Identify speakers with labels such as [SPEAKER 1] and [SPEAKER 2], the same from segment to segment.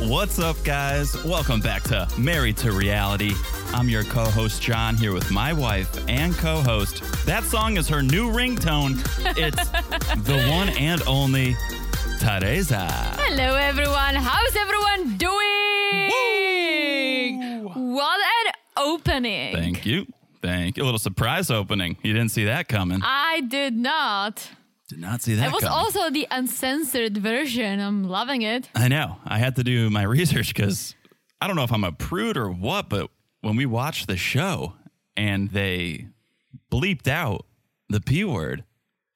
[SPEAKER 1] What's up, guys? Welcome back to Married to Reality. I'm your co host, John, here with my wife and co host. That song is her new ringtone. It's the one and only Teresa.
[SPEAKER 2] Hello, everyone. How's everyone doing? What an opening.
[SPEAKER 1] Thank you. Thank you. A little surprise opening. You didn't see that coming.
[SPEAKER 2] I did not.
[SPEAKER 1] Did not see that
[SPEAKER 2] It was
[SPEAKER 1] coming.
[SPEAKER 2] also the uncensored version. I'm loving it.
[SPEAKER 1] I know. I had to do my research because I don't know if I'm a prude or what, but when we watched the show and they bleeped out the P word,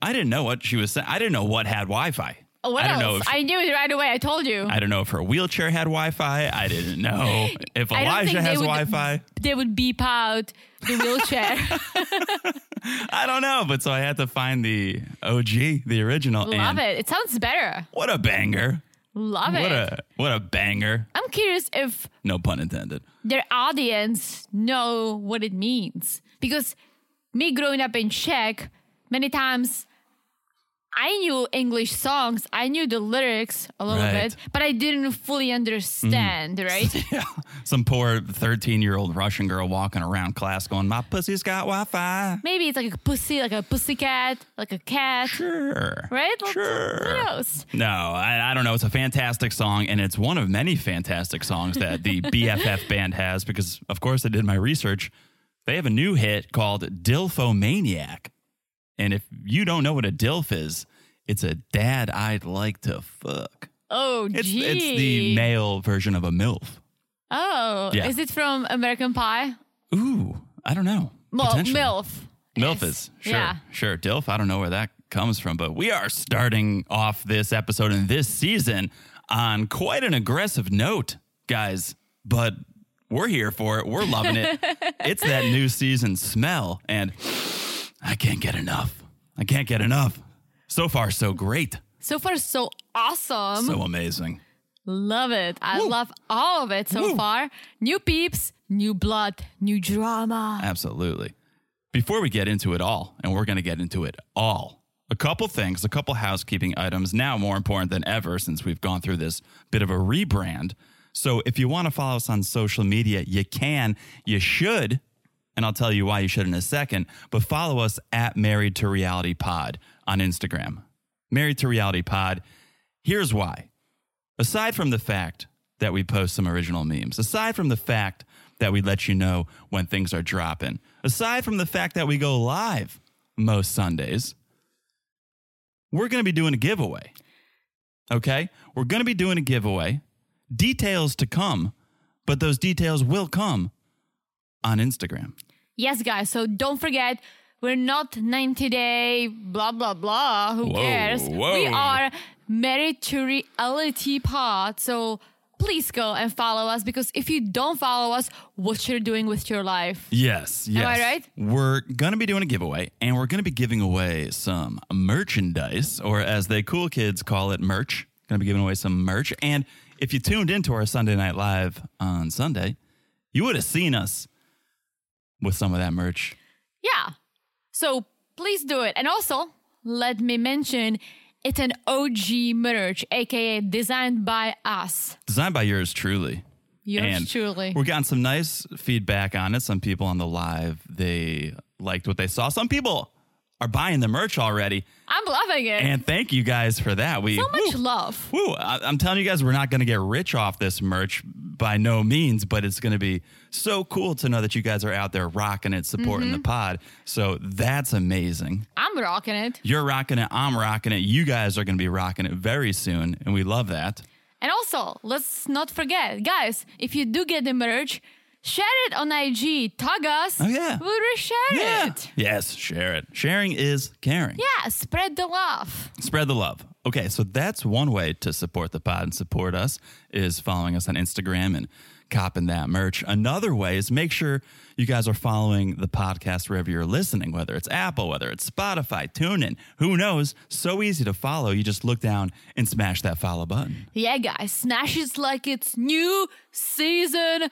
[SPEAKER 1] I didn't know what she was saying. I didn't know what had Wi Fi.
[SPEAKER 2] Oh, What
[SPEAKER 1] I don't
[SPEAKER 2] else?
[SPEAKER 1] know if
[SPEAKER 2] I knew it right away. I told you.
[SPEAKER 1] I don't know if her wheelchair had Wi Fi. I didn't know if
[SPEAKER 2] I don't
[SPEAKER 1] Elijah
[SPEAKER 2] think they
[SPEAKER 1] has
[SPEAKER 2] would-
[SPEAKER 1] Wi Fi.
[SPEAKER 2] they would beep out the wheelchair.
[SPEAKER 1] I don't know. But so I had to find the OG, the original.
[SPEAKER 2] Love
[SPEAKER 1] and
[SPEAKER 2] it. It sounds better.
[SPEAKER 1] What a banger.
[SPEAKER 2] Love
[SPEAKER 1] What
[SPEAKER 2] it.
[SPEAKER 1] a what a banger.
[SPEAKER 2] I'm curious if
[SPEAKER 1] No pun intended.
[SPEAKER 2] their audience know what it means because me growing up in Czech, many times I knew English songs, I knew the lyrics a little
[SPEAKER 1] Right. Mm-hmm.
[SPEAKER 2] bit, but I didn't fully understand, right?
[SPEAKER 1] Yeah. Some poor 13 year old Russian girl walking around class going, My pussy's got Wi Fi.
[SPEAKER 2] Maybe it's like a pussy, like a pussycat, like a cat,
[SPEAKER 1] Sure.
[SPEAKER 2] right? What-
[SPEAKER 1] Sure.
[SPEAKER 2] What else?
[SPEAKER 1] No, I, I don't know. It's a fantastic song, and it's one of many fantastic songs that the BFF band has because, of course, I did my research. They have a new hit called Dilfomaniac. And if you don't know what a DILF is, it's a dad I'd like to fuck.
[SPEAKER 2] Oh,
[SPEAKER 1] It's,
[SPEAKER 2] gee.
[SPEAKER 1] it's the male version of a MILF.
[SPEAKER 2] Oh,
[SPEAKER 1] Yeah.
[SPEAKER 2] is it from American Pie?
[SPEAKER 1] Ooh, I don't know.
[SPEAKER 2] Well,
[SPEAKER 1] Potentially.
[SPEAKER 2] MILF.
[SPEAKER 1] MILF
[SPEAKER 2] is-
[SPEAKER 1] is sure,
[SPEAKER 2] yeah.
[SPEAKER 1] sure. Dilf, I don't know where that comes from, but we are starting off this episode and this season on quite an aggressive note, guys. But we're here for it. We're loving it. it's that new season smell, and I can't get enough. I can't get enough. So far, so great,
[SPEAKER 2] So far, so awesome.
[SPEAKER 1] so amazing.
[SPEAKER 2] Love it. I love all of it so
[SPEAKER 1] Woo.
[SPEAKER 2] far. New peeps, new blood, new drama.
[SPEAKER 1] Absolutely. Before we get into it all, and we're going to get into it all, a couple things, a couple housekeeping items, now more important than ever since we've gone through this bit of a rebrand. So if you want to follow us on social media, you can, you should, and I'll tell you why you should in a second, but follow us at Married to Reality Pod on Instagram. Married to Reality Pod. Here's why aside from the fact that we post some original memes, aside from the fact that we let you know when things are dropping, aside from the fact that we go live most Sundays, we're going to be doing a giveaway. Okay? We're going to be doing a giveaway. Details to come, but those details will come on Instagram.
[SPEAKER 2] Yes, guys. So don't forget, we're not 90 day blah, blah, blah. Who
[SPEAKER 1] Whoa,
[SPEAKER 2] cares? We
[SPEAKER 1] whoa.
[SPEAKER 2] are married to reality pod. So please go and follow us because if you don't follow us, what you're doing with your life.
[SPEAKER 1] Yes, yes.
[SPEAKER 2] I right?
[SPEAKER 1] We're going to be doing a giveaway and we're going to be giving away some merchandise, or as they cool kids call it, merch. Going to be giving away some merch. And if you tuned into our Sunday Night Live on Sunday, you would have seen us with some of that merch.
[SPEAKER 2] Yeah. So please do it. And also, let me mention it's an OG merch, aka designed by us.
[SPEAKER 1] Designed by yours truly.
[SPEAKER 2] Yours truly.
[SPEAKER 1] We've gotten some nice feedback on it. Some people on the live, they liked what they saw. Some people are buying the merch already.
[SPEAKER 2] I'm loving it.
[SPEAKER 1] And thank you guys for that. We
[SPEAKER 2] so much
[SPEAKER 1] woo,
[SPEAKER 2] love.
[SPEAKER 1] woo. I, I'm telling you guys, we're not going to get rich off this merch by no means, but it's going to be so cool to know that you guys are out there rocking it, supporting
[SPEAKER 2] Mm-hmm.
[SPEAKER 1] the pod. So that's amazing.
[SPEAKER 2] I'm rocking it.
[SPEAKER 1] You're rocking it. I'm rocking it. You guys are going to be rocking it very soon, and we love that.
[SPEAKER 2] And also, let's not forget, guys, if you do get the merch, share it on IG, tag us.
[SPEAKER 1] Oh, yeah.
[SPEAKER 2] We'll reshare it.
[SPEAKER 1] Yes, share it. Sharing is caring.
[SPEAKER 2] Yeah, spread the love.
[SPEAKER 1] Spread the love. Okay, so that's one way to support the pod and support us is following us on Instagram and copping that merch. Another way is make sure you guys are following the podcast wherever you're listening, whether it's Apple, whether it's Spotify, TuneIn, who knows? So easy to follow. You just look down and smash that follow button.
[SPEAKER 2] Yeah, guys, Smash is like its new season.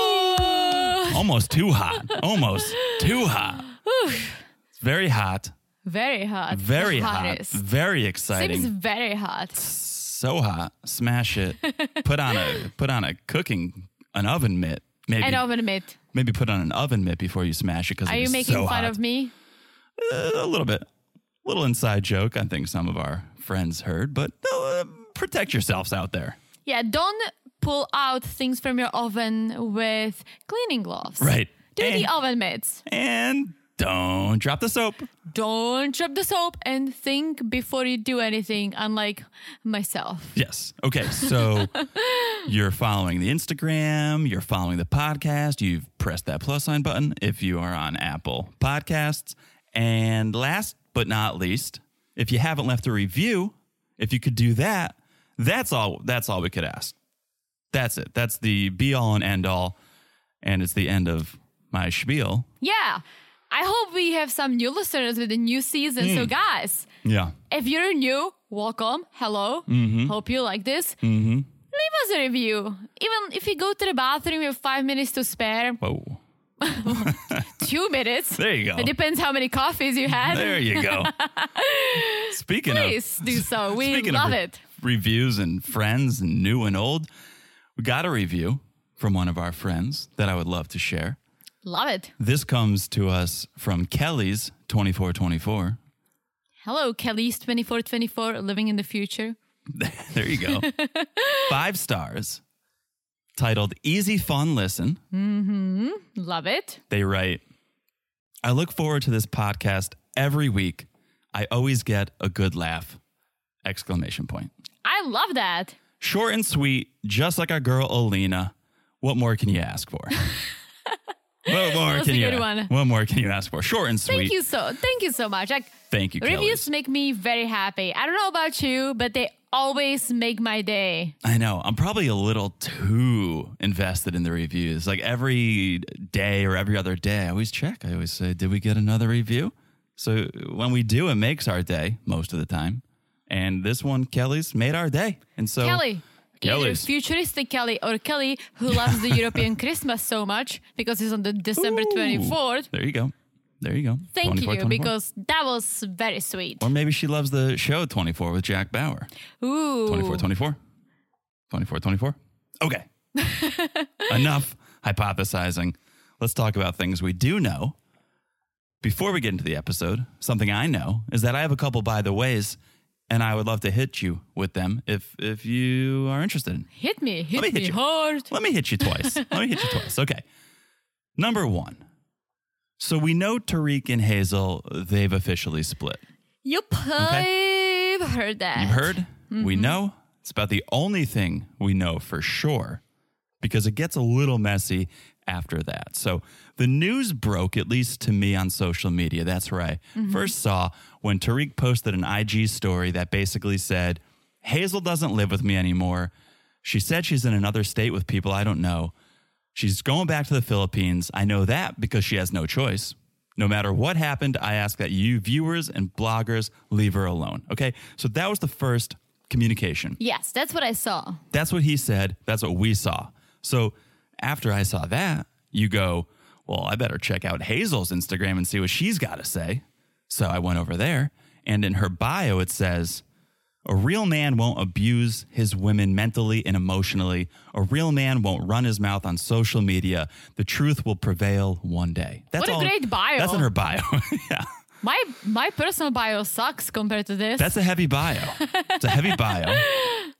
[SPEAKER 2] Ho!
[SPEAKER 1] Almost too hot. Almost too hot. It's very hot.
[SPEAKER 2] Very hot.
[SPEAKER 1] Very
[SPEAKER 2] The
[SPEAKER 1] hot.
[SPEAKER 2] hottest.
[SPEAKER 1] Very exciting.
[SPEAKER 2] Seems very hot.
[SPEAKER 1] so hot. Smash it. put on a put on a cooking an oven mitt. Maybe
[SPEAKER 2] And oven mitt.
[SPEAKER 1] maybe put on an oven mitt before you smash it because
[SPEAKER 2] Are you making fun of me?
[SPEAKER 1] Uh, a little bit, little inside joke. I think some of our friends heard, but uh, protect yourselves out there.
[SPEAKER 2] Yeah, don't pull out things from your oven with cleaning gloves.
[SPEAKER 1] Right.
[SPEAKER 2] Do
[SPEAKER 1] and,
[SPEAKER 2] the oven mitts.
[SPEAKER 1] and don't drop the soap.
[SPEAKER 2] Don't drop the soap and think before you do anything, unlike myself.
[SPEAKER 1] Yes. Okay. So you're following the Instagram, you're following the podcast, you've pressed that plus sign button if you are on Apple Podcasts. And last but not least, if you haven't left a review, if you could do that, that's all that's all we could ask. That's it. That's the be all and end all. And it's the end of my spiel.
[SPEAKER 2] Yeah. I hope we have some new listeners with the new season.
[SPEAKER 1] Hmm.
[SPEAKER 2] So, guys,
[SPEAKER 1] Yeah.
[SPEAKER 2] if you're new, welcome. Hello.
[SPEAKER 1] Mm-hmm.
[SPEAKER 2] Hope you like this. Leave us a review. Even if you go to the bathroom, you have five minutes to spare,
[SPEAKER 1] Whoa.
[SPEAKER 2] two minutes.
[SPEAKER 1] There you go.
[SPEAKER 2] It depends how many coffees you had.
[SPEAKER 1] There you go. Speaking of
[SPEAKER 2] Please do so. We
[SPEAKER 1] Speaking of
[SPEAKER 2] love
[SPEAKER 1] re-
[SPEAKER 2] it.
[SPEAKER 1] Reviews and friends, and new and old. We got a review from one of our friends that I would love to share.
[SPEAKER 2] Love it.
[SPEAKER 1] This comes to us from Kelly's 2424.
[SPEAKER 2] Hello, Kelly's 2424, living in the future.
[SPEAKER 1] there you go. Five stars, titled Easy Fun Listen.
[SPEAKER 2] Love it.
[SPEAKER 1] They write, I look forward to this podcast every week. I always get a good laugh. Exclamation point.
[SPEAKER 2] I love that.
[SPEAKER 1] Short and sweet, just like our girl Alina. What more can you ask for? what more
[SPEAKER 2] was
[SPEAKER 1] can
[SPEAKER 2] a
[SPEAKER 1] you?
[SPEAKER 2] good one.
[SPEAKER 1] What more can you ask for? Short and sweet.
[SPEAKER 2] Thank you so thank you so much. Like
[SPEAKER 1] Thank you,
[SPEAKER 2] reviews
[SPEAKER 1] Kellys.
[SPEAKER 2] make me very happy. I don't know about you, but they always make my day.
[SPEAKER 1] I know. I'm probably a little too invested in the reviews. Like every day or every other day, I always check. I always say, "Did we get another review?" So when we do, it makes our day most of the time. And this one, Kelly's, made our day. And so,
[SPEAKER 2] Kelly. Either
[SPEAKER 1] Kelly's.
[SPEAKER 2] futuristic Kelly or Kelly who loves the European Christmas so much because it's on the December
[SPEAKER 1] Ooh.
[SPEAKER 2] 24th.
[SPEAKER 1] There you go. There you go.
[SPEAKER 2] Thank
[SPEAKER 1] 24,
[SPEAKER 2] you
[SPEAKER 1] 24.
[SPEAKER 2] because that was very sweet.
[SPEAKER 1] Or maybe she loves the show 24 with Jack Bauer.
[SPEAKER 2] Ooh.
[SPEAKER 1] 24 24 24 24 okay enough hypothesizing let's talk about things we do know before we get into the episode something i know is that i have a couple by the ways and i would love to hit you with them if if you are interested
[SPEAKER 2] Hit me, hit
[SPEAKER 1] me
[SPEAKER 2] me,
[SPEAKER 1] hit you.
[SPEAKER 2] hard.
[SPEAKER 1] let me hit you twice let me hit you twice okay number one so we know tariq and hazel they've officially split
[SPEAKER 2] Yup, I've heard that.
[SPEAKER 1] You've heard? We know. It's about the only thing we know for sure because it gets a little messy after that. So the news broke, at least to me on social media. That's where I first saw when Tariq posted an IG story that basically said, Hazel doesn't live with me anymore. She said she's in another state with people I don't know. She's going back to the Philippines. I know that because she has no choice. No matter what happened, I ask that you viewers and bloggers leave her alone. Okay. So that was the first communication.
[SPEAKER 2] Yes, that's what I saw.
[SPEAKER 1] That's what he said. That's what we saw. So after I saw that, you go, well, I better check out Hazel's Instagram and see what she's got to say. So I went over there And in her bio, it says, a real man won't abuse his women mentally and emotionally. A real man won't run his mouth on social media. The truth will prevail one day. That's
[SPEAKER 2] What a
[SPEAKER 1] all-
[SPEAKER 2] great bio.
[SPEAKER 1] That's in her bio. yeah.
[SPEAKER 2] My my personal bio sucks compared to this.
[SPEAKER 1] That's a heavy bio. It's a heavy bio.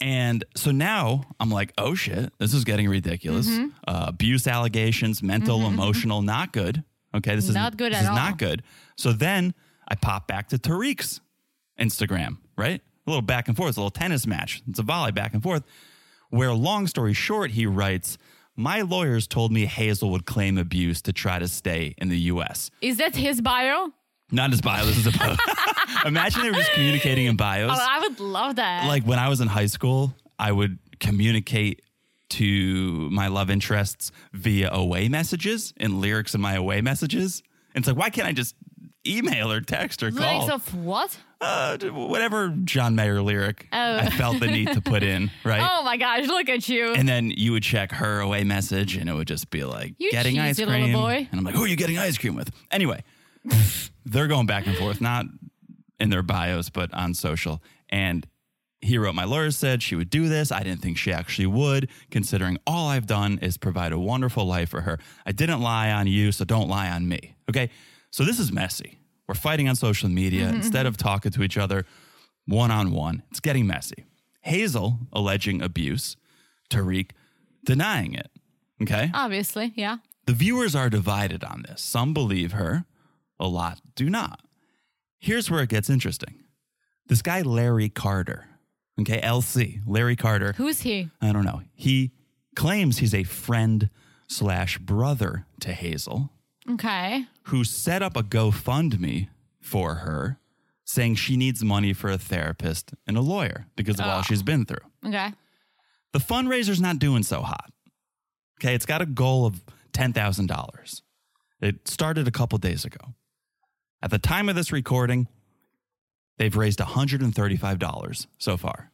[SPEAKER 1] And so now I'm like, oh shit, this is getting ridiculous.
[SPEAKER 2] Mm-hmm.
[SPEAKER 1] Uh, abuse allegations, mental, emotional, not good. Okay, this is
[SPEAKER 2] Not good
[SPEAKER 1] This
[SPEAKER 2] at
[SPEAKER 1] is
[SPEAKER 2] all.
[SPEAKER 1] not good. So then I pop back to Tariq's Instagram, right? A little back and forth, it's a little tennis match. It's a volley back and forth. Where, long story short, he writes, "My lawyers told me Hazel would claim abuse to try to stay in the U.S."
[SPEAKER 2] Is that his bio?
[SPEAKER 1] Not his bio. This is a bio. Imagine they were just communicating in bios
[SPEAKER 2] Oh, I would love that.
[SPEAKER 1] like when I was in high school, I would communicate to my love interests via away messages and lyrics in my away messages. And it's like, why can't I just email or text or call?
[SPEAKER 2] Lyrics of what?
[SPEAKER 1] uh, d- whatever John Mayer lyric I felt the need to put in, right?
[SPEAKER 2] Oh my gosh, look at you.
[SPEAKER 1] And then you would check her away message and it would just be like,
[SPEAKER 2] You
[SPEAKER 1] getting ice
[SPEAKER 2] cheesy little
[SPEAKER 1] cream.
[SPEAKER 2] boy.
[SPEAKER 1] And I'm like, who are you getting ice cream with? Anyway, they're going back and forth, not in their bios, but on social. And he wrote, My lawyer said she would do this. I didn't think she actually would, considering all I've done is provide a wonderful life for her. I didn't lie on you, so don't lie on me. Okay. So this is messy. We're fighting on social media
[SPEAKER 2] Mm-hmm,
[SPEAKER 1] instead of talking to each other one on one. It's getting messy. Hazel alleging abuse, Tariq denying it. Okay.
[SPEAKER 2] Obviously, yeah.
[SPEAKER 1] The viewers are divided on this. Some believe her, a lot do not. Here's where it gets interesting. This guy, Larry Carter, okay, LC, Larry Carter,
[SPEAKER 2] Who's he?
[SPEAKER 1] I don't know, he claims he's a friend slash brother to Hazel,
[SPEAKER 2] Okay.
[SPEAKER 1] who set up a GoFundMe for her, saying she needs money for a therapist and a lawyer because of all she's been through
[SPEAKER 2] Okay.
[SPEAKER 1] the fundraiser's not doing so hot. Okay, it's got a goal of $10,000. It started a couple days ago. At the time of this recording, they've raised $135 so far.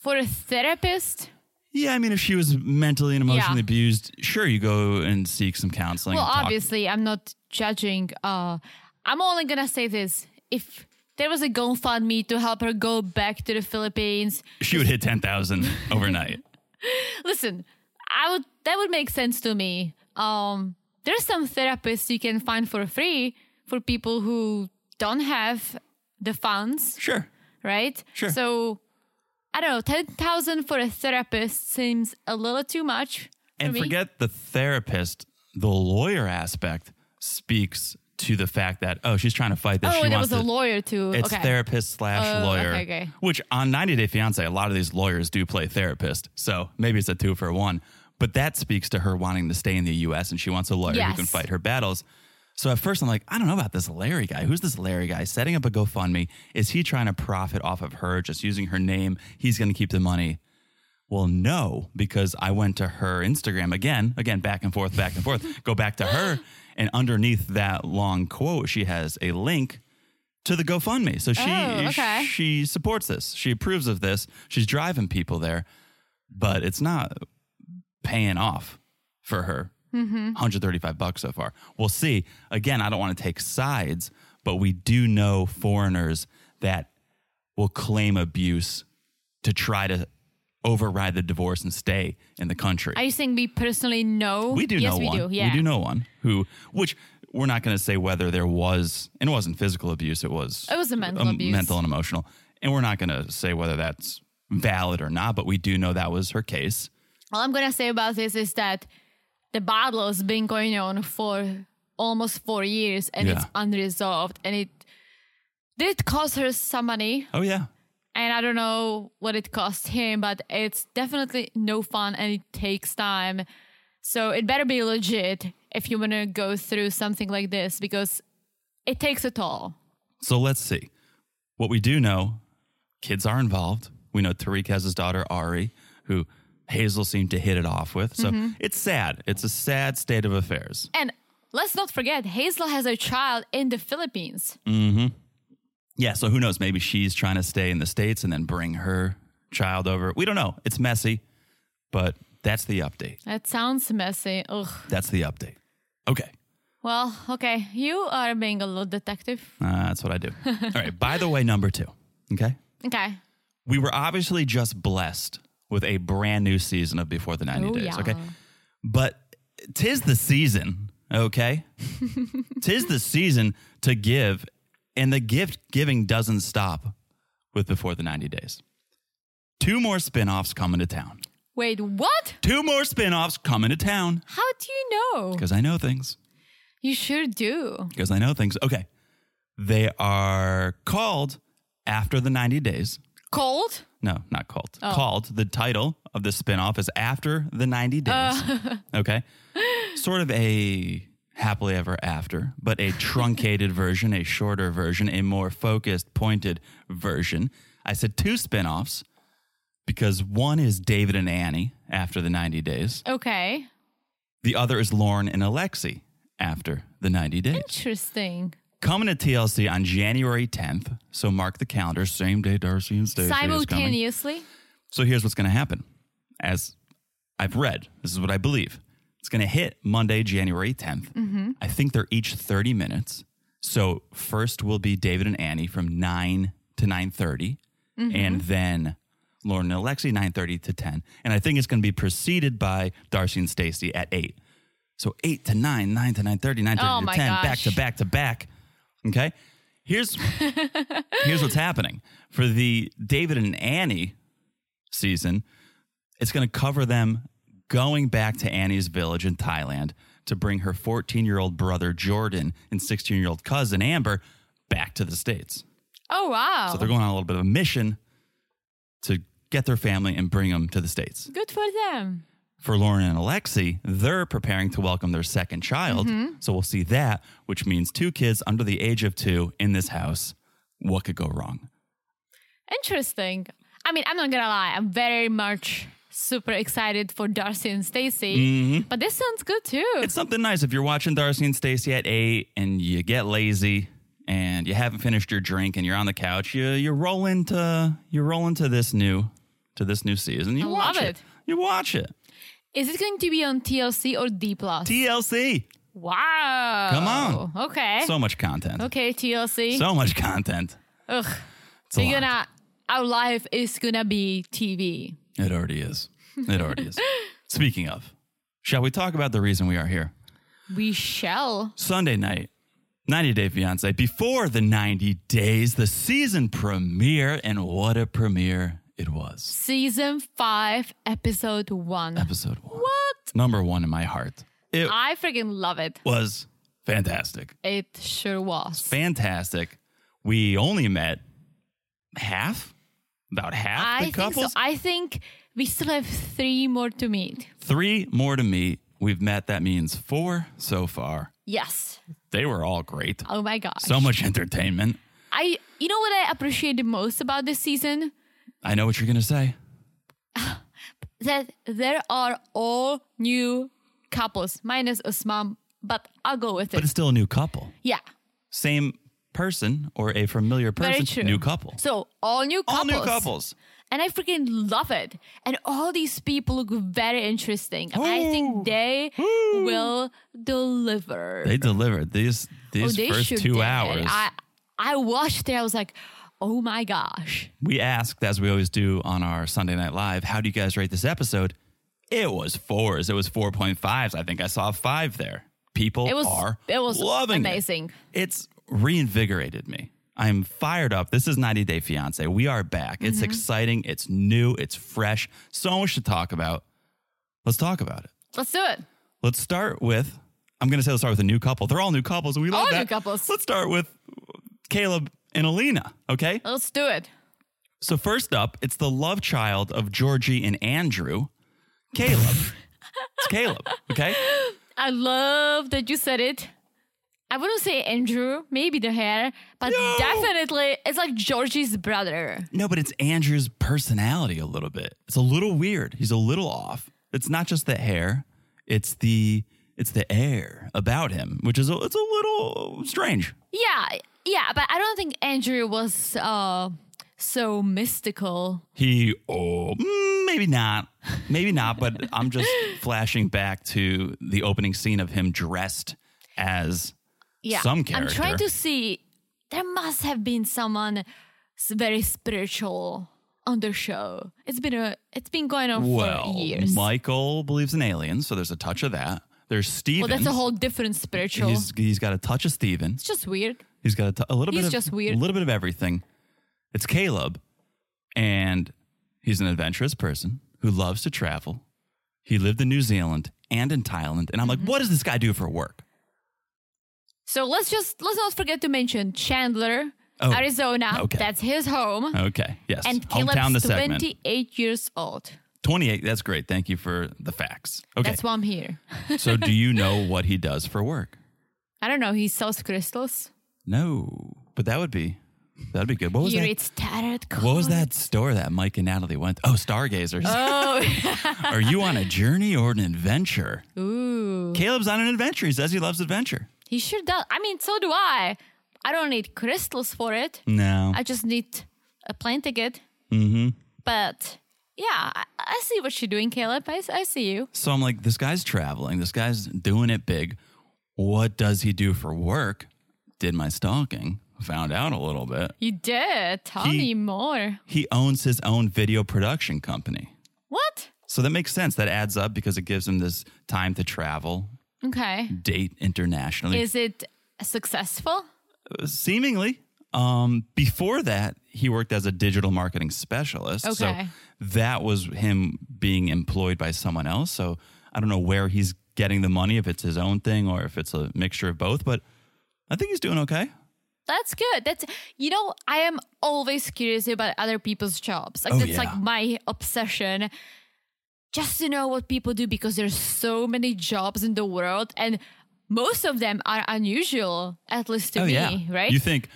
[SPEAKER 2] For a therapist?
[SPEAKER 1] Yeah, I mean, if she was mentally and emotionally
[SPEAKER 2] Yeah.
[SPEAKER 1] abused, sure, you go and seek some counseling.
[SPEAKER 2] Well,
[SPEAKER 1] and talk.
[SPEAKER 2] obviously, I'm not judging. Uh, I'm only gonna say this: if there was a GoFundMe to help her go back to the Philippines,
[SPEAKER 1] She would hit 10,000 overnight.
[SPEAKER 2] listen, I would that would make sense to me. Um, there's some therapists you can find for free for people who don't have the funds,
[SPEAKER 1] Sure.
[SPEAKER 2] right?
[SPEAKER 1] Sure.
[SPEAKER 2] So I don't know, ten thousand for a therapist seems a little too much. for
[SPEAKER 1] And
[SPEAKER 2] me.
[SPEAKER 1] forget the therapist, the lawyer aspect speaks to the fact that, oh, she's trying to fight this.
[SPEAKER 2] Oh,
[SPEAKER 1] she
[SPEAKER 2] and there
[SPEAKER 1] wants
[SPEAKER 2] was a
[SPEAKER 1] to-
[SPEAKER 2] lawyer too.
[SPEAKER 1] It's
[SPEAKER 2] okay.
[SPEAKER 1] therapist slash
[SPEAKER 2] Oh,
[SPEAKER 1] lawyer,
[SPEAKER 2] okay, okay.
[SPEAKER 1] which on 90 Day Fiance, a lot of these lawyers do play therapist. So maybe it's a two for one. But that speaks to her wanting to stay in the US and she wants a lawyer who can
[SPEAKER 2] Yes.
[SPEAKER 1] fight her battles. So at first I'm like, I don't know about this Larry guy. Who's this Larry guy setting up a GoFundMe? Is he trying to profit off of her just using her name? He's going to keep the money. Well, no, because I went to her Instagram again, again, back and forth, back and forth, go back to her. And underneath that long quote, she has a link to the GoFundMe. So she
[SPEAKER 2] Oh, okay.
[SPEAKER 1] she supports this. She approves of this. She's driving people there, but it's not paying off for her. 135 bucks so far. We'll see. Again, I don't want to take sides, but we do know foreigners that will claim abuse to try to override the divorce and stay in the country.
[SPEAKER 2] Are you saying we personally know?
[SPEAKER 1] We do
[SPEAKER 2] yes,
[SPEAKER 1] know
[SPEAKER 2] we
[SPEAKER 1] one.
[SPEAKER 2] Do. Yeah.
[SPEAKER 1] know one who, which we're not going to say whether there was, and it wasn't physical abuse. It was.
[SPEAKER 2] It was a mental abuse.
[SPEAKER 1] Mental and emotional, and we're not going to say whether that's valid or not. But we do know that was her case.
[SPEAKER 2] All I'm gonna say about this is that the battle has been going on for almost four years and it's
[SPEAKER 1] Yeah.
[SPEAKER 2] unresolved and it did cost her some money
[SPEAKER 1] Oh yeah,
[SPEAKER 2] and I don't know what it cost him, but it's definitely no fun and it takes time. So it better be legit if you wanna go through something like this because it takes a toll.
[SPEAKER 1] So let's see. What we do know, kids are involved. We know Tariq has his daughter Ari, who Hazel seemed to hit it off with. So
[SPEAKER 2] Mm-hmm.
[SPEAKER 1] it's sad. It's a sad state of affairs.
[SPEAKER 2] And let's not forget, Hazel has a child in the Philippines.
[SPEAKER 1] Yeah, so who knows? Maybe she's trying to stay in the States and then bring her child over. We don't know. It's messy, but that's the update.
[SPEAKER 2] That sounds messy. Ugh.
[SPEAKER 1] That's the update. Okay.
[SPEAKER 2] Well, okay. You are being a little detective.
[SPEAKER 1] Uh, that's what I do. All right. By the way, number two. Okay.
[SPEAKER 2] Okay.
[SPEAKER 1] We were obviously just blessed with a brand new season of Before the 90
[SPEAKER 2] Oh,
[SPEAKER 1] Days.
[SPEAKER 2] yeah.
[SPEAKER 1] Okay. But tis the season. Okay. tis the season to give. And the gift giving doesn't stop with Before the 90 Days. Two more spinoffs coming to town.
[SPEAKER 2] Wait, what?
[SPEAKER 1] Two more spinoffs coming to town
[SPEAKER 2] How do you know?
[SPEAKER 1] because I know things.
[SPEAKER 2] You sure do.
[SPEAKER 1] because I know things. Okay. They are called After the 90 Days.
[SPEAKER 2] Cold?
[SPEAKER 1] No, not called.
[SPEAKER 2] Oh.
[SPEAKER 1] Called. The title of the spinoff is After the 90 Days.
[SPEAKER 2] Oh.
[SPEAKER 1] okay. Sort of a happily ever after, but a truncated version, a shorter version, a more focused, pointed version. I said two spinoffs because one is David and Annie after the 90 days,
[SPEAKER 2] Okay.
[SPEAKER 1] the other is Lauren and Alexi after the 90 days.
[SPEAKER 2] Interesting.
[SPEAKER 1] Coming to TLC on January 10th. So mark the calendar. Same day Darcy and Stacey is coming.
[SPEAKER 2] Simultaneously?
[SPEAKER 1] So here's what's going to happen. As I've read, this is what I believe. It's going to hit Monday, January 10th.
[SPEAKER 2] Mm-hmm.
[SPEAKER 1] I think they're each 30 minutes. So first will be David and Annie from 9 to 9.30.
[SPEAKER 2] Mm-hmm.
[SPEAKER 1] And then Lauren and Alexi, 9.30 to 10. And I think it's going to be preceded by Darcy and Stacey at 8. So 8 to 9, 9 to 9.30, 9.30
[SPEAKER 2] Oh
[SPEAKER 1] to 10,
[SPEAKER 2] my
[SPEAKER 1] back to
[SPEAKER 2] gosh.
[SPEAKER 1] back to back. Okay. Here's here's what's happening for the David and Annie season. It's going to cover them going back to Annie's village in Thailand to bring her 14 year old brother Jordan and 16 year old cousin Amber back to the states.
[SPEAKER 2] Oh, wow.
[SPEAKER 1] So they're going on a little bit of a mission to get their family and bring them to the states
[SPEAKER 2] Good for them.
[SPEAKER 1] for Lauren and Alexi, they're preparing to welcome their second child. So we'll see that, which means two kids under the age of two in this house. What could go wrong?
[SPEAKER 2] Interesting. I mean, I'm not gonna lie. I'm very much super excited for Darcy and Stacy, but this sounds good too.
[SPEAKER 1] Mm-hmm. It's something nice if you're watching Darcy and Stacy at eight and you get lazy and you haven't finished your drink and you're on the couch. You you roll into you roll into this new to this new season. You
[SPEAKER 2] I
[SPEAKER 1] watch
[SPEAKER 2] love
[SPEAKER 1] it.
[SPEAKER 2] it.
[SPEAKER 1] You watch it.
[SPEAKER 2] Is it going to be on TLC or D Plus?
[SPEAKER 1] TLC.
[SPEAKER 2] wow.
[SPEAKER 1] Come on.
[SPEAKER 2] Okay.
[SPEAKER 1] So much content.
[SPEAKER 2] Eh. okay, TLC.
[SPEAKER 1] So much content.
[SPEAKER 2] Ugh.
[SPEAKER 1] It's a
[SPEAKER 2] So
[SPEAKER 1] lot.
[SPEAKER 2] you're gonna our life is gonna be TV.
[SPEAKER 1] It already is. It already is. Speaking of, shall we talk about the reason we are here?
[SPEAKER 2] We shall.
[SPEAKER 1] Sunday night, 90 Day Fiance, before the 90 days, the season premiere, and what a premiere it was.
[SPEAKER 2] Season five, episode one.
[SPEAKER 1] Episode one.
[SPEAKER 2] what?
[SPEAKER 1] Number one in my heart. It
[SPEAKER 2] I freaking love it.
[SPEAKER 1] was fantastic.
[SPEAKER 2] It sure was.
[SPEAKER 1] Fantastic. We only met half, about half
[SPEAKER 2] I
[SPEAKER 1] the
[SPEAKER 2] think
[SPEAKER 1] couples.
[SPEAKER 2] so. I think we still have three more to meet.
[SPEAKER 1] Three more to meet. We've met, that means four so far.
[SPEAKER 2] Yes.
[SPEAKER 1] They were all great.
[SPEAKER 2] Oh my gosh.
[SPEAKER 1] So much entertainment.
[SPEAKER 2] I you know what I appreciate the most about this season?
[SPEAKER 1] I know what you're going to say.
[SPEAKER 2] That there are all new couples, minus Usman, but I'll go with
[SPEAKER 1] But
[SPEAKER 2] it.
[SPEAKER 1] it's still a new couple.
[SPEAKER 2] Yeah.
[SPEAKER 1] Same person or a familiar person,
[SPEAKER 2] Very true.
[SPEAKER 1] new couple.
[SPEAKER 2] So all new
[SPEAKER 1] All
[SPEAKER 2] couples.
[SPEAKER 1] new couples.
[SPEAKER 2] And I freaking love it. And all these people look very interesting. And I
[SPEAKER 1] Ooh.
[SPEAKER 2] think they will deliver.
[SPEAKER 1] They delivered these
[SPEAKER 2] Oh,
[SPEAKER 1] these
[SPEAKER 2] they
[SPEAKER 1] first
[SPEAKER 2] sure
[SPEAKER 1] two
[SPEAKER 2] did.
[SPEAKER 1] hours.
[SPEAKER 2] I I watched it. I was like, oh my gosh.
[SPEAKER 1] we asked, as we always do on our Sunday Night Live, how do you guys rate this episode? It was fours. It was four point fives. I think I saw a five there. People
[SPEAKER 2] It was
[SPEAKER 1] are
[SPEAKER 2] it was
[SPEAKER 1] loving it.
[SPEAKER 2] amazing.
[SPEAKER 1] It's reinvigorated me. I'm fired up. This is 90 Day Fiance. We are back.
[SPEAKER 2] Mm-hmm.
[SPEAKER 1] It's exciting. It's new. It's fresh. So much to talk about. Let's talk about it.
[SPEAKER 2] Let's do it.
[SPEAKER 1] Let's start with. I'm going to say let's start with a new couple. They're all new couples, and we love
[SPEAKER 2] All
[SPEAKER 1] that.
[SPEAKER 2] new couples.
[SPEAKER 1] Let's start with Caleb and Alina. Okay.
[SPEAKER 2] Let's do it.
[SPEAKER 1] So first up, it's the love child of Georgie and Andrew, Caleb. it's Caleb. Okay.
[SPEAKER 2] I love that you said it. I wouldn't say Andrew, maybe the hair, but
[SPEAKER 1] No.
[SPEAKER 2] definitely it's like Georgie's brother.
[SPEAKER 1] No, but it's Andrew's personality a little bit. It's a little weird. He's a little off. It's not just the hair. It's the it's the air about him, which is a, it's a little strange.
[SPEAKER 2] Yeah, yeah, but I don't think Andrew was uh, so mystical.
[SPEAKER 1] He, oh, mm, maybe not. Maybe not, but I'm just flashing back to the opening scene of him dressed as
[SPEAKER 2] yeah.
[SPEAKER 1] some character.
[SPEAKER 2] I'm trying to see. There must have been someone s- very spiritual on the show. It's been a. It's been going on
[SPEAKER 1] well,
[SPEAKER 2] for years.
[SPEAKER 1] Michael believes in aliens, so there's a touch of that. There's Steven.
[SPEAKER 2] well, that's a whole different spiritual.
[SPEAKER 1] He's, he's got a touch of Steven.
[SPEAKER 2] it's just weird.
[SPEAKER 1] He's got a, t- a little bit
[SPEAKER 2] He's
[SPEAKER 1] of
[SPEAKER 2] just weird.
[SPEAKER 1] a little bit of everything. It's Caleb, and he's an adventurous person who loves to travel. He lived in New Zealand and in Thailand, and I'm
[SPEAKER 2] Mm-hmm.
[SPEAKER 1] like, what does this guy do for work?
[SPEAKER 2] So let's just let's not forget to mention Chandler,
[SPEAKER 1] Oh,
[SPEAKER 2] Arizona.
[SPEAKER 1] okay.
[SPEAKER 2] That's his home.
[SPEAKER 1] Okay, yes,
[SPEAKER 2] and
[SPEAKER 1] hometown the
[SPEAKER 2] Caleb's
[SPEAKER 1] segment.
[SPEAKER 2] 28 years old.
[SPEAKER 1] 28. That's great. Thank you for the facts. Okay,
[SPEAKER 2] That's why I'm here.
[SPEAKER 1] so do you know what he does for work?
[SPEAKER 2] I don't know. He sells crystals.
[SPEAKER 1] No, but that would be that'd be good. What was
[SPEAKER 2] He
[SPEAKER 1] that?
[SPEAKER 2] reads tarot cards.
[SPEAKER 1] what was that store that Mike and Natalie went? Oh, Stargazers.
[SPEAKER 2] Oh,
[SPEAKER 1] Are you on a journey or an adventure?
[SPEAKER 2] ooh.
[SPEAKER 1] Caleb's on an adventure. He says he loves adventure.
[SPEAKER 2] He sure does. I mean, so do I. I don't need crystals for it.
[SPEAKER 1] No.
[SPEAKER 2] I just need a plane ticket. Mm-hmm. But yeah, I, I see what you're doing, Caleb. I, I see you.
[SPEAKER 1] so I'm like, this guy's traveling. This guy's doing it big. What does he do for work? Did my stalking. Found out a little bit.
[SPEAKER 2] You did. Tell
[SPEAKER 1] He-
[SPEAKER 2] me more.
[SPEAKER 1] He owns his own video production company.
[SPEAKER 2] What?
[SPEAKER 1] So that makes sense. That adds up because it gives him this time to travel,
[SPEAKER 2] Okay.
[SPEAKER 1] date internationally.
[SPEAKER 2] Is it successful?
[SPEAKER 1] Seemingly. Um, before that, he worked as a digital marketing specialist. So
[SPEAKER 2] Okay.
[SPEAKER 1] that was him being employed by someone else. So I don't know where he's getting the money, if it's his own thing or if it's a mixture of both, but I think he's doing okay.
[SPEAKER 2] That's good. That's you know, I am always curious about other people's jobs. Like
[SPEAKER 1] Oh,
[SPEAKER 2] that's
[SPEAKER 1] yeah.
[SPEAKER 2] like my obsession. Just to know what people do because there's so many jobs in the world and most of them are unusual, at least to me, right?
[SPEAKER 1] Oh, You think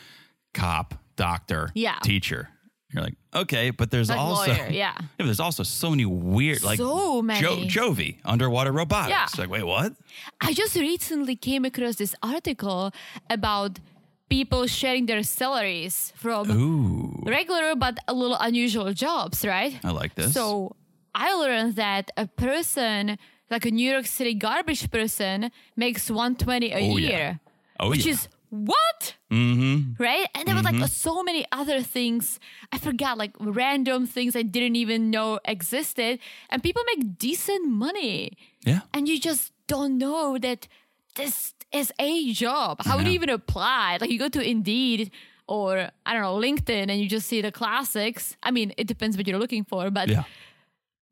[SPEAKER 1] cop, doctor,
[SPEAKER 2] Yeah.
[SPEAKER 1] teacher. You're like, okay, but there's
[SPEAKER 2] Like
[SPEAKER 1] also
[SPEAKER 2] lawyer, yeah.
[SPEAKER 1] but there's also so many weird like
[SPEAKER 2] So many.
[SPEAKER 1] Jovi, underwater robotics.
[SPEAKER 2] Yeah.
[SPEAKER 1] It's Like, wait, what?
[SPEAKER 2] I just recently came across this article about people sharing their salaries from
[SPEAKER 1] Ooh.
[SPEAKER 2] regular but a little unusual jobs, right?
[SPEAKER 1] I like this.
[SPEAKER 2] So I learned that a person, like a New York City garbage person, makes 120 a
[SPEAKER 1] Oh, yeah.
[SPEAKER 2] year.
[SPEAKER 1] oh,
[SPEAKER 2] Which
[SPEAKER 1] yeah.
[SPEAKER 2] is what? Mm-hmm. Right? And there were like so many other things. I forgot, like random things I didn't even know existed. And people make decent money.
[SPEAKER 1] yeah.
[SPEAKER 2] And you just don't know that this is a job. How would you even apply? Like you go to Indeed or I don't know, LinkedIn and you just see the classics. I mean, it depends what you're looking for, but
[SPEAKER 1] Yeah.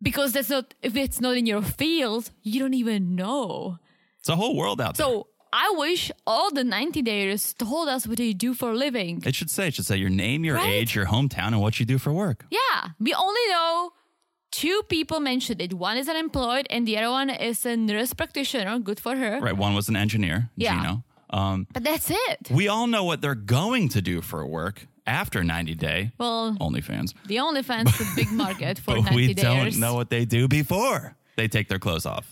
[SPEAKER 2] because that's not if it's not in your field, you don't even know.
[SPEAKER 1] It's a whole world out there.
[SPEAKER 2] So I wish all the 90 dayers told us what they do for a living.
[SPEAKER 1] It should say, it should say your name, your
[SPEAKER 2] Right?
[SPEAKER 1] age, your hometown, and what you do for work.
[SPEAKER 2] Yeah, we only know two people mentioned it. One is unemployed and the other one is a nurse practitioner. Good for her.
[SPEAKER 1] Right. One was an engineer,
[SPEAKER 2] Yeah.
[SPEAKER 1] Gino. Um,
[SPEAKER 2] But that's it.
[SPEAKER 1] we all know what they're going to do for work after 90 Day
[SPEAKER 2] Well,
[SPEAKER 1] OnlyFans,
[SPEAKER 2] the OnlyFans is a big market for
[SPEAKER 1] but
[SPEAKER 2] 90
[SPEAKER 1] we
[SPEAKER 2] dayers.
[SPEAKER 1] don't know what they do before they take their clothes off.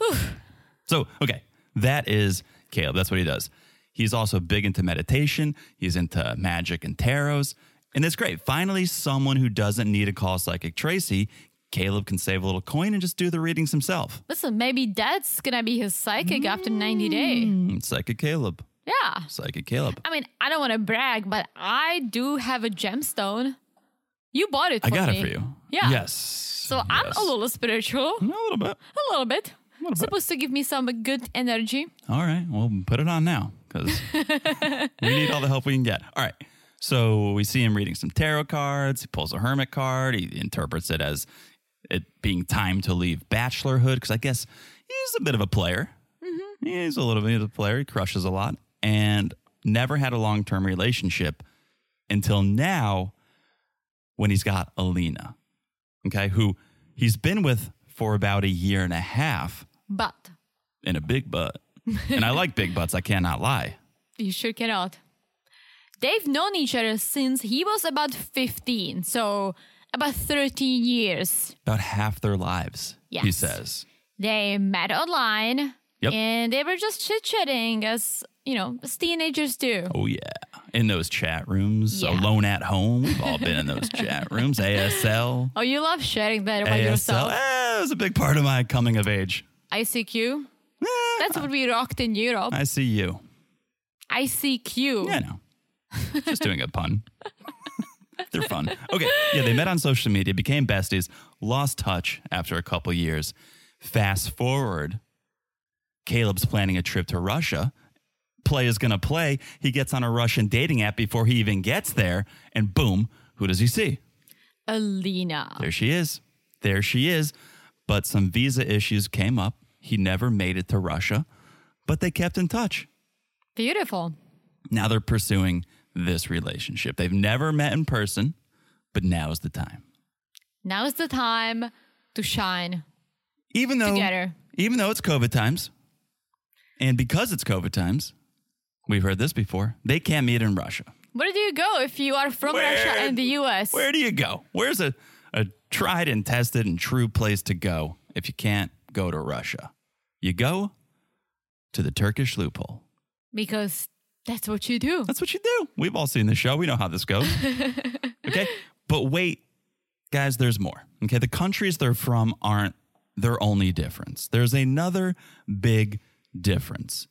[SPEAKER 1] so, okay, that is Caleb. That's what he does. He's also big into meditation, he's into magic and tarots. And it's great. Finally, someone who doesn't need to call Psychic Tracy, Caleb can save a little coin and just do the readings himself.
[SPEAKER 2] Listen, maybe that's gonna be his psychic after 90 day.
[SPEAKER 1] Mm, Psychic Caleb.
[SPEAKER 2] Yeah.
[SPEAKER 1] Psychic Caleb.
[SPEAKER 2] I mean, I don't want to brag, but I do have a gemstone. You bought it.
[SPEAKER 1] I
[SPEAKER 2] for
[SPEAKER 1] got
[SPEAKER 2] me.
[SPEAKER 1] it for you.
[SPEAKER 2] Yeah.
[SPEAKER 1] Yes. Hmm?
[SPEAKER 2] So I'm a little spiritual,
[SPEAKER 1] A little bit.
[SPEAKER 2] a little bit. Supposed to give me some good energy.
[SPEAKER 1] All right. Well, put it on now because we need all the help we can get. All right. So we see him reading some tarot cards. He pulls a hermit card. He interprets it as it being time to leave bachelorhood because I guess he's a bit of a player. Yeah, he's a little bit of a player. He crushes a lot and never had a long term relationship until now when he's got Alina, okay, who he's been with for about a year and a half
[SPEAKER 2] But
[SPEAKER 1] in a big butt. and I like big butts, I cannot lie.
[SPEAKER 2] you sure cannot. They've known each other since he was about 15, so about 13 years.
[SPEAKER 1] About half their lives, he
[SPEAKER 2] Yes.
[SPEAKER 1] says.
[SPEAKER 2] They met online
[SPEAKER 1] Yep.
[SPEAKER 2] and they were just chit chatting as, you know, as teenagers do.
[SPEAKER 1] Oh, yeah. In those chat rooms,
[SPEAKER 2] Yeah.
[SPEAKER 1] alone at home. We've all been in those chat rooms. ASL.
[SPEAKER 2] Oh, you love sharing that about
[SPEAKER 1] ASL.
[SPEAKER 2] yourself.
[SPEAKER 1] Eh, it was a big part of my coming of age.
[SPEAKER 2] ICQ.
[SPEAKER 1] Eh,
[SPEAKER 2] That's what we rocked in Europe.
[SPEAKER 1] I see you.
[SPEAKER 2] I seek you.
[SPEAKER 1] Yeah, no. Just doing a pun. They're fun. Okay. Yeah, they met on social media, became besties, lost touch after a couple years. Fast forward, Caleb's planning a trip to Russia. Play is going to play. He gets on a Russian dating app before he even gets there. And boom, who does he see?
[SPEAKER 2] Alina.
[SPEAKER 1] There she is. There she is. But some visa issues came up. He never made it to Russia, but they kept in touch.
[SPEAKER 2] Beautiful.
[SPEAKER 1] Now they're pursuing this relationship. They've never met in person, but now is the time.
[SPEAKER 2] Now is the time to shine.
[SPEAKER 1] Even though
[SPEAKER 2] Together.
[SPEAKER 1] even though it's COVID times, and because it's COVID times, we've heard this before. They can't meet in Russia.
[SPEAKER 2] Where do you go if you are from
[SPEAKER 1] Where-
[SPEAKER 2] Russia and the US?
[SPEAKER 1] Where do you go? Where's a, a tried and tested and true place to go if you can't go to Russia? You go to the Turkish loophole.
[SPEAKER 2] Because that's what you do.
[SPEAKER 1] That's what you do. We've all seen the show. We know how this goes. okay. But wait, guys, there's more. Okay. The countries they're from aren't their only difference. There's another big difference.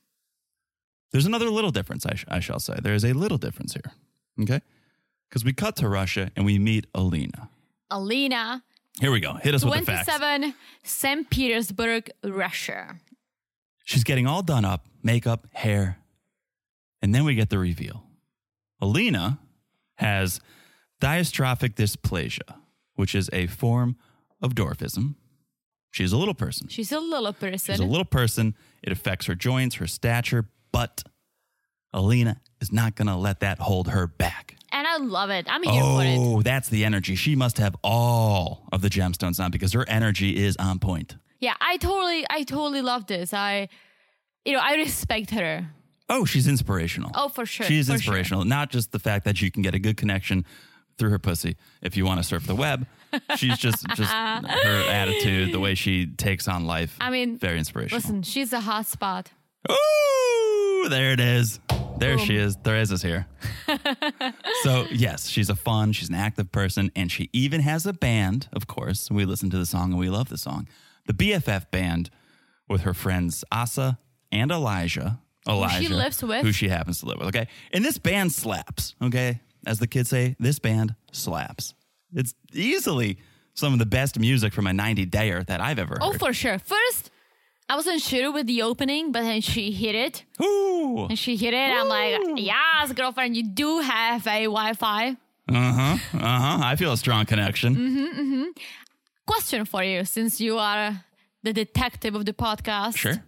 [SPEAKER 1] There's another little difference, I, sh- I shall say. There is a little difference here. Okay. Because we cut to Russia and we meet Alina.
[SPEAKER 2] Alina,
[SPEAKER 1] Here we go. Hit us with the facts.
[SPEAKER 2] 27, St. Petersburg, Russia.
[SPEAKER 1] She's getting all done up, makeup, hair. And then we get the reveal. Alina has diastrophic dysplasia, which is a form of dwarfism. She's a little person.
[SPEAKER 2] She's a little person.
[SPEAKER 1] She's a little person. It affects her joints, her stature, but Alina is not going to let that hold her back.
[SPEAKER 2] and I love it. I'm here for it.
[SPEAKER 1] Oh, that's the energy. She must have all of the gemstones on because her energy is on point.
[SPEAKER 2] Yeah, I totally, I totally love this. I, you know, I respect her.
[SPEAKER 1] Oh, she's inspirational.
[SPEAKER 2] Oh, for sure,
[SPEAKER 1] She is
[SPEAKER 2] for sure.
[SPEAKER 1] inspirational. Not just the fact that you can get a good connection through her pussy if you want to surf the web. She's just just her attitude, the way she takes on life.
[SPEAKER 2] I mean,
[SPEAKER 1] very inspirational.
[SPEAKER 2] Listen, she's a hot spot.
[SPEAKER 1] Ooh, there it is. There
[SPEAKER 2] Boom.
[SPEAKER 1] she is. Theresa's here. so, yes, she's a fun, she's an active person, and she even has a band, of course. We listen to the song and we love the song. The BFF band with her friends Asa and Elijah. Elijah.
[SPEAKER 2] lives with.
[SPEAKER 1] Who she happens to live with, okay? And this band slaps, okay? As the kids say, this band slaps. It's easily some of the best music from a 90 dayer that I've ever heard.
[SPEAKER 2] Oh, for sure. First, I wasn't sure with the opening, but then she hit it.
[SPEAKER 1] Ooh.
[SPEAKER 2] And she hit it. I'm like, yes, girlfriend, you do have a Wi Fi.
[SPEAKER 1] Uh-huh. I feel a strong connection.
[SPEAKER 2] Mm-hmm. Question for you, since you are the detective of the podcast.
[SPEAKER 1] Sure.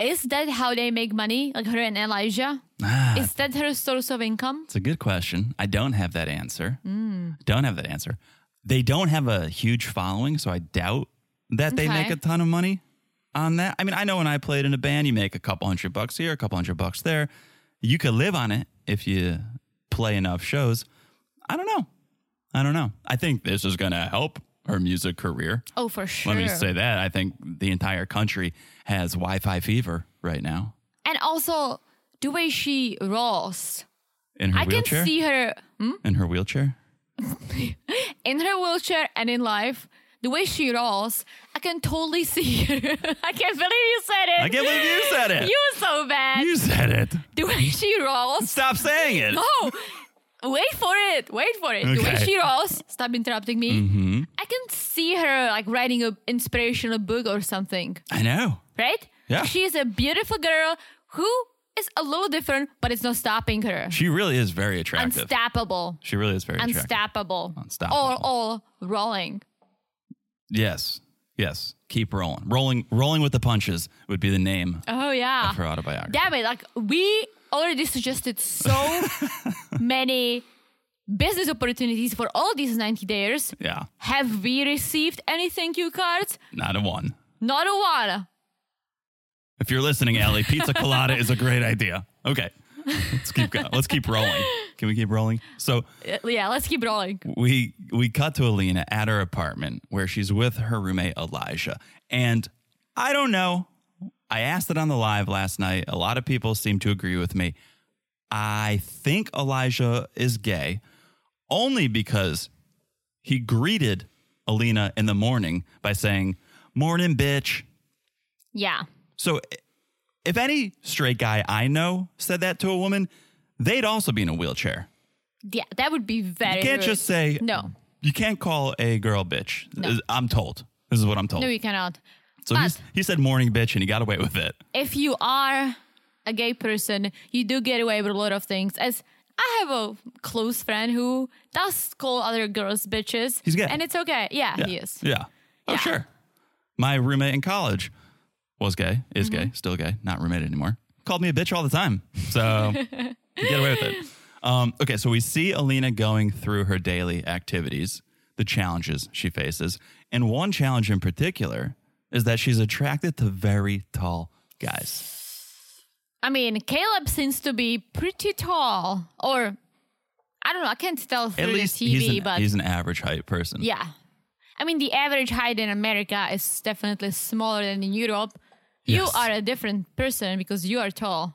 [SPEAKER 2] Is that how they make money, like her and Elijah?
[SPEAKER 1] Ah.
[SPEAKER 2] Is that her source of income?
[SPEAKER 1] It's a good question. I don't have that answer.
[SPEAKER 2] Mm.
[SPEAKER 1] Don't have that answer. They don't have a huge following, so I doubt that they
[SPEAKER 2] Okay.
[SPEAKER 1] make a ton of money on that. I mean, I know when I played in a band, you make a couple hundred bucks here, a couple hundred bucks there. You could live on it if you play enough shows. I don't know. I don't know. I think this is going to help her music career.
[SPEAKER 2] Oh, for sure.
[SPEAKER 1] Let me say that. I think the entire country has Wi Fi fever right now
[SPEAKER 2] And also, the way she rolls.
[SPEAKER 1] in her
[SPEAKER 2] I can
[SPEAKER 1] wheelchair.
[SPEAKER 2] see her hmm?
[SPEAKER 1] in her wheelchair.
[SPEAKER 2] in her wheelchair and in life. The way she rolls, I can totally see her. I can't believe you said it.
[SPEAKER 1] I can't believe you said it.
[SPEAKER 2] You so bad.
[SPEAKER 1] You said it.
[SPEAKER 2] the way she rolls.
[SPEAKER 1] Stop saying it.
[SPEAKER 2] Oh, wait for it. Wait for it. The way
[SPEAKER 1] Okay. Mm-hmm.
[SPEAKER 2] she rolls. Stop interrupting me. I can see her like writing a inspirational book or something,
[SPEAKER 1] I know.
[SPEAKER 2] right?
[SPEAKER 1] Yeah.
[SPEAKER 2] She is a beautiful girl who is a little different, but it's not stopping her.
[SPEAKER 1] She really is very attractive.
[SPEAKER 2] Unstoppable.
[SPEAKER 1] she really is very attractive.
[SPEAKER 2] Unstoppable.
[SPEAKER 1] Unstoppable.
[SPEAKER 2] All, all rolling.
[SPEAKER 1] Yes. Yes. Keep rolling. Rolling rolling with the punches would be the name
[SPEAKER 2] Oh, yeah.
[SPEAKER 1] of her autobiography.
[SPEAKER 2] Damn it. Like, we already suggested so many business opportunities for all these 90 days.
[SPEAKER 1] yeah.
[SPEAKER 2] Have we received any thank you cards?
[SPEAKER 1] Not a one.
[SPEAKER 2] Not a one.
[SPEAKER 1] If you're listening, Allie, pizza colada is a great idea. Okay. Let's keep going. Let's keep rolling. Can we keep rolling? So
[SPEAKER 2] Uh, Yeah, let's keep rolling.
[SPEAKER 1] we we cut to Alina at her apartment where she's with her roommate Elijah. And I don't know. I asked it on the live last night. A lot of people seem to agree with me. I think Elijah is gay only because he greeted Alina in the morning by saying, "Morning, bitch."
[SPEAKER 2] Yeah.
[SPEAKER 1] So If any straight guy I know said that to a woman, they'd also be in a wheelchair.
[SPEAKER 2] Yeah, that would be very.
[SPEAKER 1] You can't
[SPEAKER 2] rude.
[SPEAKER 1] just say
[SPEAKER 2] No.
[SPEAKER 1] You can't call a girl bitch.
[SPEAKER 2] No.
[SPEAKER 1] I'm told. This is what I'm told.
[SPEAKER 2] No, you cannot.
[SPEAKER 1] so
[SPEAKER 2] but-
[SPEAKER 1] he's, he said morning bitch and he got away with it.
[SPEAKER 2] If you are a gay person, you do get away with a lot of things. As I have a close friend who does call other girls bitches.
[SPEAKER 1] He's gay.
[SPEAKER 2] And it's okay. Yeah, he is.
[SPEAKER 1] Yeah. Oh,
[SPEAKER 2] Yeah.
[SPEAKER 1] sure. My roommate in college was gay, is
[SPEAKER 2] Mm-hmm.
[SPEAKER 1] gay, still gay, not roommate anymore. Called me a bitch all the time. So you get away with it. Um, okay, so we see Alina going through her daily activities, the challenges she faces. And one challenge in particular is that she's attracted to very tall guys.
[SPEAKER 2] I mean, Caleb seems to be pretty tall, or I don't know. I can't tell through
[SPEAKER 1] At least
[SPEAKER 2] the TV,
[SPEAKER 1] he's, an,
[SPEAKER 2] but
[SPEAKER 1] he's an average height person.
[SPEAKER 2] yeah. I mean, the average height in America is definitely smaller than in Europe.
[SPEAKER 1] Yes.
[SPEAKER 2] You are a different person because you are tall.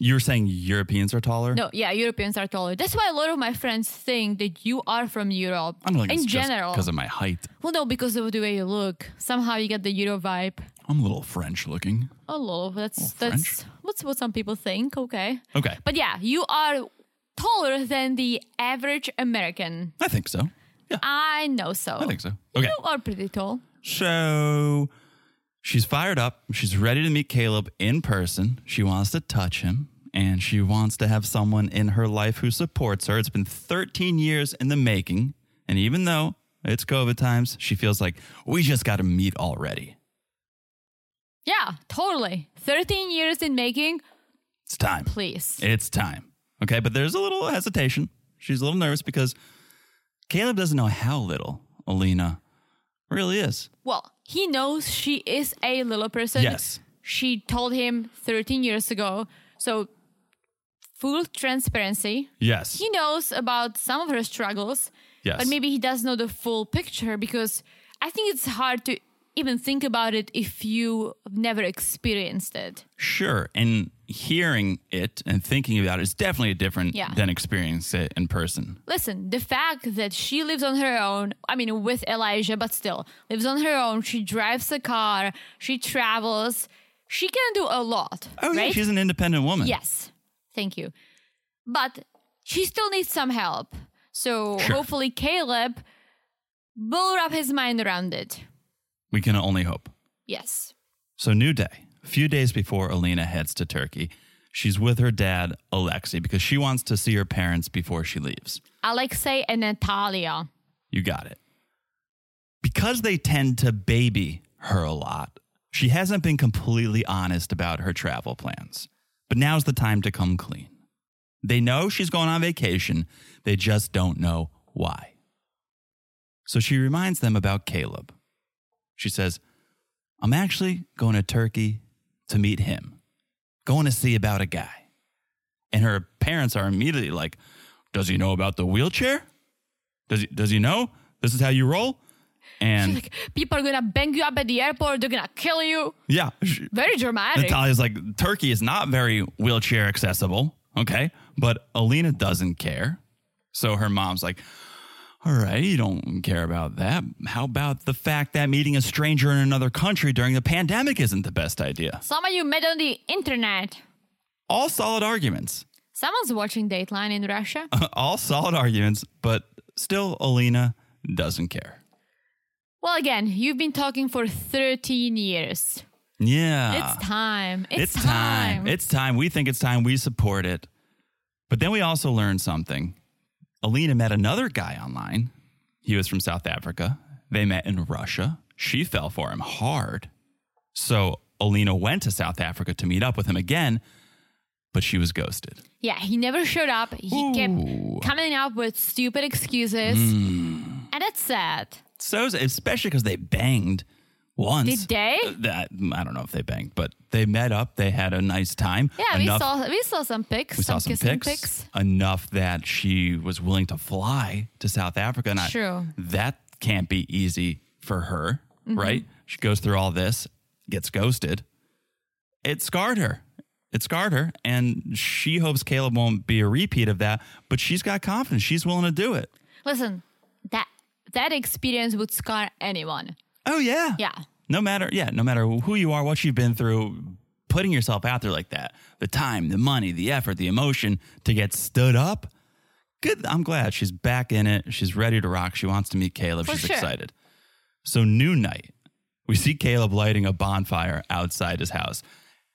[SPEAKER 1] You were saying Europeans are taller?
[SPEAKER 2] No, yeah, Europeans are taller. That's why a lot of my friends think that you are from Europe
[SPEAKER 1] I'm like,
[SPEAKER 2] in general.
[SPEAKER 1] Because of my height.
[SPEAKER 2] well, no, because of the way you look. Somehow you get the Euro vibe.
[SPEAKER 1] I'm a little French looking.
[SPEAKER 2] A lot of that's
[SPEAKER 1] Well,
[SPEAKER 2] that's what's what some people think. Okay,
[SPEAKER 1] Okay.
[SPEAKER 2] but yeah, you are taller than the average American.
[SPEAKER 1] I think so. Yeah.
[SPEAKER 2] I know so.
[SPEAKER 1] I think so. Okay.
[SPEAKER 2] Oh, You are pretty tall.
[SPEAKER 1] So she's fired up. She's ready to meet Caleb in person. She wants to touch him and she wants to have someone in her life who supports her. It's been 13 years in the making. And even though it's COVID times, she feels like we just got to meet already.
[SPEAKER 2] Yeah, totally. 13 years in making,
[SPEAKER 1] It's time.
[SPEAKER 2] please.
[SPEAKER 1] It's time. Okay. But there's a little hesitation. She's a little nervous because Caleb doesn't know how little Alina really is.
[SPEAKER 2] Well, he knows she is a little person.
[SPEAKER 1] Yes.
[SPEAKER 2] She told him 13 years ago. So, full transparency.
[SPEAKER 1] Yes.
[SPEAKER 2] He knows about some of her struggles,
[SPEAKER 1] yes.
[SPEAKER 2] but maybe he doesn't know the full picture because I think it's hard to even think about it if you never experienced it.
[SPEAKER 1] Sure. And hearing it and thinking about it is definitely different
[SPEAKER 2] Yeah.
[SPEAKER 1] than experiencing it in person.
[SPEAKER 2] Listen, the fact that she lives on her own, I mean, with Elijah, but still lives on her own, she drives a car, she travels, she can do a lot.
[SPEAKER 1] Oh, yeah.
[SPEAKER 2] right?
[SPEAKER 1] She's an independent woman.
[SPEAKER 2] yes. Thank you. But she still needs some help. So
[SPEAKER 1] Sure.
[SPEAKER 2] hopefully, Caleb will wrap his mind around it.
[SPEAKER 1] We can only hope.
[SPEAKER 2] Yes.
[SPEAKER 1] So, new day. A few days before Alina heads to Turkey, she's with her dad, Alexei, because she wants to see her parents before she leaves.
[SPEAKER 2] Alexei and Natalia.
[SPEAKER 1] You got it. Because they tend to baby her a lot, she hasn't been completely honest about her travel plans. But now's the time to come clean. They know she's going on vacation, they just don't know why. So she reminds them about Caleb. She says, I'm actually going to Turkey to meet him, going to see about a guy. And her parents are immediately like, Does he know about the wheelchair? Does he, does he know this is how you roll? And
[SPEAKER 2] Like, people are gonna bang you up at the airport, they're gonna kill you.
[SPEAKER 1] yeah, she-
[SPEAKER 2] Very dramatic.
[SPEAKER 1] Natalia's like, Turkey is not very wheelchair accessible. Okay. But Alina doesn't care. So her mom's like, all right, you don't care about that. How about the fact that meeting a stranger in another country during the pandemic isn't the best idea?
[SPEAKER 2] Some of you met on the internet.
[SPEAKER 1] All solid arguments.
[SPEAKER 2] Someone's watching Dateline in Russia.
[SPEAKER 1] All solid arguments, but still, Alina doesn't care.
[SPEAKER 2] well, again, you've been talking for 13 years.
[SPEAKER 1] Yeah.
[SPEAKER 2] it's time. It's,
[SPEAKER 1] Ah. It's time. It's time. We think it's time. We support it. But then we also learned something. Alina met another guy online. He was from South Africa. They met in Russia. She fell for him hard. So Alina went to South Africa to meet up with him again, but she was ghosted.
[SPEAKER 2] yeah, he never showed up. He
[SPEAKER 1] Ooh.
[SPEAKER 2] kept coming up with stupid excuses.
[SPEAKER 1] Hmm.
[SPEAKER 2] And it's sad.
[SPEAKER 1] So, especially because they banged once.
[SPEAKER 2] Did they?
[SPEAKER 1] Uh, That, I don't know if they banged, but they met up. They had a nice time.
[SPEAKER 2] Yeah,
[SPEAKER 1] Enough-
[SPEAKER 2] we saw we saw some pics.
[SPEAKER 1] We saw some
[SPEAKER 2] kissing
[SPEAKER 1] pics, enough that she was willing to fly to South Africa. And I-
[SPEAKER 2] True.
[SPEAKER 1] that can't be easy for her, right? She goes through all this, gets ghosted. It scarred her. It scarred her. And she hopes Caleb won't be a repeat of that, but she's got confidence. She's willing to do it.
[SPEAKER 2] Listen, that that experience would scar anyone.
[SPEAKER 1] Oh, yeah.
[SPEAKER 2] Yeah.
[SPEAKER 1] No matter, yeah, no matter who you are, what you've been through, putting yourself out there like that, the time, the money, the effort, the emotion to get stood up. Good. I'm glad she's back in it. She's ready to rock. She wants to meet Caleb.
[SPEAKER 2] For
[SPEAKER 1] she's
[SPEAKER 2] sure.
[SPEAKER 1] excited. So, noon night, we see Caleb lighting a bonfire outside his house.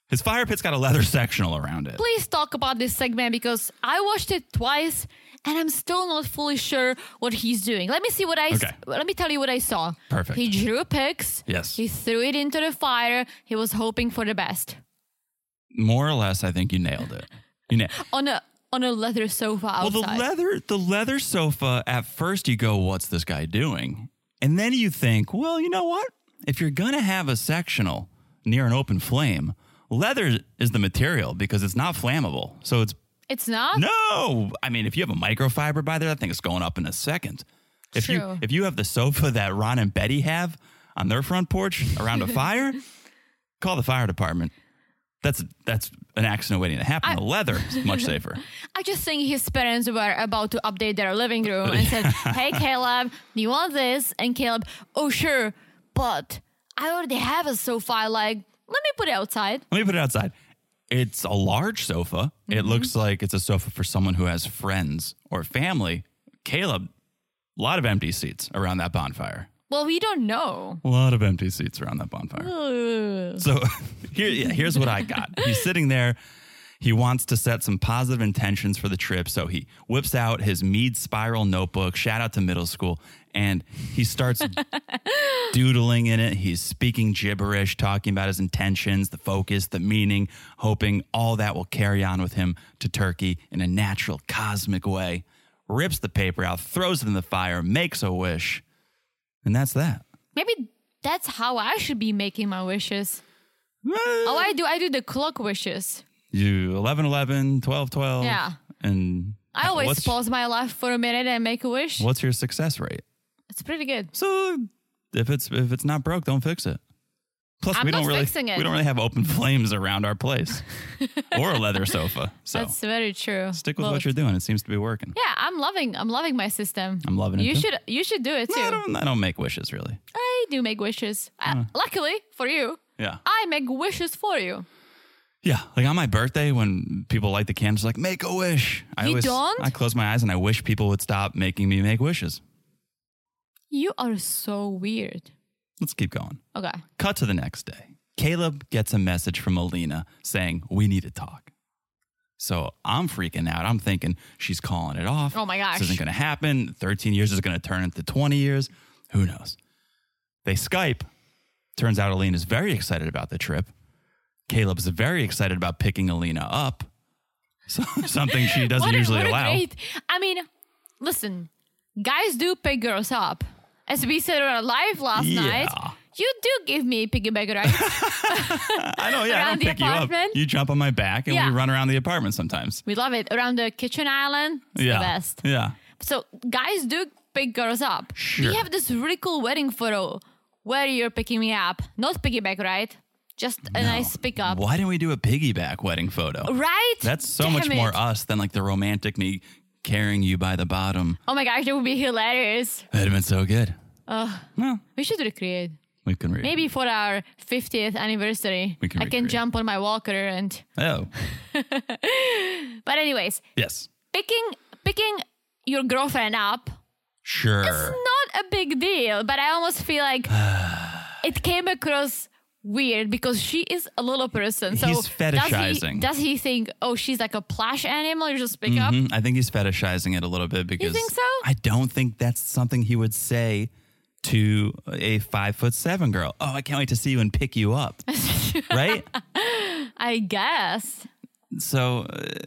[SPEAKER 1] His fire pit's got a leather sectional around it.
[SPEAKER 2] Please talk about this segment because I watched it twice and I'm still not fully sure what he's doing. Let me see what I
[SPEAKER 1] Okay.
[SPEAKER 2] let me tell you what I saw.
[SPEAKER 1] Perfect.
[SPEAKER 2] He drew pics.
[SPEAKER 1] Yes.
[SPEAKER 2] He threw it into the fire. He was hoping for the best.
[SPEAKER 1] More or less, I think you nailed it. You nailed
[SPEAKER 2] On a on a leather sofa outside.
[SPEAKER 1] Well, the leather the leather sofa. At first, you go, "What's this guy doing?" And then you think, "Well, you know what? If you're gonna have a sectional near an open flame, leather is the material because it's not flammable. So it's
[SPEAKER 2] it's not?
[SPEAKER 1] no. I mean, if you have a microfiber by there, that thing is going up in a second. If you
[SPEAKER 2] True.
[SPEAKER 1] if you have the sofa that Ron and Betty have on their front porch around a fire, call the fire department. That's that's an accident waiting to happen. the leather is much safer.
[SPEAKER 2] I just think his parents were about to update their living room and said, Hey, Caleb, do you want this? And Caleb, Oh, sure, but I already have a sofa. Like, let me put it outside.
[SPEAKER 1] Let me put it outside. It's a large sofa. It looks like it's a sofa for someone who has friends or family. Caleb, a lot of empty seats around that bonfire.
[SPEAKER 2] Well, we don't know.
[SPEAKER 1] A lot of empty seats around that bonfire. So here, yeah, here's what I got. He's sitting there. He wants to set some positive intentions for the trip. So he whips out his Mead Spiral notebook, shout out to middle school, and he starts doodling in it. He's speaking gibberish, talking about his intentions, the focus, the meaning, hoping all that will carry on with him to Turkey in a natural, cosmic way. Rips the paper out, throws it in the fire, makes a wish. And that's that.
[SPEAKER 2] Maybe that's how I should be making my wishes. Oh, I do. I do the clock wishes.
[SPEAKER 1] you 11 11 12 12
[SPEAKER 2] Yeah.
[SPEAKER 1] and
[SPEAKER 2] I always
[SPEAKER 1] what's,
[SPEAKER 2] pause my life for a minute and make a wish.
[SPEAKER 1] what's your success rate
[SPEAKER 2] It's pretty good.
[SPEAKER 1] so if it's if it's not broke don't fix it plus
[SPEAKER 2] I'm
[SPEAKER 1] we don't
[SPEAKER 2] not
[SPEAKER 1] really
[SPEAKER 2] fixing it.
[SPEAKER 1] we don't really have open flames around our place or a leather sofa so
[SPEAKER 2] That's very true.
[SPEAKER 1] stick with
[SPEAKER 2] Both.
[SPEAKER 1] what you're doing it seems to be working
[SPEAKER 2] Yeah, I'm loving. I'm loving my system.
[SPEAKER 1] I'm loving it
[SPEAKER 2] You
[SPEAKER 1] too.
[SPEAKER 2] should. You should do it too.
[SPEAKER 1] I don't I don't make wishes really
[SPEAKER 2] I do make wishes. Uh, luckily for you,
[SPEAKER 1] yeah
[SPEAKER 2] I make wishes for you.
[SPEAKER 1] yeah like on my birthday when people light the candles like make a wish I
[SPEAKER 2] You
[SPEAKER 1] always
[SPEAKER 2] don't?
[SPEAKER 1] I close my eyes and I wish people would stop making me make wishes
[SPEAKER 2] You are so weird.
[SPEAKER 1] let's keep going
[SPEAKER 2] Okay.
[SPEAKER 1] Cut to the next day. Caleb gets a message from Alina saying, We need to talk. So I'm freaking out. I'm thinking she's calling it off.
[SPEAKER 2] Oh my gosh.
[SPEAKER 1] This isn't going to happen. 13 years is going to turn into 20 years. Who knows? They Skype. Turns out Alina's very excited about the trip. Caleb's very excited about picking Alina up. So, something she doesn't
[SPEAKER 2] a-
[SPEAKER 1] usually
[SPEAKER 2] what a
[SPEAKER 1] allow.
[SPEAKER 2] great- I mean, listen, guys do pick girls up. As we said on our live last
[SPEAKER 1] Yeah.
[SPEAKER 2] night, you do give me piggyback rides.
[SPEAKER 1] I know, yeah, I
[SPEAKER 2] around
[SPEAKER 1] don't
[SPEAKER 2] the
[SPEAKER 1] pick you up.
[SPEAKER 2] apartment.
[SPEAKER 1] You jump on my back and
[SPEAKER 2] Yeah.
[SPEAKER 1] we run around the apartment sometimes.
[SPEAKER 2] we love it. Around the kitchen island, it's
[SPEAKER 1] yeah.
[SPEAKER 2] the best.
[SPEAKER 1] Yeah.
[SPEAKER 2] So guys do pick girls up.
[SPEAKER 1] Sure.
[SPEAKER 2] We have this really cool wedding photo where you're picking me up. Not piggyback ride, just a nice pickup.
[SPEAKER 1] Why didn't we do a piggyback wedding photo?
[SPEAKER 2] Right?
[SPEAKER 1] That's so
[SPEAKER 2] Damn
[SPEAKER 1] much
[SPEAKER 2] it.
[SPEAKER 1] more us than like the romantic me carrying you by the bottom.
[SPEAKER 2] Oh my gosh, that would be hilarious.
[SPEAKER 1] That'd have been so good. well,
[SPEAKER 2] We should recreate.
[SPEAKER 1] we can read.
[SPEAKER 2] Maybe for our 50th anniversary,
[SPEAKER 1] We can
[SPEAKER 2] I can
[SPEAKER 1] recreate.
[SPEAKER 2] jump on my walker and.
[SPEAKER 1] Oh,
[SPEAKER 2] But anyways,
[SPEAKER 1] yes,
[SPEAKER 2] picking picking your girlfriend up,
[SPEAKER 1] sure.
[SPEAKER 2] not a big deal. But I almost feel like it came across weird because she is a little person. So
[SPEAKER 1] He's fetishizing.
[SPEAKER 2] Does he, does he think, oh, she's like a plush animal? You just pick up.
[SPEAKER 1] Mm, I think he's fetishizing it a little bit because
[SPEAKER 2] think so?
[SPEAKER 1] I don't think that's something he would say to a five foot seven girl. Oh, I can't wait to see you and pick you up. right?
[SPEAKER 2] I guess.
[SPEAKER 1] so uh,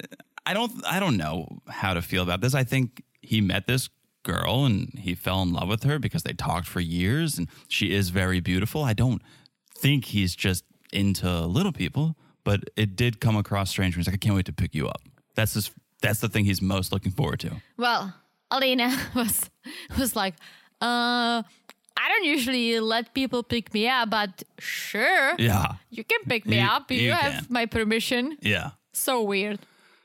[SPEAKER 1] I don't I don't know how to feel about this. I think he met this girl and he fell in love with her because they talked for years and she is very beautiful. I don't think he's just into little people, but it did come across strange. when He's like, I can't wait to pick you up. That's his, that's the thing he's most looking forward to.
[SPEAKER 2] Well, Alina was was like, uh, I don't usually let people pick me up, but sure,
[SPEAKER 1] Yeah,
[SPEAKER 2] you can pick me
[SPEAKER 1] You-
[SPEAKER 2] up. You,
[SPEAKER 1] you can.
[SPEAKER 2] have my permission.
[SPEAKER 1] yeah.
[SPEAKER 2] So weird.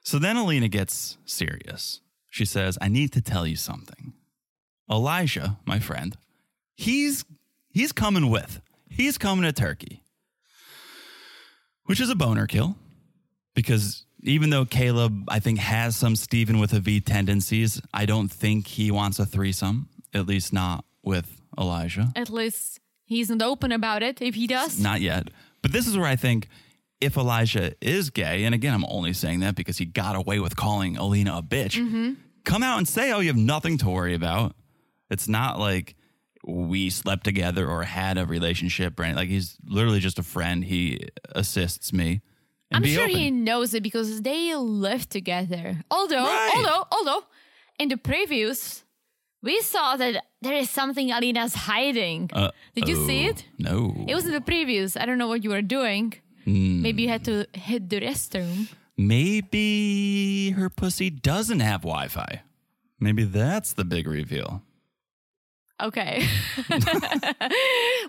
[SPEAKER 1] So then Alina gets serious. She says, I need to tell you something. Elijah, my friend, he's he's coming with. He's coming to Turkey. which is a boner kill because even though Caleb, I think, has some Steven with a V tendencies, I don't think he wants a threesome, at least not with Elijah.
[SPEAKER 2] At least he isn't open about it. If he does,
[SPEAKER 1] Not yet. But this is where I think if Elijah is gay, and again, I'm only saying that because he got away with calling Alina a bitch,
[SPEAKER 2] Mm-hmm.
[SPEAKER 1] come out and say, oh, you have nothing to worry about. It's not like we slept together or had a relationship or anything. Like he's literally just a friend. He assists me. And
[SPEAKER 2] I'm
[SPEAKER 1] be
[SPEAKER 2] sure
[SPEAKER 1] open.
[SPEAKER 2] he knows it because they live together. Although,
[SPEAKER 1] Right.
[SPEAKER 2] although, although, in the previews, we saw that there is something Alina's hiding. Did you see
[SPEAKER 1] Oh,
[SPEAKER 2] it?
[SPEAKER 1] No.
[SPEAKER 2] It was in the previews. I don't know what you were doing.
[SPEAKER 1] Hmm.
[SPEAKER 2] Maybe you had to hit the restroom.
[SPEAKER 1] Maybe her pussy doesn't have Wi Fi. Maybe that's the big reveal.
[SPEAKER 2] Okay.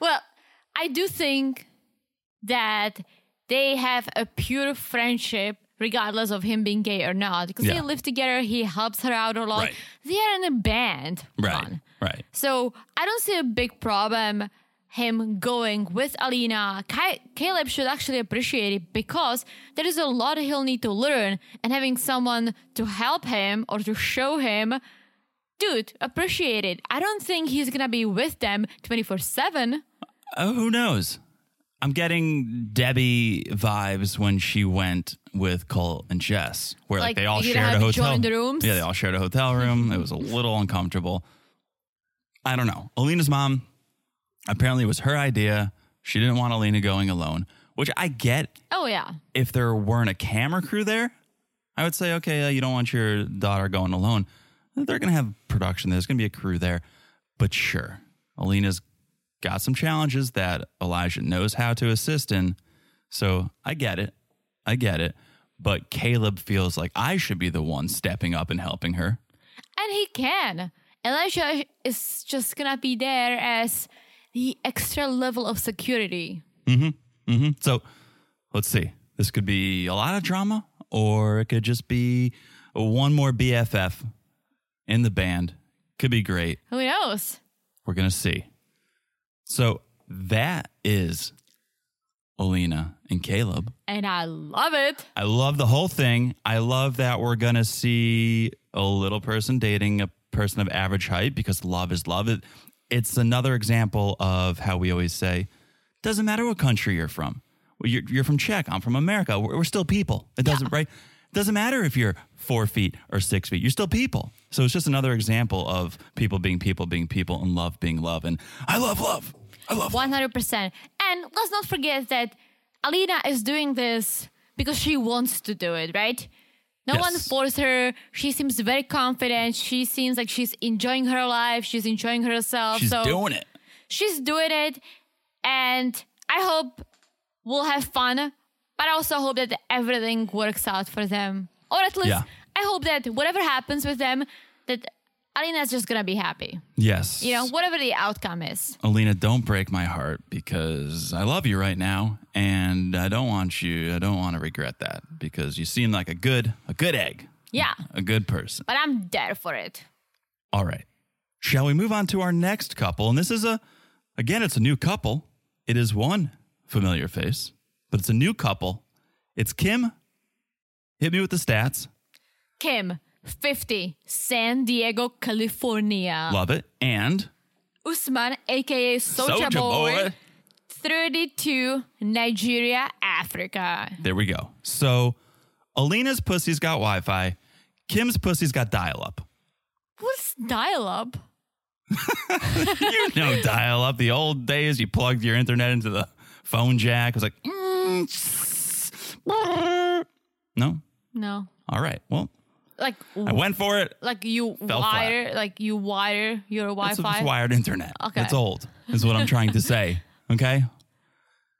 [SPEAKER 2] well, I do think that they have a pure friendship, regardless of him being gay or not, because they
[SPEAKER 1] Yeah.
[SPEAKER 2] live together. He helps her out a lot.
[SPEAKER 1] Right.
[SPEAKER 2] They are in a band. Come
[SPEAKER 1] Right.
[SPEAKER 2] on.
[SPEAKER 1] Right.
[SPEAKER 2] So I don't see a big problem him going with Alina. Ki- Caleb should actually appreciate it because there is a lot he'll need to learn, and having someone to help him or to show him, dude, appreciate it. I don't think he's gonna be with them twenty four seven.
[SPEAKER 1] Oh, who knows? I'm getting Debbie vibes when she went with Colt and Jess, where like,
[SPEAKER 2] Like,
[SPEAKER 1] they all
[SPEAKER 2] you
[SPEAKER 1] shared
[SPEAKER 2] didn't
[SPEAKER 1] a
[SPEAKER 2] have to
[SPEAKER 1] hotel.
[SPEAKER 2] join the rooms?
[SPEAKER 1] Yeah, they all shared a hotel room. it was a little uncomfortable. I don't know. Alina's mom apparently it was her idea. She didn't want Alina going alone, which I get
[SPEAKER 2] Oh yeah,
[SPEAKER 1] if there weren't a camera crew there, I would say, okay, uh, you don't want your daughter going alone. They're going to have production. There's going to be a crew there. But sure, Alina's got some challenges that Elijah knows how to assist in. So I get it. I get it. But Caleb feels like I should be the one stepping up and helping her.
[SPEAKER 2] and he can. Elijah is just gonna be there as the extra level of security.
[SPEAKER 1] hmm So let's see. This could be a lot of drama, or it could just be one more BFF in the band. Could be great.
[SPEAKER 2] Who knows?
[SPEAKER 1] We're going to see. So that is Alina and Caleb.
[SPEAKER 2] And I love it.
[SPEAKER 1] I love the whole thing. I love that we're going to see a little person dating a person of average height because love is love. It, it's another example of how we always say, doesn't matter what country you're from. Well, You're, you're from Czech. I'm from America. We're, we're still people. It doesn't, right? doesn't matter if you're four feet or six feet. You're still people. So it's just another example of people being people, being people, and love being love. And I love love. I love love.
[SPEAKER 2] One hundred percent. And let's not forget that Alina is doing this because she wants to do it, right? No one
[SPEAKER 1] Yes.
[SPEAKER 2] forced her. She seems very confident. She seems like she's enjoying her life. She's enjoying herself.
[SPEAKER 1] She's
[SPEAKER 2] so
[SPEAKER 1] doing it.
[SPEAKER 2] she's doing it. And I hope we'll have fun. But I also hope that everything works out for them. Or at least
[SPEAKER 1] Yeah.
[SPEAKER 2] I hope that whatever happens with them, that Alina's just gonna be happy.
[SPEAKER 1] Yes.
[SPEAKER 2] You know, whatever the outcome is.
[SPEAKER 1] Alina, don't break my heart because I love you right now, and I don't want you. I don't want to regret that because you seem like a good, a good egg,
[SPEAKER 2] Yeah.
[SPEAKER 1] a good person.
[SPEAKER 2] But I'm there for it.
[SPEAKER 1] All right, shall we move on to our next couple? And this is a, again, it's a new couple. It is one familiar face, but it's a new couple. It's Kim. Hit me with the stats.
[SPEAKER 2] Kim, 50, San Diego, California.
[SPEAKER 1] Love it. And
[SPEAKER 2] Usman, aka Soja,
[SPEAKER 1] Soulja
[SPEAKER 2] Boy, 32, Nigeria, Africa.
[SPEAKER 1] There we go. So, Alina's pussy's got Wi-Fi. Kim's pussy's got dial-up.
[SPEAKER 2] What's dial up?
[SPEAKER 1] no dial up. The old days, you plugged your internet into the phone jack. It was like, mm, no.
[SPEAKER 2] No.
[SPEAKER 1] All right. Well,
[SPEAKER 2] Like,
[SPEAKER 1] I went for it.
[SPEAKER 2] like you
[SPEAKER 1] Fell flat.
[SPEAKER 2] wire, like you wire your Wi
[SPEAKER 1] It's, it's
[SPEAKER 2] Fi.
[SPEAKER 1] wired internet.
[SPEAKER 2] Okay.
[SPEAKER 1] It's old, is what I'm trying to say. Okay.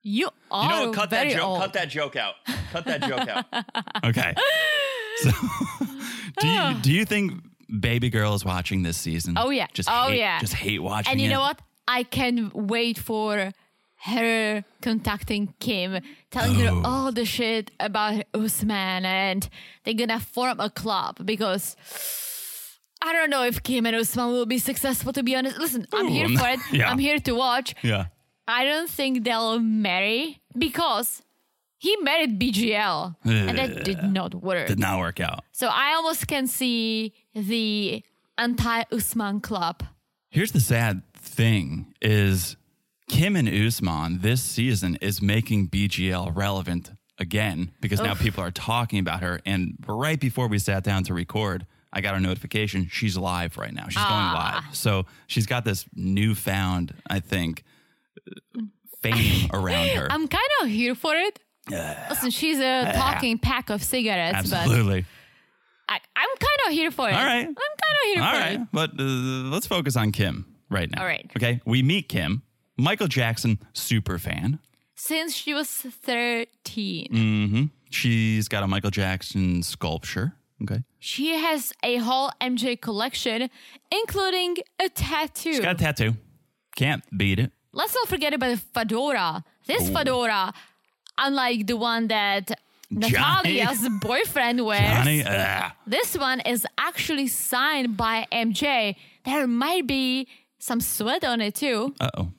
[SPEAKER 2] You are Oh, very old.
[SPEAKER 1] that joke out. Cut that joke out. Okay. So, do you do you think Baby Girl is watching this season?
[SPEAKER 2] Oh, yeah.
[SPEAKER 1] Just
[SPEAKER 2] Oh,
[SPEAKER 1] hate-
[SPEAKER 2] yeah.
[SPEAKER 1] Just hate watching.
[SPEAKER 2] And you
[SPEAKER 1] it?
[SPEAKER 2] know what? I can wait for her contacting Kim, telling
[SPEAKER 1] Oh.
[SPEAKER 2] her all the shit about Usman, and they're gonna form a club because. I don't know if Kim and Usman will be successful, to be honest. Listen, I'm
[SPEAKER 1] Ooh,
[SPEAKER 2] here
[SPEAKER 1] I'm-
[SPEAKER 2] for it.
[SPEAKER 1] yeah.
[SPEAKER 2] I'm here to watch.
[SPEAKER 1] Yeah.
[SPEAKER 2] I don't think they'll marry because He married BGL, and that did not work.
[SPEAKER 1] Did not work out.
[SPEAKER 2] So I almost can see the anti Usman club.
[SPEAKER 1] Here's the sad thing is Kim and Usman this season is making BGL relevant again because now people are talking about her. And right before we sat down to record, I got a notification she's live right now. She's
[SPEAKER 2] Ah.
[SPEAKER 1] going live. So she's got this newfound, I think, uh, fame around her.
[SPEAKER 2] I'm kind of here for it. Listen, she's a talking pack of cigarettes,
[SPEAKER 1] Absolutely.
[SPEAKER 2] but I, I'm kind of here for it.
[SPEAKER 1] All right.
[SPEAKER 2] I'm kind of here
[SPEAKER 1] All
[SPEAKER 2] for
[SPEAKER 1] right,
[SPEAKER 2] it.
[SPEAKER 1] but uh, let's focus on Kim right now.
[SPEAKER 2] All right.
[SPEAKER 1] Okay, we meet Kim, Michael Jackson super fan.
[SPEAKER 2] Since she was 13,
[SPEAKER 1] Mm. She's got a Michael Jackson sculpture. Okay,
[SPEAKER 2] she has a whole MJ collection, including a tattoo.
[SPEAKER 1] she's got a tattoo. Can't beat it.
[SPEAKER 2] Let's not forget about the fedora. This fedora, unlike the one that
[SPEAKER 1] Johnny.
[SPEAKER 2] Natalia's boyfriend wears,
[SPEAKER 1] Honey, ah.
[SPEAKER 2] this one is actually signed by MJ. There might be some sweat on it too.
[SPEAKER 1] uh oh.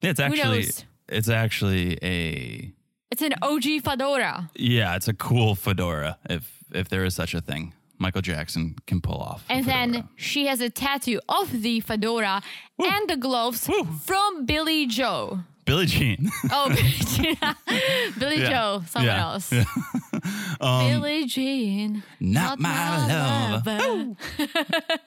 [SPEAKER 1] It's actually
[SPEAKER 2] knows?
[SPEAKER 1] it's actually a
[SPEAKER 2] It's an OG fedora.
[SPEAKER 1] yeah, it's a cool fedora if if there is such a thing. Michael Jackson can pull off. a
[SPEAKER 2] And then
[SPEAKER 1] fedora.
[SPEAKER 2] she has a tattoo of the fedora and the gloves
[SPEAKER 1] Woo.
[SPEAKER 2] from Billy Joe.
[SPEAKER 1] Billie Jean.
[SPEAKER 2] Oh, Billy, Billy
[SPEAKER 1] Yeah.
[SPEAKER 2] Joe, someone
[SPEAKER 1] Yeah. Um,
[SPEAKER 2] else. Billy Jean,
[SPEAKER 1] not my lover.
[SPEAKER 2] lover.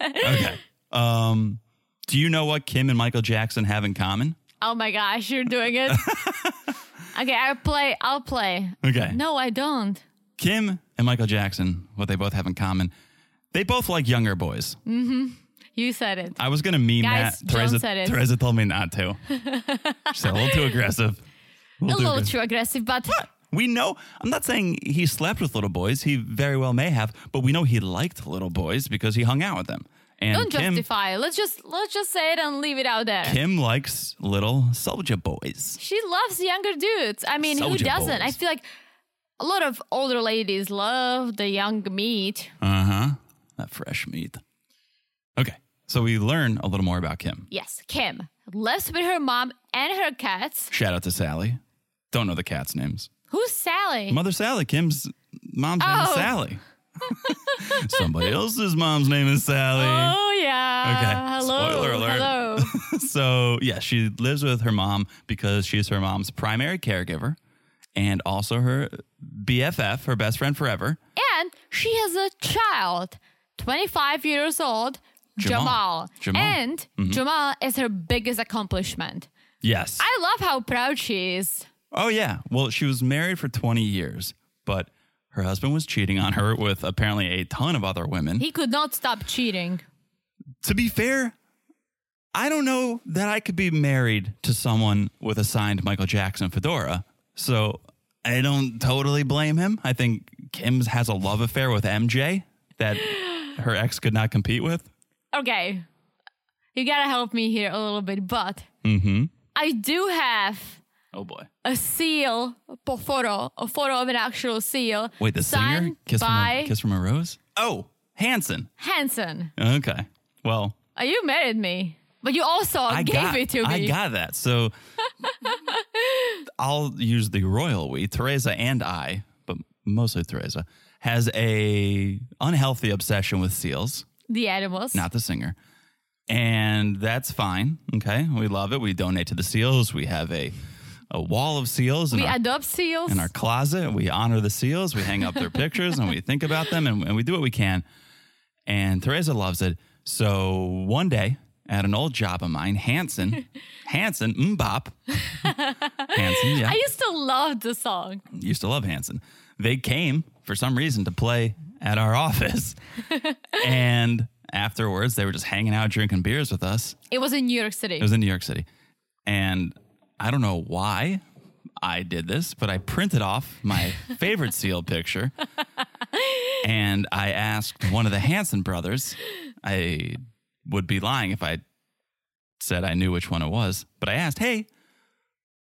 [SPEAKER 1] okay. Um, do you know what Kim and Michael Jackson have in common?
[SPEAKER 2] Oh my gosh, you're doing it. okay, I play. I'll play.
[SPEAKER 1] Okay.
[SPEAKER 2] No, I don't.
[SPEAKER 1] Kim and Michael Jackson, what they both have in common, they both like younger boys.
[SPEAKER 2] You said it.
[SPEAKER 1] I was gonna meme
[SPEAKER 2] Guys,
[SPEAKER 1] that.
[SPEAKER 2] Joan
[SPEAKER 1] Teresa,
[SPEAKER 2] said it.
[SPEAKER 1] Teresa told me not to. She's a little too aggressive.
[SPEAKER 2] A
[SPEAKER 1] too
[SPEAKER 2] little
[SPEAKER 1] aggressive.
[SPEAKER 2] too aggressive, but
[SPEAKER 1] We know. I'm not saying he slept with little boys. He very well may have, but we know he liked little boys because he hung out with them. And
[SPEAKER 2] don't
[SPEAKER 1] Kim,
[SPEAKER 2] justify. it. Let's just let's just say it and leave it out there.
[SPEAKER 1] Kim likes little soldier boys.
[SPEAKER 2] She loves younger dudes. I mean, who
[SPEAKER 1] Soulja
[SPEAKER 2] doesn't? I
[SPEAKER 1] Boys.
[SPEAKER 2] feel like a lot of older ladies love the young meat.
[SPEAKER 1] Uh huh. That fresh meat. Okay, so we learn a little more about Kim.
[SPEAKER 2] Yes, Kim lives with her mom and her cats.
[SPEAKER 1] Shout out to Sally. Don't know the cats' names.
[SPEAKER 2] Who's Sally?
[SPEAKER 1] Mother Sally. Kim's mom's name is
[SPEAKER 2] Oh.
[SPEAKER 1] Sally. Somebody else's mom's name is Sally.
[SPEAKER 2] oh yeah.
[SPEAKER 1] Okay,
[SPEAKER 2] Hello.
[SPEAKER 1] spoiler alert.
[SPEAKER 2] Hello.
[SPEAKER 1] So, yeah, she lives with her mom because she's her mom's primary caregiver and also her BFF, her best friend forever.
[SPEAKER 2] and she has a child, 25 years old,
[SPEAKER 1] Jamal.
[SPEAKER 2] Jamal.
[SPEAKER 1] Jamal. Mm-hmm.
[SPEAKER 2] And Jamal is her biggest accomplishment.
[SPEAKER 1] Yes.
[SPEAKER 2] I love how proud she is.
[SPEAKER 1] oh, yeah. Well, she was married for 20 years, but her husband was cheating on her with apparently a ton of other women.
[SPEAKER 2] He could not stop cheating.
[SPEAKER 1] to be fair, I don't know that I could be married to someone with a signed Michael Jackson fedora. So I don't totally blame him. I think Kim has a love affair with MJ that her ex could not compete with.
[SPEAKER 2] Okay. You gotta help me here a little bit, but
[SPEAKER 1] Mm-hmm.
[SPEAKER 2] I do have
[SPEAKER 1] Oh boy.
[SPEAKER 2] a seal por photo, a photo of an actual seal.
[SPEAKER 1] Wait, the singer?
[SPEAKER 2] signed
[SPEAKER 1] Kiss from,
[SPEAKER 2] by
[SPEAKER 1] a, Kiss from a Rose? Oh, Hanson.
[SPEAKER 2] Hanson.
[SPEAKER 1] Okay. Well,
[SPEAKER 2] Oh, you married me, but you also
[SPEAKER 1] I
[SPEAKER 2] gave
[SPEAKER 1] got,
[SPEAKER 2] it to me.
[SPEAKER 1] I got that. So I'll use the royal we. Teresa and I, but mostly Teresa, has a unhealthy obsession with seals,
[SPEAKER 2] the animals.
[SPEAKER 1] not the singer. And that's fine. Okay. We love it. We donate to the seals. We have a a wall of seals in,
[SPEAKER 2] we
[SPEAKER 1] our,
[SPEAKER 2] adopt seals.
[SPEAKER 1] in our closet. We honor the seals. We hang up their pictures and we think about them and, and we do what we can. And Teresa loves it. So one day at an old job of mine, Hanson, Hanson, mbop, Hanson, yeah
[SPEAKER 2] I used to love the song.
[SPEAKER 1] used to love Hanson. They came for some reason to play at our office. and afterwards, they were just hanging out, drinking beers with us.
[SPEAKER 2] It was in New York City.
[SPEAKER 1] It was in New York City. And I don't know why I did this, but I printed off my favorite seal picture. And I asked one of the Hanson brothers, I would be lying if I said I knew which one it was, but I asked, hey,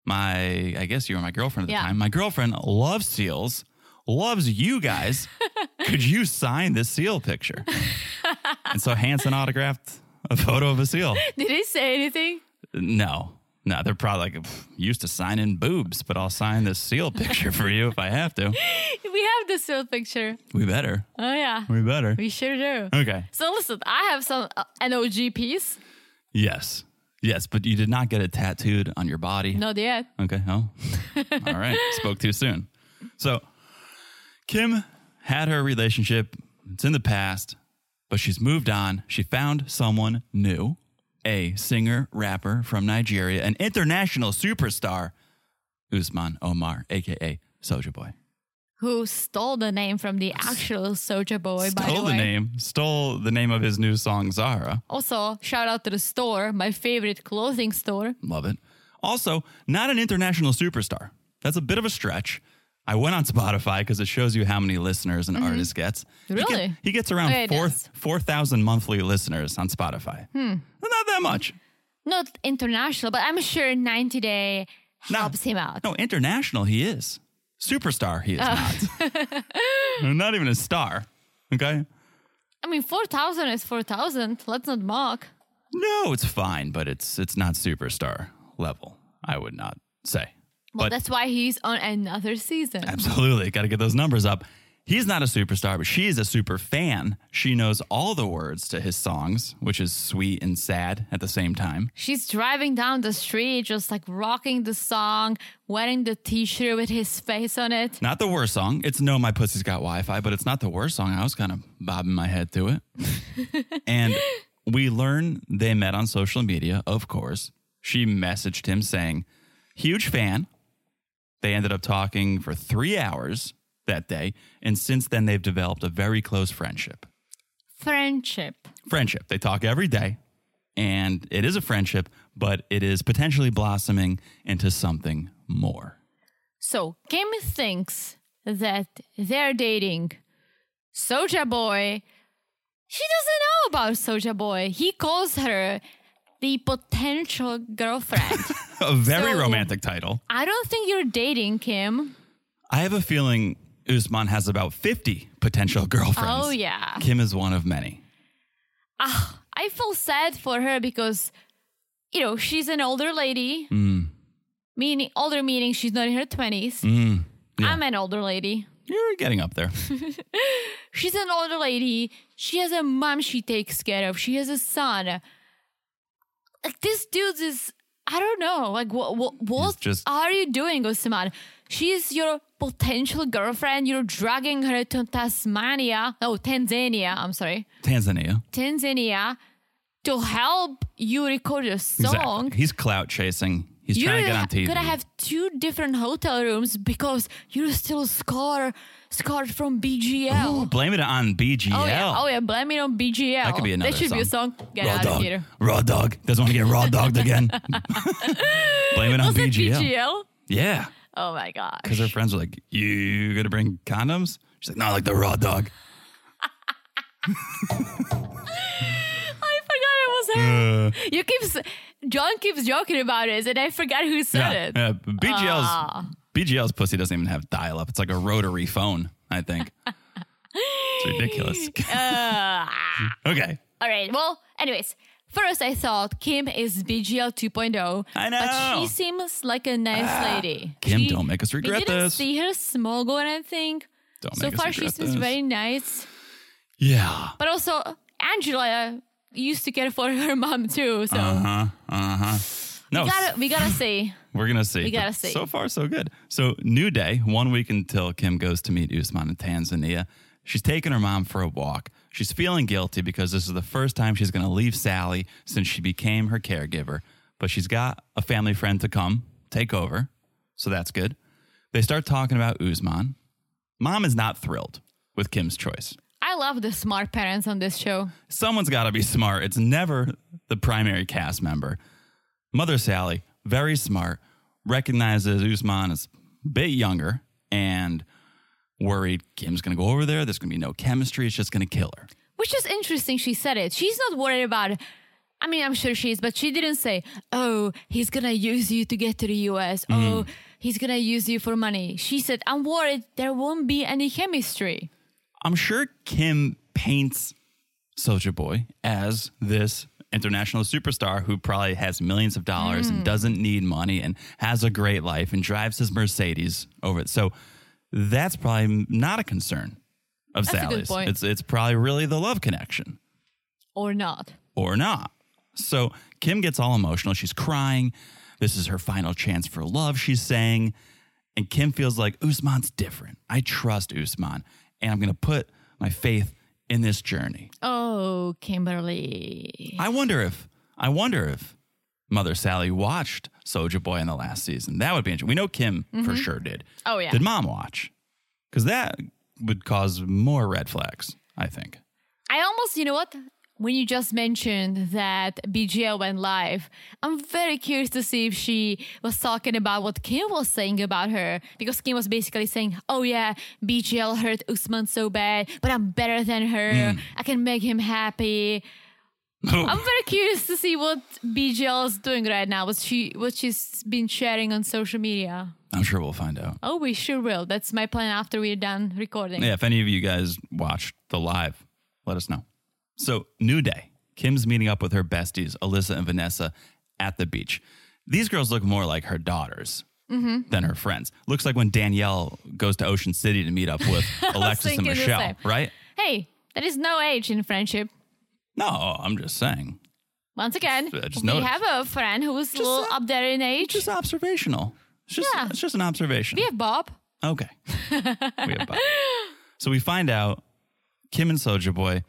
[SPEAKER 1] my, I guess you were my girlfriend at the
[SPEAKER 2] Yeah.
[SPEAKER 1] time. My girlfriend loves seals, loves you guys. Could you sign this seal picture? and so Hanson autographed a photo of a seal.
[SPEAKER 2] Did he say anything?
[SPEAKER 1] No, No, they're probably like "Pff, used to sign in boobs, but I'll sign this seal picture for you if I have to.
[SPEAKER 2] We have the still picture.
[SPEAKER 1] We better.
[SPEAKER 2] Oh yeah,
[SPEAKER 1] We better.
[SPEAKER 2] we sure do.
[SPEAKER 1] Okay.
[SPEAKER 2] So listen, I have some uh, an OG piece.
[SPEAKER 1] Yes. Yes, but you did not get it tattooed on your body.
[SPEAKER 2] Not yet.
[SPEAKER 1] Okay. Oh. All right. Spoke too soon. So Kim had her relationship. It's in the past, but she's moved on. She found someone new, a singer, rapper from Nigeria, an international superstar, Usman Omar, aka Soja Boy.
[SPEAKER 2] Who stole the name from the actual Soja Boy? by
[SPEAKER 1] Stole
[SPEAKER 2] the way.
[SPEAKER 1] the name, stole the name of his new song Zara.
[SPEAKER 2] Also, shout out to the store, my favorite clothing store.
[SPEAKER 1] Love it. Also, not an international superstar. That's a bit of a stretch. I went on Spotify because it shows you how many listeners an artist gets. He get- He,
[SPEAKER 2] Mm-hmm. Really?
[SPEAKER 1] gets around
[SPEAKER 2] Yeah, it
[SPEAKER 1] four
[SPEAKER 2] does. Hmm.
[SPEAKER 1] four thousand monthly listeners on Spotify. Not that much.
[SPEAKER 2] Not international, but I'm sure 90 Day
[SPEAKER 1] No.
[SPEAKER 2] helps him out.
[SPEAKER 1] No, international he is. Superstar he is
[SPEAKER 2] Oh.
[SPEAKER 1] not. not even a star. Okay.
[SPEAKER 2] I mean, 4,000 is 4,000. Let's not mock.
[SPEAKER 1] No, it's fine, but it's it's not superstar level. I would not say.
[SPEAKER 2] Well,
[SPEAKER 1] But-
[SPEAKER 2] that's why he's on another season.
[SPEAKER 1] Absolutely. Got to get those numbers up. He's not a superstar, but she is a super fan. She knows all the words to his songs, which is sweet and sad at the same time.
[SPEAKER 2] She's driving down the street, just like rocking the song, wearing the t shirt with his face on it.
[SPEAKER 1] Not the worst song. It's No My Pussy's Got Wi Fi, but it's not the worst song. I was kind of bobbing my head to it. and we learn they met on social media, of course. She messaged him saying, huge fan. They ended up talking for three hours that day. And since then, they've developed a very close friendship.
[SPEAKER 2] Friendship.
[SPEAKER 1] friendship. They talk every day, and it is a friendship, but it is potentially blossoming into something more.
[SPEAKER 2] So Kim thinks that they're dating Soja Boy. She doesn't know about Soja Boy. He calls her the potential girlfriend.
[SPEAKER 1] A very
[SPEAKER 2] So-
[SPEAKER 1] romantic title.
[SPEAKER 2] I don't think you're dating Kim.
[SPEAKER 1] I have a feeling Usman has about 50 potential girlfriends.
[SPEAKER 2] Oh yeah.
[SPEAKER 1] Kim is one of many.
[SPEAKER 2] Ah, I feel sad for her because you know, she's an older lady. Meaning older meaning she's not in her 20s. I'm an older lady.
[SPEAKER 1] You're getting up there.
[SPEAKER 2] She's an older lady. She has a mom she takes care of. She has a son. Like this dude is I don't know. Like what what, what
[SPEAKER 1] just-
[SPEAKER 2] are you doing, Usman? She's your potential girlfriend. You're dragging her to Tasmania. No, Tanzania, I'm sorry.
[SPEAKER 1] Tanzania.
[SPEAKER 2] Tanzania to help you record your song.
[SPEAKER 1] Exactly. He's clout chasing. He's
[SPEAKER 2] You're
[SPEAKER 1] trying to get on TV.
[SPEAKER 2] gonna have two different hotel rooms because you're still scar scarred from BGL.
[SPEAKER 1] Ooh, blame it on BGL.
[SPEAKER 2] Oh yeah, oh yeah, blame it on BGL.
[SPEAKER 1] That could be another
[SPEAKER 2] That should be a song. Get
[SPEAKER 1] raw
[SPEAKER 2] out
[SPEAKER 1] dog.
[SPEAKER 2] of here.
[SPEAKER 1] Raw dog. Doesn't want to get raw dogged again. blame it on
[SPEAKER 2] Was it
[SPEAKER 1] BGL.
[SPEAKER 2] BGL?
[SPEAKER 1] Yeah.
[SPEAKER 2] Oh my gosh.
[SPEAKER 1] Because her friends are like, "You gonna bring condoms?" She's like, "Not like the raw dog."
[SPEAKER 2] I forgot it was her.
[SPEAKER 1] Uh,
[SPEAKER 2] You keep s- John keeps joking about it, and I forgot who said
[SPEAKER 1] yeah,
[SPEAKER 2] it. Ah.
[SPEAKER 1] yeah. BGL's BGL's pussy doesn't even have dial up. It's like a rotary phone. I think it's ridiculous.
[SPEAKER 2] Uh.
[SPEAKER 1] okay,
[SPEAKER 2] All right. Well, anyways, first I thought Kim is BGL 2.0.
[SPEAKER 1] I
[SPEAKER 2] oh, But
[SPEAKER 1] know. Ah.
[SPEAKER 2] she seems like a nice lady.
[SPEAKER 1] Kim,
[SPEAKER 2] She-
[SPEAKER 1] don't make us regret
[SPEAKER 2] we didn't
[SPEAKER 1] this.
[SPEAKER 2] see her smog or anything.
[SPEAKER 1] Don't
[SPEAKER 2] so
[SPEAKER 1] make us
[SPEAKER 2] far, she
[SPEAKER 1] regret
[SPEAKER 2] seems
[SPEAKER 1] this.
[SPEAKER 2] very nice.
[SPEAKER 1] yeah,
[SPEAKER 2] But also, Angela used to care for her mom too. So
[SPEAKER 1] Uh-huh. no,
[SPEAKER 2] we gotta, we gotta see.
[SPEAKER 1] we're gonna see.
[SPEAKER 2] we gotta
[SPEAKER 1] But
[SPEAKER 2] see.
[SPEAKER 1] So far, so good. So new day, one week until Kim goes to meet Usman in Tanzania. She's taking her mom for a walk. She's feeling guilty because this is the first time she's gonna leave Sally since she became her caregiver. But she's got a family friend to come take over, so that's good. They start talking about Usman. Mom is not thrilled with Kim's choice.
[SPEAKER 2] I love the smart parents on this show.
[SPEAKER 1] Someone's got to be smart. It's never the primary cast member. Mother Sally, very smart, recognizes Usman is a bit younger and worried Kim's going to go over there. There's going to be no chemistry. It's just going to kill her.
[SPEAKER 2] Which is interesting. She said it. She's not worried about. I mean, I'm sure she is, but she didn't say, "Oh, he's gonna use you to get to the U.S." Oh, he's gonna use you for money. She said, "I'm worried there won't be any chemistry."
[SPEAKER 1] I'm sure Kim paints Soja Boy as this international superstar who probably has millions of dollars
[SPEAKER 2] Hmm.
[SPEAKER 1] and doesn't need money and has a great life and drives his Mercedes over it. So that's probably not a concern of
[SPEAKER 2] That's a good
[SPEAKER 1] Sally's.
[SPEAKER 2] point.
[SPEAKER 1] It's it's probably really the love connection
[SPEAKER 2] or not.
[SPEAKER 1] or not. So Kim gets all emotional. She's crying. This is her final chance for love, she's saying. And Kim feels like Usman's different. I trust Usman. And I'm going to put my faith in this journey.
[SPEAKER 2] Oh, Kimberly.
[SPEAKER 1] I wonder if, I wonder if Mother Sally watched Soja Boy in the last season. That would be interesting. We know Kim for sure did.
[SPEAKER 2] Oh, yeah.
[SPEAKER 1] Did mom watch? Because that would cause more red flags, I think.
[SPEAKER 2] I almost, you know what? When you just mentioned that BGL went live, I'm very curious to see if she was talking about what Kim was saying about her. Because Kim was basically saying, Oh, yeah, BGL hurt Usman so bad, but I'm better than her. I can make him happy. I'm very curious to see what BGL is doing right now, what, she, what she's been sharing on social media.
[SPEAKER 1] I'm sure we'll find out.
[SPEAKER 2] Oh, we sure will. That's my plan after we're done recording.
[SPEAKER 1] Yeah, if any of you guys watched the live, let us know. So, New Day. Kim's meeting up with her besties, Alyssa and Vanessa, at the beach. These girls look more like her daughters
[SPEAKER 2] Mm-hmm.
[SPEAKER 1] than her friends. Looks like when Danielle goes to Ocean City to meet up with Alexis and
[SPEAKER 2] thinking the
[SPEAKER 1] Michelle,
[SPEAKER 2] same.
[SPEAKER 1] right?
[SPEAKER 2] Hey, there is no age in friendship.
[SPEAKER 1] No, I'm just saying.
[SPEAKER 2] Once again,
[SPEAKER 1] I just
[SPEAKER 2] we
[SPEAKER 1] noticed.
[SPEAKER 2] have a friend who's a little
[SPEAKER 1] said-
[SPEAKER 2] up there in age.
[SPEAKER 1] Just observational. It's just,
[SPEAKER 2] Yeah.
[SPEAKER 1] it's just an observation.
[SPEAKER 2] we have Bob.
[SPEAKER 1] Okay. we have both. So we find out Kim and Soja Boy,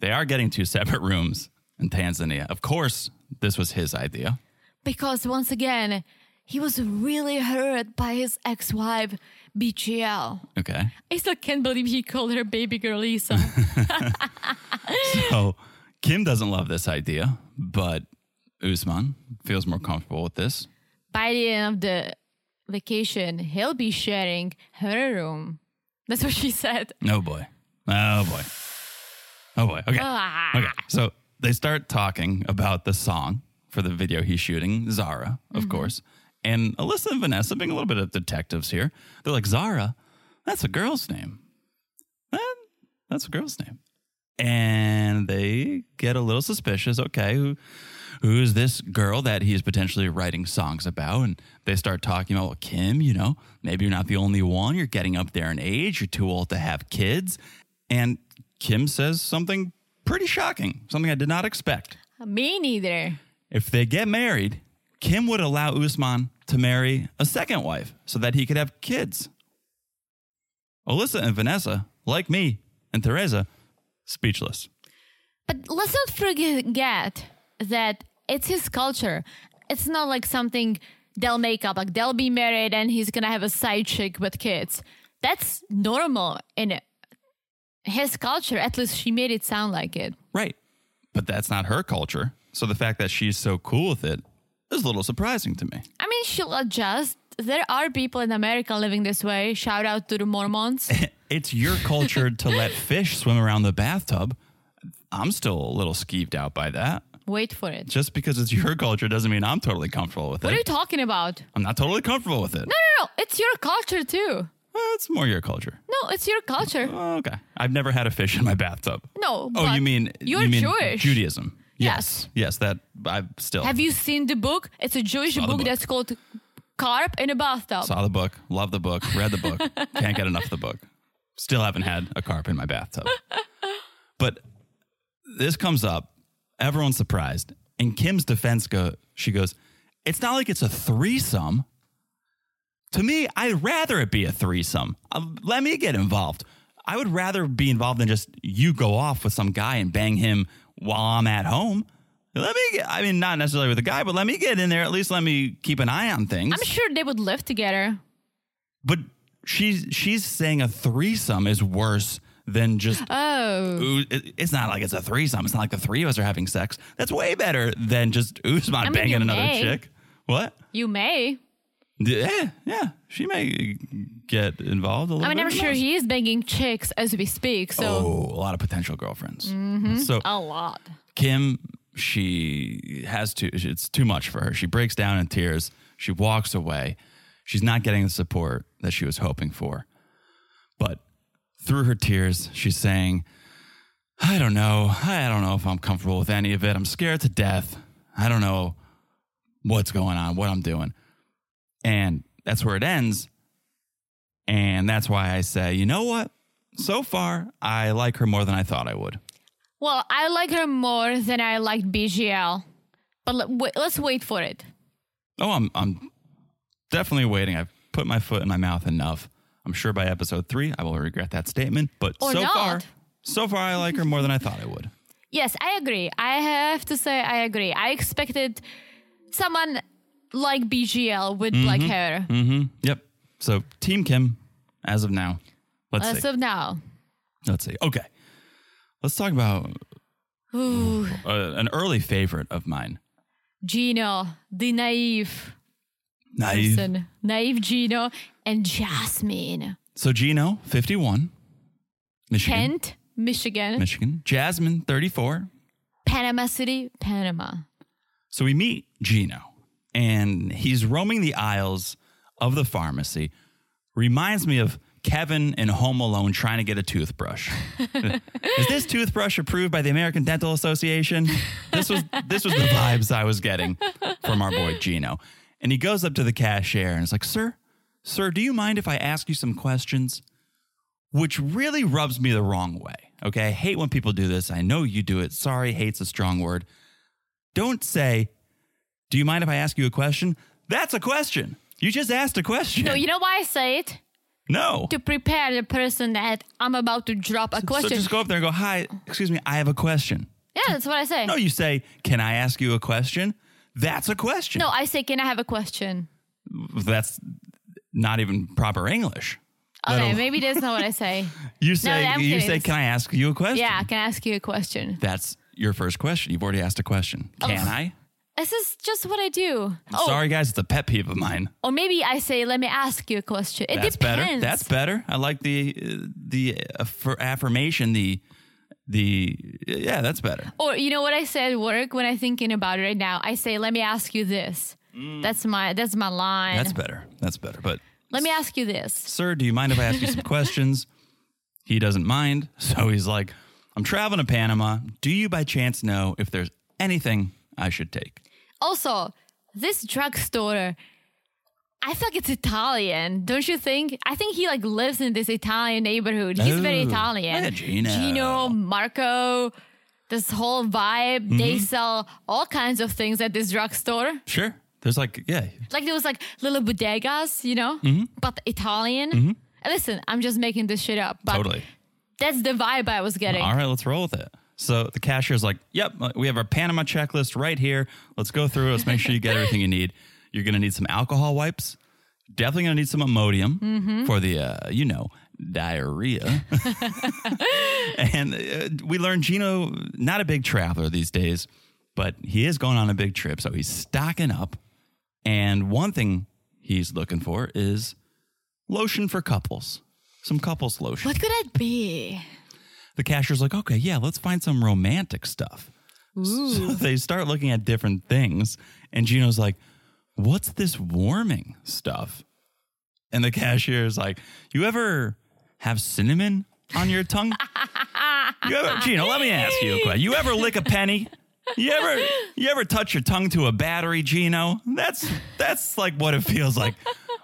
[SPEAKER 1] they are getting two separate rooms in Tanzania. Of course, this was his idea.
[SPEAKER 2] Because once again, he was really hurt by his ex wife, BGL.
[SPEAKER 1] Okay.
[SPEAKER 2] I still can't believe he called her baby girl Lisa.
[SPEAKER 1] So Kim doesn't love this idea, but Usman feels more comfortable with this.
[SPEAKER 2] by the end of the vacation, he'll be sharing her room. That's what she said.
[SPEAKER 1] Oh boy. Oh boy. Oh boy. Okay.
[SPEAKER 2] Ah.
[SPEAKER 1] Okay. So they start talking about the song for the video he's shooting, Zara, of course. And Alyssa and Vanessa, being a little bit of detectives here, they're like, Zara, that's a girl's name. That, that's a girl's name. And they get a little suspicious. Okay, who, who's this girl that he's potentially writing songs about? And they start talking about well, Kim, you know, maybe you're not the only one. You're getting up there in age. You're too old to have kids. And Kim says something pretty shocking, something I did not expect.
[SPEAKER 2] Me neither.
[SPEAKER 1] If they get married, Kim would allow Usman to marry a second wife so that he could have kids. Alyssa and Vanessa, like me and Teresa, speechless.
[SPEAKER 2] But let's not forget that it's his culture. It's not like something they'll make up. Like they'll be married and he's gonna have a side chick with kids. That's normal in his culture. At least she made it sound like it.
[SPEAKER 1] Right. But that's not her culture. So the fact that she's so cool with it is a little surprising to me.
[SPEAKER 2] I mean, she'll adjust. There are people in America living this way. Shout out to the Mormons.
[SPEAKER 1] It's your culture to let fish swim around the bathtub. I'm still a little skeeved out by that.
[SPEAKER 2] Wait for it.
[SPEAKER 1] Just because it's your culture doesn't mean I'm totally comfortable with
[SPEAKER 2] What are you
[SPEAKER 1] it.
[SPEAKER 2] talking about?
[SPEAKER 1] I'm not totally comfortable with it.
[SPEAKER 2] No, no, no. It's your culture too.
[SPEAKER 1] Well, it's more your culture.
[SPEAKER 2] No, it's your culture.
[SPEAKER 1] Oh, okay. I've never had a fish in my bathtub.
[SPEAKER 2] No.
[SPEAKER 1] Oh,
[SPEAKER 2] but
[SPEAKER 1] you mean
[SPEAKER 2] you're
[SPEAKER 1] you mean
[SPEAKER 2] Jewish?
[SPEAKER 1] Judaism?
[SPEAKER 2] Yes.
[SPEAKER 1] Yes. That I've still
[SPEAKER 2] Have you seen the book? It's a Jewish
[SPEAKER 1] Saw the
[SPEAKER 2] book,
[SPEAKER 1] book.
[SPEAKER 2] that's called Carp in a Bathtub.
[SPEAKER 1] saw the book, love the book, read the book, can't get enough of the book. Still haven't had a carp in my bathtub. But this comes up, everyone's surprised. In Kim's defense, go, she goes, "It's not like it's a threesome." To me, I'd rather it be a threesome. Um, let me get involved. I would rather be involved than just you go off with some guy and bang him while I'm at home. Let me get, I mean, not necessarily with a guy, but let me get in there. At least let me keep an eye on things
[SPEAKER 2] I'm sure they would live together.
[SPEAKER 1] but she's she's saying a threesome is worse than just
[SPEAKER 2] Oh,
[SPEAKER 1] ooh, it- it's not like it's a threesome. It's not like the three of us are having sex. That's way better than just Usman
[SPEAKER 2] mean, you
[SPEAKER 1] banging another
[SPEAKER 2] may.
[SPEAKER 1] chick. What?
[SPEAKER 2] you may.
[SPEAKER 1] Yeah, yeah. She may get involved a little.
[SPEAKER 2] I mean,
[SPEAKER 1] bit.
[SPEAKER 2] I'm
[SPEAKER 1] Who
[SPEAKER 2] sure
[SPEAKER 1] knows?
[SPEAKER 2] he is banging chicks as we speak, so Mm-hmm.
[SPEAKER 1] Oh, a lot of potential girlfriends. So
[SPEAKER 2] a lot.
[SPEAKER 1] Kim, she has to, it's too much for her. She breaks down in tears. She walks away. She's not getting the support that she was hoping for. But through her tears, she's saying, I don't know. I don't know if I'm comfortable with any of it. I'm scared to death. I don't know what's going on, what I'm doing. And that's where it ends. And that's why I say, you know what? So far, I like her more than I thought I would.
[SPEAKER 2] Well, I like her more than I liked BGL, but let, wait, let's wait for it.
[SPEAKER 1] Oh, I'm I'm definitely waiting. I've put my foot in my mouth enough. I'm sure by episode three I will regret that statement. But
[SPEAKER 2] Or
[SPEAKER 1] so
[SPEAKER 2] not.
[SPEAKER 1] far, so far I like her more than I thought I would.
[SPEAKER 2] Yes, I agree. I have to say, I agree. I expected someone like BGL with black hair.
[SPEAKER 1] Mm-hmm. Yep. So Team Kim, as of now, let's
[SPEAKER 2] As
[SPEAKER 1] see.
[SPEAKER 2] of now,
[SPEAKER 1] let's see. Okay, let's talk about
[SPEAKER 2] ooh,
[SPEAKER 1] uh, an early favorite of mine.
[SPEAKER 2] Gino, the naive
[SPEAKER 1] Naive.
[SPEAKER 2] person, naive Gino, and Jasmine,
[SPEAKER 1] So Gino, 51, Michigan,
[SPEAKER 2] Kent, Michigan,
[SPEAKER 1] Michigan. Jasmine, 34.
[SPEAKER 2] Panama City, Panama.
[SPEAKER 1] So we meet Gino, and he's roaming the aisles of the pharmacy. Reminds me of Kevin in Home Alone trying to get a toothbrush. Is this toothbrush approved by the American Dental Association? This was this was the vibes I was getting from our boy Gino. And he goes up to the cashier and is like, "Sir, sir, do you mind if I ask you some questions?" Which really rubs me the wrong way. Okay, I hate when people do this. I know you do it. Sorry, hate's a strong word don't say, Do you mind if I ask you a question? That's a question. You just asked a question.
[SPEAKER 2] No, you know why I say it?
[SPEAKER 1] No.
[SPEAKER 2] To prepare the person that I'm about to drop a
[SPEAKER 1] So
[SPEAKER 2] question.
[SPEAKER 1] just go up there and go, Hi, excuse me, I have a question.
[SPEAKER 2] yeah, that's what I say.
[SPEAKER 1] No,
[SPEAKER 2] No,
[SPEAKER 1] you say, Can I ask you a question? That's a question.
[SPEAKER 2] I say, can I have a question?
[SPEAKER 1] That's not even proper English.
[SPEAKER 2] Okay,
[SPEAKER 1] That'll-
[SPEAKER 2] maybe that's not what I say.
[SPEAKER 1] You say,
[SPEAKER 2] I'm
[SPEAKER 1] you
[SPEAKER 2] kidding.
[SPEAKER 1] say, Can I ask you a question?
[SPEAKER 2] Yeah, can I ask you a question?
[SPEAKER 1] That's your first question. You've already asked a question.
[SPEAKER 2] Oh.
[SPEAKER 1] Can I?
[SPEAKER 2] This is just what I do. Oh,
[SPEAKER 1] I'm Sorry, guys, it's a pet peeve of mine.
[SPEAKER 2] Or maybe I say, let me ask you a question. It
[SPEAKER 1] That's
[SPEAKER 2] depends.
[SPEAKER 1] better. That's better. I like the uh, the for affirmation. The the yeah, that's better.
[SPEAKER 2] or you know what I say at work when I'm thinking about it right now? I say, let me ask you this. That's my that's my line.
[SPEAKER 1] Mm. That's better. That's better. But
[SPEAKER 2] let me ask you this.
[SPEAKER 1] sir, do you mind if I ask you some questions? He doesn't mind, so he's like, "I'm traveling to Panama. Do you by chance know if there's anything I should take?"
[SPEAKER 2] Also, this drugstore, I feel like it's Italian, don't you think? I think he like lives in this Italian neighborhood. He's very
[SPEAKER 1] Oh,
[SPEAKER 2] Italian.
[SPEAKER 1] look at Gino.
[SPEAKER 2] Gino, Marco, this whole vibe.
[SPEAKER 1] Mm-hmm.
[SPEAKER 2] They sell all kinds of things at this drugstore.
[SPEAKER 1] Sure. There's like, yeah,
[SPEAKER 2] Like there was like little bodegas, you know,
[SPEAKER 1] Mm-hmm.
[SPEAKER 2] but Italian. And Listen, I'm just making this shit up, but
[SPEAKER 1] totally.
[SPEAKER 2] that's the vibe I was getting.
[SPEAKER 1] All right, let's roll with it. So the cashier's like, "Yep, uh, we have our Panama checklist right here. Let's go through. it. Let's make sure you get everything you need. You're gonna need some alcohol wipes. Definitely gonna need some Imodium for the, uh, you know, diarrhea." and uh, we learned Gino not a big traveler these days, but he is going on a big trip, so he's stocking up. And one thing he's looking for is lotion for couples, some couples lotion
[SPEAKER 2] What could that be?
[SPEAKER 1] the cashier's like, okay, yeah, let's find some romantic stuff. So they start looking at different things. And Gino's like, what's this warming stuff? And the cashier's like, you ever have cinnamon on your tongue? you ever, Gino, let me ask you a question. You ever lick a penny? You ever you ever touch your tongue to a battery, Gino? That's that's like what it feels like,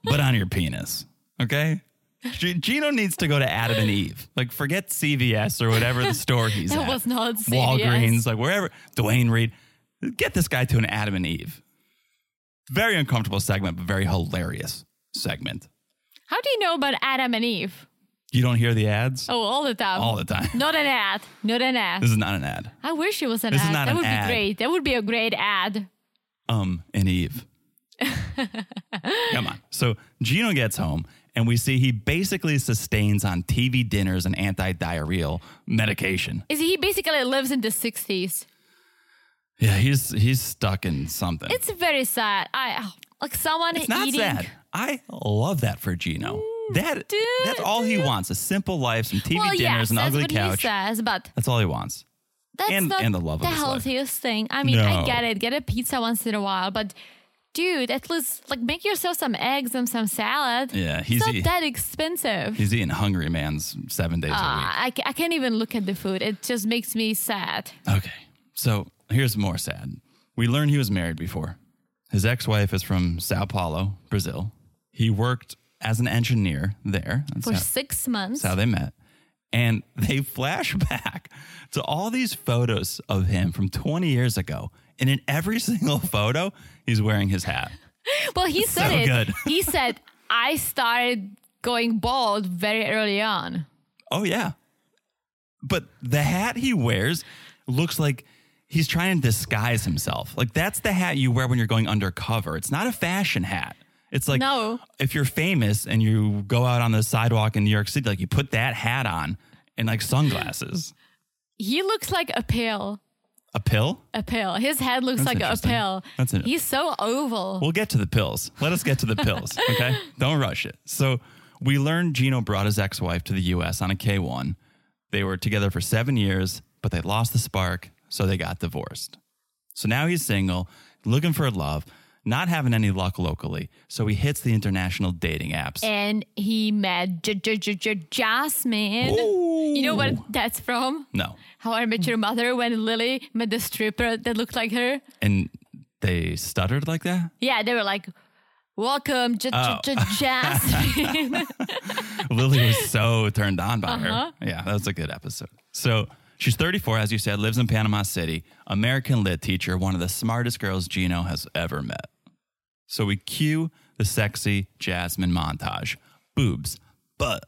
[SPEAKER 1] but on your penis. Okay? G- Gino needs to go to Adam and Eve. Like forget CVS or whatever the store he's
[SPEAKER 2] That
[SPEAKER 1] at.
[SPEAKER 2] was not CVS.
[SPEAKER 1] Walgreens, like wherever Dwayne Reed. Get this guy to an Adam and Eve. Very uncomfortable segment, but very hilarious segment.
[SPEAKER 2] How do you know about Adam and Eve?
[SPEAKER 1] You don't hear the ads
[SPEAKER 2] Oh, all the time.
[SPEAKER 1] all the time.
[SPEAKER 2] Not an ad. Not an ad.
[SPEAKER 1] This is not an ad.
[SPEAKER 2] I wish it was an
[SPEAKER 1] This is
[SPEAKER 2] ad.
[SPEAKER 1] not
[SPEAKER 2] that
[SPEAKER 1] an
[SPEAKER 2] would
[SPEAKER 1] ad.
[SPEAKER 2] be great. That would be a great ad.
[SPEAKER 1] um, and Eve. Come on. So Gino gets home, and we see he basically sustains on TV dinners and anti-diarrheal medication.
[SPEAKER 2] Is he basically lives in the 60s?
[SPEAKER 1] Yeah, he's he's stuck in something.
[SPEAKER 2] It's very sad. I oh, like someone
[SPEAKER 1] It's not
[SPEAKER 2] eating.
[SPEAKER 1] sad. I love that for Gino. That
[SPEAKER 2] dude,
[SPEAKER 1] that's all he wants: a simple life, some TV
[SPEAKER 2] Well,
[SPEAKER 1] dinners,
[SPEAKER 2] yes,
[SPEAKER 1] an
[SPEAKER 2] that's
[SPEAKER 1] ugly
[SPEAKER 2] what
[SPEAKER 1] couch.
[SPEAKER 2] he says, but
[SPEAKER 1] That's all he wants.
[SPEAKER 2] that's
[SPEAKER 1] And-
[SPEAKER 2] not
[SPEAKER 1] and the love of his life.
[SPEAKER 2] healthiest thing. I mean, I
[SPEAKER 1] No.
[SPEAKER 2] get it. Get a pizza once in a while, but dude, at least like make yourself some eggs and some salad.
[SPEAKER 1] Yeah, he's
[SPEAKER 2] It's not
[SPEAKER 1] eat-
[SPEAKER 2] that expensive.
[SPEAKER 1] He's eating Hungry Man's seven days
[SPEAKER 2] Ah, I, ca- I can't even look at the food. It just makes me sad.
[SPEAKER 1] a week. Okay. So here's more sad. We learned he was married before. His ex wife is from Sao Paulo, Brazil. He worked as an engineer there. That's
[SPEAKER 2] For
[SPEAKER 1] how-
[SPEAKER 2] six months.
[SPEAKER 1] That's how they met. And they flash back to all these photos of him from 20 years ago. And in every single photo, he's wearing his hat.
[SPEAKER 2] Well, he said
[SPEAKER 1] so
[SPEAKER 2] it.
[SPEAKER 1] good.
[SPEAKER 2] he said, I started going bald very early on.
[SPEAKER 1] Oh, yeah. But the hat he wears looks like he's trying to disguise himself. Like, that's the hat you wear when you're going undercover. It's not a fashion hat. It's like
[SPEAKER 2] No.
[SPEAKER 1] if you're famous and you go out on the sidewalk in New York City, like you put that hat on and like sunglasses.
[SPEAKER 2] He looks like a pill.
[SPEAKER 1] A pill?
[SPEAKER 2] A pill. His head looks
[SPEAKER 1] That's
[SPEAKER 2] like a
[SPEAKER 1] interesting.
[SPEAKER 2] pill.
[SPEAKER 1] That's it.
[SPEAKER 2] He's so oval.
[SPEAKER 1] We'll get to the pills. Let us get to the pills, okay? Don't rush it. So we learned Gino brought his ex-wife to the U.S. on a K-1. They were together for seven years, but they lost the spark, so they got divorced. So now he's single, looking for love, not having any luck locally. So he hits the international dating apps.
[SPEAKER 2] and he met J- J- J- J- Jasmine.
[SPEAKER 1] Oh.
[SPEAKER 2] You know what that's from?
[SPEAKER 1] No,
[SPEAKER 2] How I Met Your Mother when Lily met the stripper that looked like her.
[SPEAKER 1] and they stuttered like that.
[SPEAKER 2] Yeah, they were like, Welcome, J- J- J-
[SPEAKER 1] Oh.
[SPEAKER 2] Jasmine.
[SPEAKER 1] Lily was so turned on by
[SPEAKER 2] Uh-huh.
[SPEAKER 1] her. Yeah, that was a good episode. So she's 34, as you said, lives in Panama City, American lit teacher, one of the smartest girls Gino has ever met. So we cue the sexy Jasmine montage boobs, butt,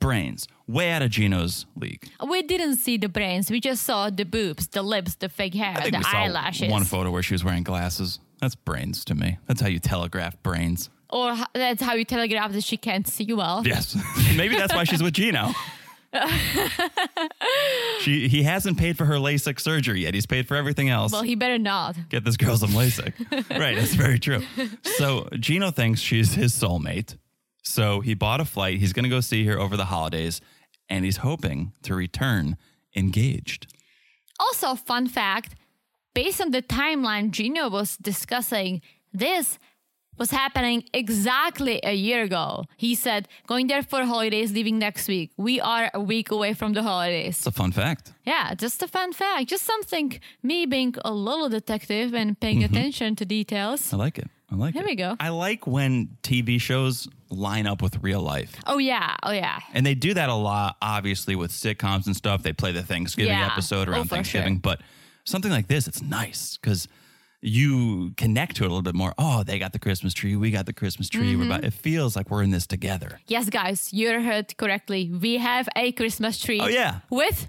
[SPEAKER 1] brains, way out of Gino's league.
[SPEAKER 2] we didn't see the brains. We just saw the boobs, the lips, the fake hair, the
[SPEAKER 1] we saw
[SPEAKER 2] eyelashes.
[SPEAKER 1] one photo where she was wearing glasses. That's brains to me. That's how you telegraph brains.
[SPEAKER 2] or h- that's how you telegraph that she can't see well.
[SPEAKER 1] Yes. Maybe that's why she's with Gino. she he hasn't paid for her LASIK surgery yet. He's paid for everything else.
[SPEAKER 2] Well, he better not.
[SPEAKER 1] Get this girl some LASIK. right, that's very true. So Gino thinks she's his soulmate. So he bought a flight. He's going to go see her over the holidays and he's hoping to return engaged.
[SPEAKER 2] Also, fun fact based on the timeline Gino was discussing, this was happening exactly a year ago. He said, going there for holidays, leaving next week. We are a week away from the holidays.
[SPEAKER 1] It's a fun fact.
[SPEAKER 2] Yeah, just a fun fact. Just something, me being a little detective and paying attention to details.
[SPEAKER 1] I like it. I like
[SPEAKER 2] There
[SPEAKER 1] it.
[SPEAKER 2] we go.
[SPEAKER 1] I like when TV shows line up with real life.
[SPEAKER 2] Oh, yeah. Oh, yeah.
[SPEAKER 1] And they do that a lot, obviously, with sitcoms and stuff. They play the Thanksgiving
[SPEAKER 2] Yeah.
[SPEAKER 1] episode
[SPEAKER 2] Oh,
[SPEAKER 1] around
[SPEAKER 2] for
[SPEAKER 1] Thanksgiving.
[SPEAKER 2] sure.
[SPEAKER 1] But something like this, it's nice because you connect to it a little bit more. Oh, they got the Christmas tree. We got the Christmas tree.
[SPEAKER 2] Mm-hmm.
[SPEAKER 1] We're about, it feels like we're in this together.
[SPEAKER 2] Yes, guys, you heard correctly. We have a Christmas tree.
[SPEAKER 1] Oh, yeah.
[SPEAKER 2] With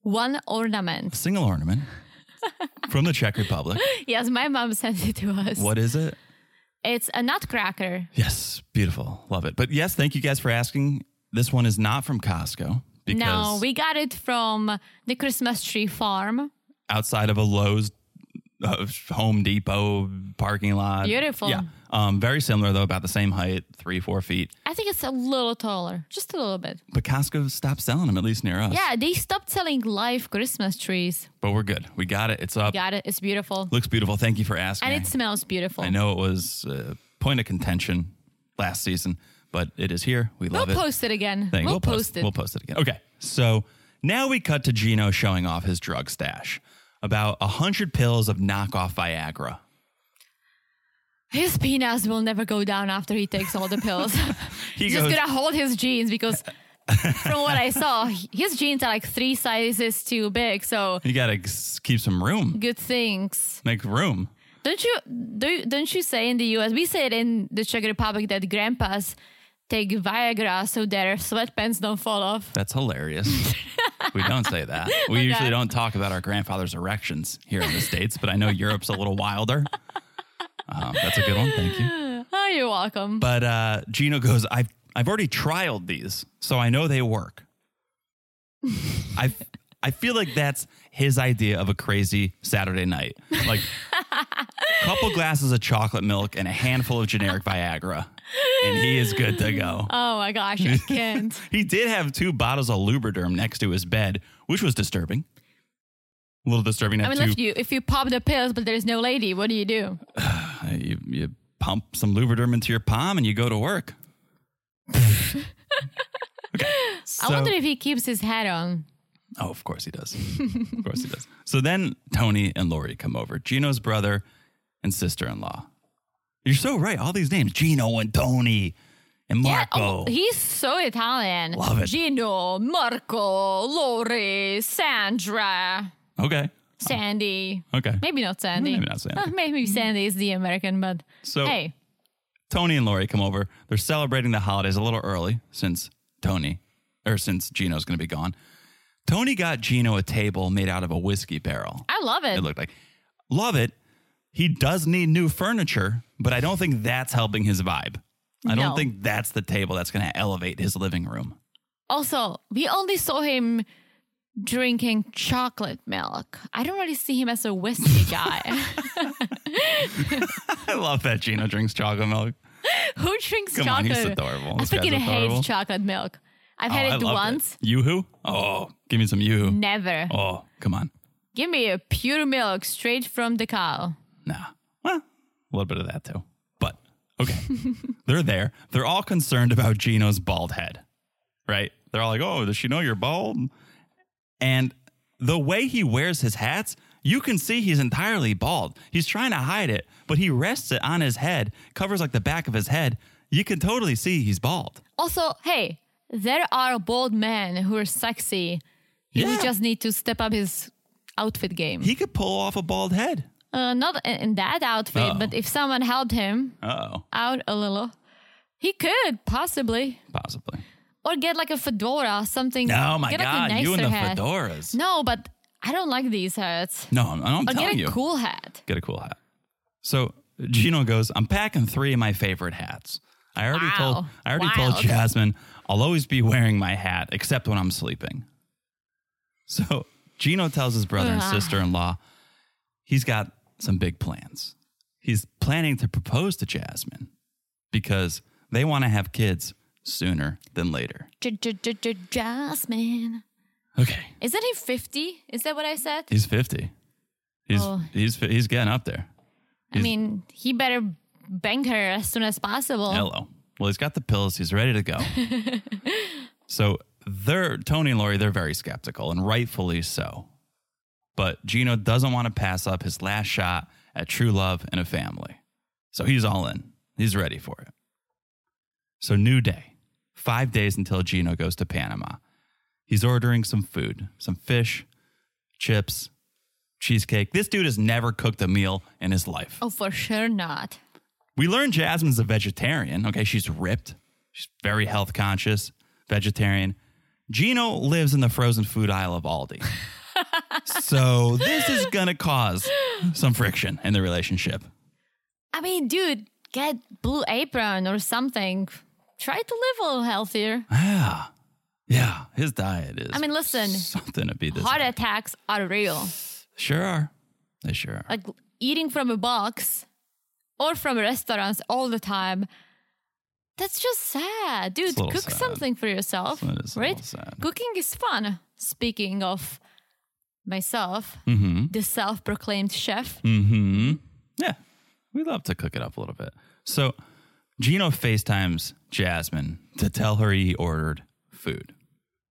[SPEAKER 2] one ornament.
[SPEAKER 1] Single ornament from the Czech Republic.
[SPEAKER 2] Yes, my mom sent it to us.
[SPEAKER 1] What is it?
[SPEAKER 2] It's a nutcracker.
[SPEAKER 1] Yes, beautiful. Love it. But yes, thank you guys for asking. This one is not from Costco because
[SPEAKER 2] No, we got it from the Christmas tree farm.
[SPEAKER 1] outside of a Lowe's uh, Home Depot parking lot.
[SPEAKER 2] Beautiful.
[SPEAKER 1] Yeah. Um, very similar though, about the same height, three, four feet.
[SPEAKER 2] I think it's a little taller, just a little bit.
[SPEAKER 1] But Costco stopped selling them, at least near us.
[SPEAKER 2] Yeah, they stopped selling live Christmas trees.
[SPEAKER 1] But we're good. We got it. It's up.
[SPEAKER 2] Got it. It's beautiful.
[SPEAKER 1] Looks beautiful. Thank you for asking.
[SPEAKER 2] And it smells beautiful.
[SPEAKER 1] I know it was a point of contention last season, but it is here. We
[SPEAKER 2] We'll
[SPEAKER 1] love it.
[SPEAKER 2] post it again.
[SPEAKER 1] thing.
[SPEAKER 2] We'll, post, it.
[SPEAKER 1] We'll post it again. Okay. So now we cut to Gino showing off his drug stash. About a hundred pills of knockoff Viagra.
[SPEAKER 2] His penis will never go down after he takes all the pills.
[SPEAKER 1] He
[SPEAKER 2] He's just gonna hold his jeans because from what I saw, his jeans are like three sizes too big. So
[SPEAKER 1] You gotta g- keep some room.
[SPEAKER 2] good things.
[SPEAKER 1] Make room.
[SPEAKER 2] Don't you do? Don't you say in the U.S. We say it in the Czech Republic that grandpas take Viagra so their sweatpants don't fall off.
[SPEAKER 1] That's hilarious. we don't say that. We usually don't talk about our grandfather's erections here in the States, but I know Europe's a little wilder. Um, that's a good one. Thank you.
[SPEAKER 2] Oh, you're welcome.
[SPEAKER 1] But uh, Gino goes, I've, I've already trialed these, so I know they work. I, I feel like that's his idea of a crazy Saturday night. Like a couple glasses of chocolate milk and a handful of generic Viagra, and he is good to go.
[SPEAKER 2] Oh my gosh, I can't.
[SPEAKER 1] He did have two bottles of Lubriderm next to his bed, which was disturbing. A little disturbing.
[SPEAKER 2] I mean,
[SPEAKER 1] have
[SPEAKER 2] if you if you pop the pills, but there's no lady, what do you
[SPEAKER 1] to,
[SPEAKER 2] do?
[SPEAKER 1] uh, you, you pump some Lubriderm into your palm and you go to work. okay.
[SPEAKER 2] I
[SPEAKER 1] so-
[SPEAKER 2] wonder if he keeps his hat on.
[SPEAKER 1] Oh, of course he does. of course he does. So then Tony and Lori come over, Gino's brother and sister in law. You're so right. All these names Gino and Tony and
[SPEAKER 2] Yeah,
[SPEAKER 1] Marco.
[SPEAKER 2] oh, he's so Italian.
[SPEAKER 1] Love it.
[SPEAKER 2] Gino, Marco, Lori, Sandra,
[SPEAKER 1] okay.
[SPEAKER 2] Sandy.
[SPEAKER 1] Okay.
[SPEAKER 2] Maybe not Sandy.
[SPEAKER 1] Maybe not Sandy. Mm-hmm.
[SPEAKER 2] Uh, maybe Sandy is the American, but
[SPEAKER 1] So
[SPEAKER 2] hey,
[SPEAKER 1] Tony and Lori come over. They're celebrating the holidays a little early since Tony or since Gino's going to be gone. Tony got Gino a table made out of a whiskey barrel.
[SPEAKER 2] I love it.
[SPEAKER 1] It looked like. Love it. He does need new furniture, but I don't think that's helping his vibe. I don't
[SPEAKER 2] No.
[SPEAKER 1] think that's the table that's going to elevate his living room.
[SPEAKER 2] also, we only saw him drinking chocolate milk. I don't really see him as a whiskey guy.
[SPEAKER 1] I love that Gino drinks chocolate milk.
[SPEAKER 2] Who drinks
[SPEAKER 1] Come on,
[SPEAKER 2] chocolate?
[SPEAKER 1] he's adorable.
[SPEAKER 2] I
[SPEAKER 1] This guy's
[SPEAKER 2] freaking
[SPEAKER 1] adorable.
[SPEAKER 2] hate chocolate milk. I've
[SPEAKER 1] Oh,
[SPEAKER 2] had
[SPEAKER 1] I
[SPEAKER 2] it
[SPEAKER 1] loved
[SPEAKER 2] once.
[SPEAKER 1] Yoo-hoo? Oh, give me some yoo-hoo.
[SPEAKER 2] Never.
[SPEAKER 1] Oh, come on.
[SPEAKER 2] Give me a pure milk straight from the cow.
[SPEAKER 1] Nah. Well, a little bit of that too. But okay. They're there. They're all concerned about Gino's bald head, right? They're all like, oh, does she know you're bald? And the way he wears his hats, you can see he's entirely bald. He's trying to hide it, but he rests it on his head, covers like the back of his head. You can totally see he's bald.
[SPEAKER 2] Also, hey, there are bold men who are sexy.
[SPEAKER 1] Yeah.
[SPEAKER 2] He just need to step up his outfit game.
[SPEAKER 1] He could pull off a bald head.
[SPEAKER 2] uh, not in- in that outfit,
[SPEAKER 1] Uh-oh.
[SPEAKER 2] but if someone helped him
[SPEAKER 1] Oh,
[SPEAKER 2] out a little, he could possibly.
[SPEAKER 1] possibly.
[SPEAKER 2] Or get like a fedora, something.
[SPEAKER 1] Oh my
[SPEAKER 2] get like
[SPEAKER 1] God,
[SPEAKER 2] a
[SPEAKER 1] you and
[SPEAKER 2] nicer
[SPEAKER 1] the
[SPEAKER 2] hat.
[SPEAKER 1] fedoras.
[SPEAKER 2] No, but I don't like these hats.
[SPEAKER 1] No, I'm, I'm
[SPEAKER 2] Or
[SPEAKER 1] telling
[SPEAKER 2] get a
[SPEAKER 1] you.
[SPEAKER 2] cool hat.
[SPEAKER 1] get a cool hat. So Gino goes, I'm packing three of my favorite hats. I already
[SPEAKER 2] Wow.
[SPEAKER 1] told I already told
[SPEAKER 2] Wild.
[SPEAKER 1] Jasmine I'll always be wearing my hat except when I'm sleeping. So Gino tells his brother and
[SPEAKER 2] Ugh.
[SPEAKER 1] sister-in-law he's got some big plans. He's planning to propose to Jasmine because they want to have kids sooner than later.
[SPEAKER 2] Jasmine.
[SPEAKER 1] Okay.
[SPEAKER 2] Isn't he 50? Is that what I said?
[SPEAKER 1] He's 50. He's
[SPEAKER 2] Oh.
[SPEAKER 1] he's he's getting up there.
[SPEAKER 2] I mean, he better bang her as soon as possible.
[SPEAKER 1] Hello. Well, he's got the pills. He's ready to go. so they're Tony and Lori. They're very skeptical, and rightfully so. But Gino doesn't want to pass up his last shot at true love and a family. So he's all in. He's ready for it. So new day. Five days until Gino goes to Panama. He's ordering some food, some fish, chips, cheesecake. This dude has never cooked a meal in his life.
[SPEAKER 2] Oh, for sure not.
[SPEAKER 1] We learn Jasmine's a vegetarian. Okay, she's ripped. She's very health conscious, vegetarian. Gino lives in the frozen food aisle of Aldi. so this is going to cause some friction in the relationship.
[SPEAKER 2] I mean, dude, get blue apron or something. Try to live a little healthier.
[SPEAKER 1] Yeah. Ah, Yeah, his diet is
[SPEAKER 2] I mean, listen,
[SPEAKER 1] something to be this.
[SPEAKER 2] Heart attacks are real.
[SPEAKER 1] Sure are. They sure are.
[SPEAKER 2] Like eating from a box or from restaurants all the time. That's just sad. Dude,
[SPEAKER 1] a little
[SPEAKER 2] cook
[SPEAKER 1] sad.
[SPEAKER 2] something for yourself.
[SPEAKER 1] It is a
[SPEAKER 2] right?
[SPEAKER 1] little sad.
[SPEAKER 2] Cooking is fun. Speaking of myself, the self proclaimed chef.
[SPEAKER 1] Mm-hmm. Yeah. We love to cook it up a little bit. So Gino FaceTimes Jasmine to tell her he ordered food.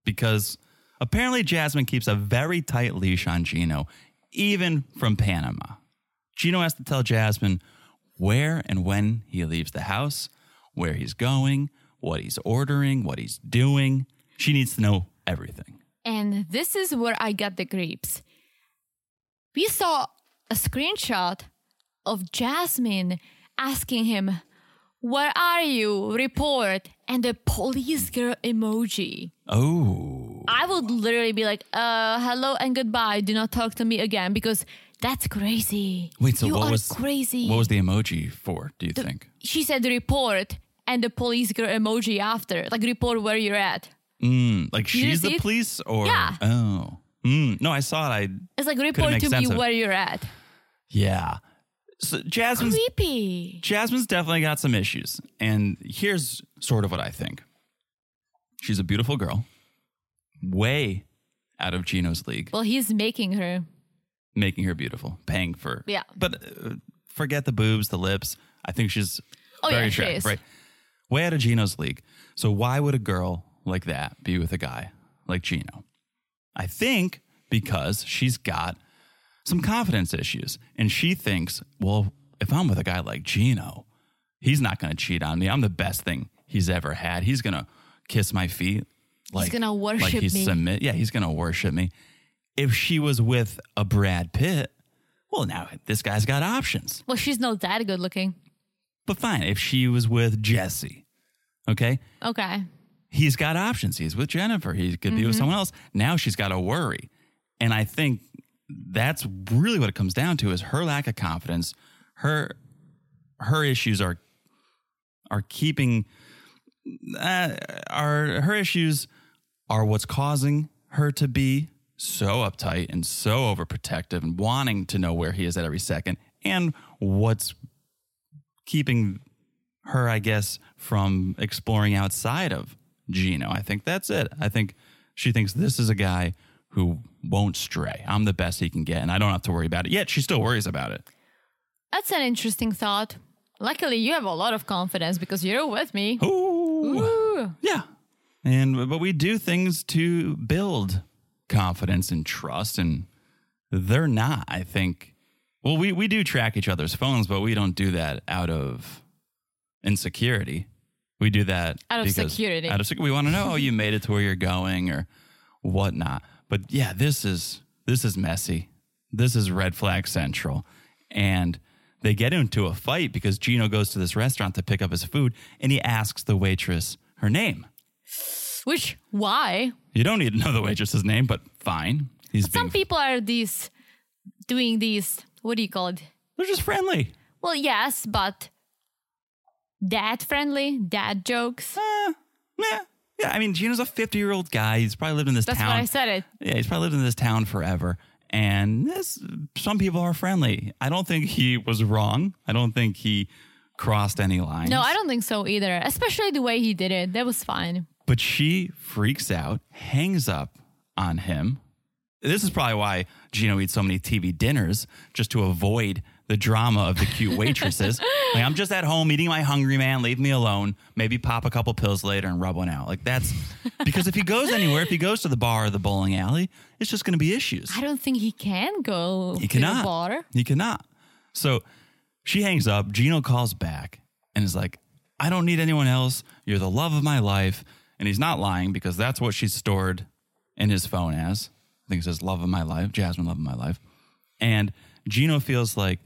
[SPEAKER 1] Because apparently Jasmine keeps a very tight leash on Gino, even from Panama. Gino has to tell Jasmine where and when he leaves the house, where he's going, what he's ordering, what he's doing. She needs to know everything.
[SPEAKER 2] And this is where I got the creeps. We saw a screenshot of Jasmine asking him, Where are you? Report. And the police girl emoji.
[SPEAKER 1] Oh.
[SPEAKER 2] I would literally be like, uh, hello and goodbye. Do not talk to me again because that's crazy.
[SPEAKER 1] Wait, so
[SPEAKER 2] you
[SPEAKER 1] what
[SPEAKER 2] are
[SPEAKER 1] was
[SPEAKER 2] crazy.
[SPEAKER 1] What was the emoji for, do you think?
[SPEAKER 2] she said report and the police girl emoji after. Like report where you're at.
[SPEAKER 1] Mm, like
[SPEAKER 2] you
[SPEAKER 1] she's
[SPEAKER 2] see
[SPEAKER 1] the
[SPEAKER 2] it?
[SPEAKER 1] police or
[SPEAKER 2] Yeah.
[SPEAKER 1] oh. Mm, no, I saw it. I
[SPEAKER 2] It's like report
[SPEAKER 1] make
[SPEAKER 2] to
[SPEAKER 1] sense
[SPEAKER 2] me
[SPEAKER 1] of it.
[SPEAKER 2] where you're at.
[SPEAKER 1] yeah. So Jasmine's
[SPEAKER 2] Creepy.
[SPEAKER 1] Jasmine's definitely got some issues. And here's sort of what I think. She's a beautiful girl. Way out of Gino's league.
[SPEAKER 2] Well, he's making her.
[SPEAKER 1] making her beautiful, paying for.
[SPEAKER 2] Yeah.
[SPEAKER 1] But uh, forget the boobs, the lips. I think she's
[SPEAKER 2] Oh,
[SPEAKER 1] very
[SPEAKER 2] yeah, she
[SPEAKER 1] attractive,
[SPEAKER 2] is.
[SPEAKER 1] right? Way out of Gino's league. So why would a girl like that be with a guy like Gino? I think because she's got some confidence issues and she thinks, well, if I'm with a guy like Gino, he's not going to cheat on me. I'm the best thing he's ever had. He's going to kiss my feet. Like,
[SPEAKER 2] gonna
[SPEAKER 1] like
[SPEAKER 2] worship
[SPEAKER 1] he's
[SPEAKER 2] me.
[SPEAKER 1] Submit. Yeah, he's going to worship me. If she was with a Brad Pitt, well, now this guy's got options.
[SPEAKER 2] Well, she's not that good looking.
[SPEAKER 1] But fine, if she was with Jesse, okay,
[SPEAKER 2] Okay.
[SPEAKER 1] he's got options. He's with Jennifer. He could be with someone else. Now she's got to worry. And I think that's really what it comes down to is her lack of confidence. Her her issues are are keeping uh, are her issues are what's causing her to be so uptight and so overprotective and wanting to know where he is at every second and what's keeping her, I guess, from exploring outside of Gino. I think that's it. I think she thinks this is a guy who won't stray. I'm the best he can get, and I don't have to worry about it. Yet she still worries about it.
[SPEAKER 2] That's an interesting thought. Luckily, you have a lot of confidence because you're with me.
[SPEAKER 1] Ooh.
[SPEAKER 2] Ooh.
[SPEAKER 1] Yeah. And but we do things to build confidence and trust and they're not, I think. Well, we we do track each other's phones, but we don't do that out of insecurity. We do that
[SPEAKER 2] Out of
[SPEAKER 1] because-
[SPEAKER 2] security.
[SPEAKER 1] Out of sec- we want to know oh, you made it to where you're going or whatnot. But yeah, this is this is messy. This is red flag central. And they get into a fight because Gino goes to this restaurant to pick up his food and he asks the waitress her name.
[SPEAKER 2] Which, why?
[SPEAKER 1] You don't need to know the waitress's name, but fine. He's being
[SPEAKER 2] Some people are these doing these, what do you call it?
[SPEAKER 1] they're just friendly.
[SPEAKER 2] Well, yes, but dad friendly, dad jokes.
[SPEAKER 1] Eh, yeah. Yeah. I mean, Gino's a 50 year old guy. He's probably lived in this
[SPEAKER 2] That's
[SPEAKER 1] town.
[SPEAKER 2] why I said it.
[SPEAKER 1] Yeah, he's probably lived in this town forever. And this, some people are friendly. I don't think he was wrong. I don't think he crossed any lines.
[SPEAKER 2] No, I don't think so either. Especially the way he did it. That was fine.
[SPEAKER 1] But she freaks out, hangs up on him. This is probably why Gino eats so many TV dinners, just to avoid the drama of the cute waitresses. like, I'm just at home eating my hungry man, leave me alone. Maybe pop a couple pills later and rub one out. Like, that's because if he goes anywhere, if he goes to the bar or the bowling alley, it's just going to be issues.
[SPEAKER 2] I don't think he can go
[SPEAKER 1] He
[SPEAKER 2] to
[SPEAKER 1] cannot.
[SPEAKER 2] the bar.
[SPEAKER 1] He cannot. So she hangs up. Gino calls back and is like, I don't need anyone else. You're the love of my life. And he's not lying because that's what she's stored in his phone as. I think it says love of my life, Jasmine, love of my life. And Gino feels like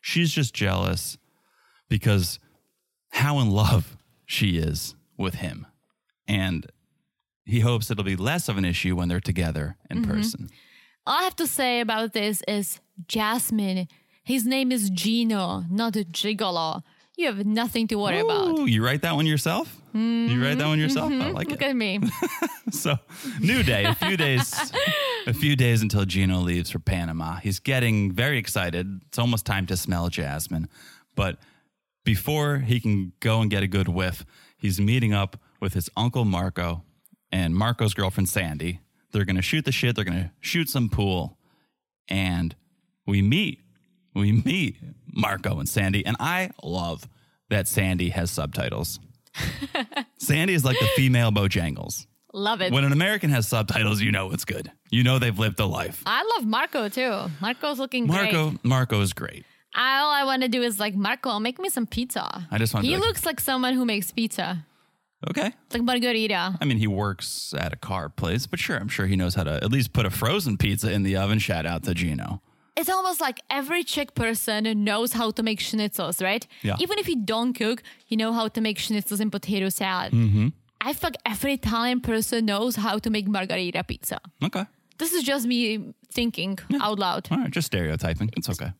[SPEAKER 1] she's just jealous because how in love she is with him. And he hopes it'll be less of an issue when they're together in
[SPEAKER 2] Mm-hmm.
[SPEAKER 1] person.
[SPEAKER 2] All I have to say about this is Jasmine. His name is Gino, not a gigolo. You have nothing to worry about.
[SPEAKER 1] Ooh, you write that one yourself? You write that one yourself? I like
[SPEAKER 2] Look
[SPEAKER 1] it.
[SPEAKER 2] at me.
[SPEAKER 1] So, new day, a few days, a few days until Gino leaves for Panama. He's getting very excited. It's almost time to smell Jasmine, but before he can go and get a good whiff, he's meeting up with his uncle Marco and Marco's girlfriend Sandy. They're going to shoot the shit. They're going to shoot some pool, and we meet we meet Marco and Sandy, and I love that Sandy has subtitles. Sandy is like the female Bojangles.
[SPEAKER 2] Love it.
[SPEAKER 1] When an American has subtitles, you know it's good. You know they've lived a life.
[SPEAKER 2] I love Marco too. Marco's looking
[SPEAKER 1] Marco,
[SPEAKER 2] great.
[SPEAKER 1] Marco is great.
[SPEAKER 2] All I want to do is like, Marco, make me some pizza.
[SPEAKER 1] I just wanna
[SPEAKER 2] He
[SPEAKER 1] be like-
[SPEAKER 2] looks like someone who makes pizza,
[SPEAKER 1] Okay,
[SPEAKER 2] like margarita.
[SPEAKER 1] I mean he works at a car place, but sure, I'm sure he knows how to at least put a frozen pizza in the oven. Shout out to Gino.
[SPEAKER 2] It's almost like every Czech person knows how to make schnitzels, right?
[SPEAKER 1] Yeah.
[SPEAKER 2] Even if you don't cook, you know how to make schnitzels and potato salad.
[SPEAKER 1] Mm-hmm.
[SPEAKER 2] I feel like every Italian person knows how to make margarita pizza.
[SPEAKER 1] Okay,
[SPEAKER 2] This is just me thinking out loud.
[SPEAKER 1] all right, just stereotyping. It's okay.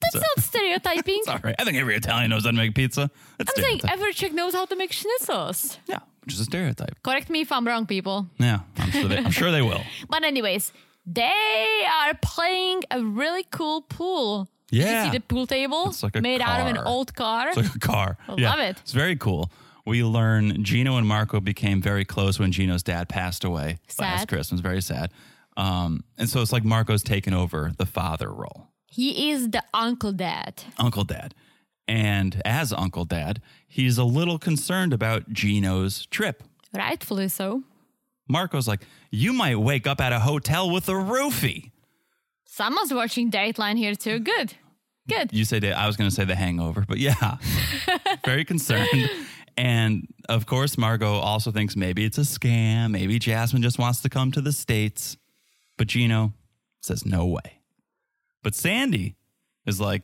[SPEAKER 2] That's not stereotyping.
[SPEAKER 1] It's all right. I think every Italian knows how to make pizza. That's
[SPEAKER 2] I'm saying every Czech knows how to make schnitzels.
[SPEAKER 1] yeah, which is a stereotype.
[SPEAKER 2] Correct me if I'm wrong, people.
[SPEAKER 1] Yeah, I'm sure they, I'm sure they will.
[SPEAKER 2] But anyways, they are playing a really cool pool. Did
[SPEAKER 1] Yeah.
[SPEAKER 2] you see the pool table
[SPEAKER 1] It's like a
[SPEAKER 2] made out of an
[SPEAKER 1] car.
[SPEAKER 2] old car.
[SPEAKER 1] It's like a car.
[SPEAKER 2] I love it.
[SPEAKER 1] It's very cool. We learn Gino and Marco became very close when Gino's dad passed away
[SPEAKER 2] Sad.
[SPEAKER 1] last Christmas. Very sad. Um, and so it's like Marco's taken over the father role,
[SPEAKER 2] He is the uncle dad.
[SPEAKER 1] Uncle Dad. And as Uncle Dad, he's a little concerned about Gino's trip.
[SPEAKER 2] Rightfully so.
[SPEAKER 1] Marco's like, You might wake up at a hotel with a roofie.
[SPEAKER 2] Someone's watching Dateline here too. Good. Good.
[SPEAKER 1] You say that I was going to say the hangover, but yeah, very concerned. And of course, Margot also thinks maybe it's a scam. Maybe Jasmine just wants to come to the States. But Gino says, no way. But Sandy is like,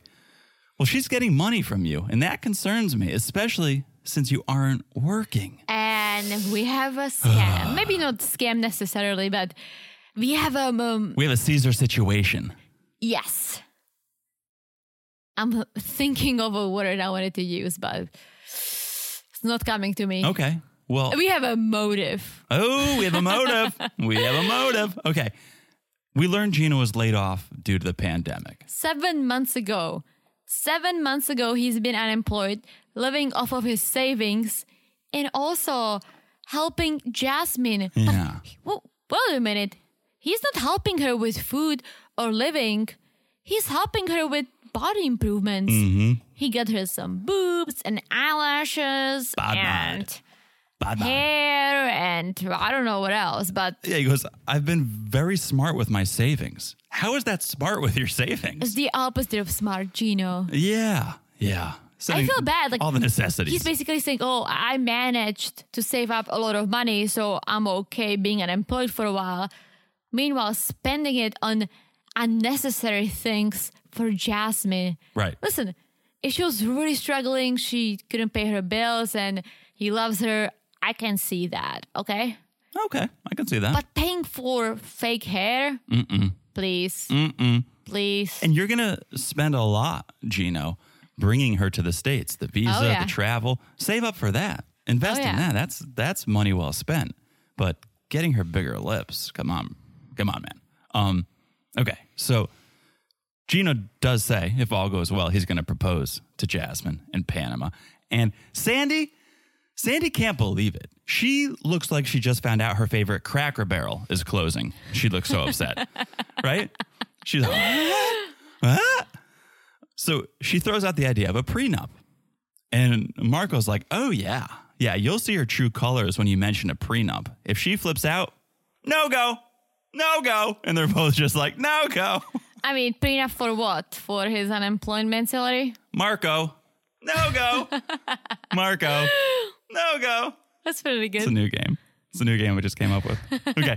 [SPEAKER 1] well, she's getting money from you. And that concerns me, especially since you aren't working.
[SPEAKER 2] And we have a scam. Maybe not scam necessarily, but we have a um,
[SPEAKER 1] We have a Caesar situation.
[SPEAKER 2] Yes. I'm thinking of a word I wanted to use, but it's not coming to me.
[SPEAKER 1] Okay. Well,
[SPEAKER 2] We have a motive.
[SPEAKER 1] Oh, we have a motive. we have a motive. Okay. We learned Gino was laid off due to the pandemic.
[SPEAKER 2] Seven months ago, seven months ago, he's been unemployed, living off of his savings, and also helping Jasmine. But-
[SPEAKER 1] Yeah.
[SPEAKER 2] Well, wait a minute. He's not helping her with food or living. He's helping her with body improvements.
[SPEAKER 1] Mm-hmm.
[SPEAKER 2] He got her some boobs and eyelashes
[SPEAKER 1] Bad
[SPEAKER 2] and
[SPEAKER 1] night. Bad man.
[SPEAKER 2] hair and I don't know what else, but
[SPEAKER 1] Yeah, he goes, I've been very smart with my savings. How is that smart with your
[SPEAKER 2] it's
[SPEAKER 1] savings?
[SPEAKER 2] the opposite of smart Gino.
[SPEAKER 1] Yeah. Yeah.
[SPEAKER 2] I
[SPEAKER 1] Sending
[SPEAKER 2] feel bad. Like
[SPEAKER 1] all the
[SPEAKER 2] He's
[SPEAKER 1] necessities.
[SPEAKER 2] basically saying, "Oh, I managed to save up a lot of money, so I'm okay being unemployed for a while." Meanwhile, spending it on unnecessary things for Jasmine.
[SPEAKER 1] Right.
[SPEAKER 2] Listen, if she was really struggling, she couldn't pay her bills, and he loves her. I can see that. Okay,
[SPEAKER 1] okay. I can see that.
[SPEAKER 2] but paying for fake hair, please, please.
[SPEAKER 1] and you're going to spend a lot, Gino, bringing her to the States, the visa,
[SPEAKER 2] Oh, yeah.
[SPEAKER 1] the travel. Save up for that. Invest
[SPEAKER 2] Oh,
[SPEAKER 1] in
[SPEAKER 2] yeah.
[SPEAKER 1] that. That's that's money well spent. But getting her bigger lips, come on. Come on, man. Um, okay. So Gino does say, if all goes well, he's gonna propose to Jasmine in Panama. And Sandy, Sandy can't believe it. She looks like she just found out her favorite cracker barrel is closing. She looks so upset. Right? She's like, "What?" So she throws out the idea of a prenup. And Marco's like, oh, yeah. Yeah, you'll see her true colors when you mention a prenup. If she flips out, no go, no go. And they're both just like, no go.
[SPEAKER 2] I mean, prenup for what? For his unemployment salary?
[SPEAKER 1] Marco, no go. Marco, no go.
[SPEAKER 2] That's pretty good.
[SPEAKER 1] It's a new game. It's a new game we just came up with. Okay.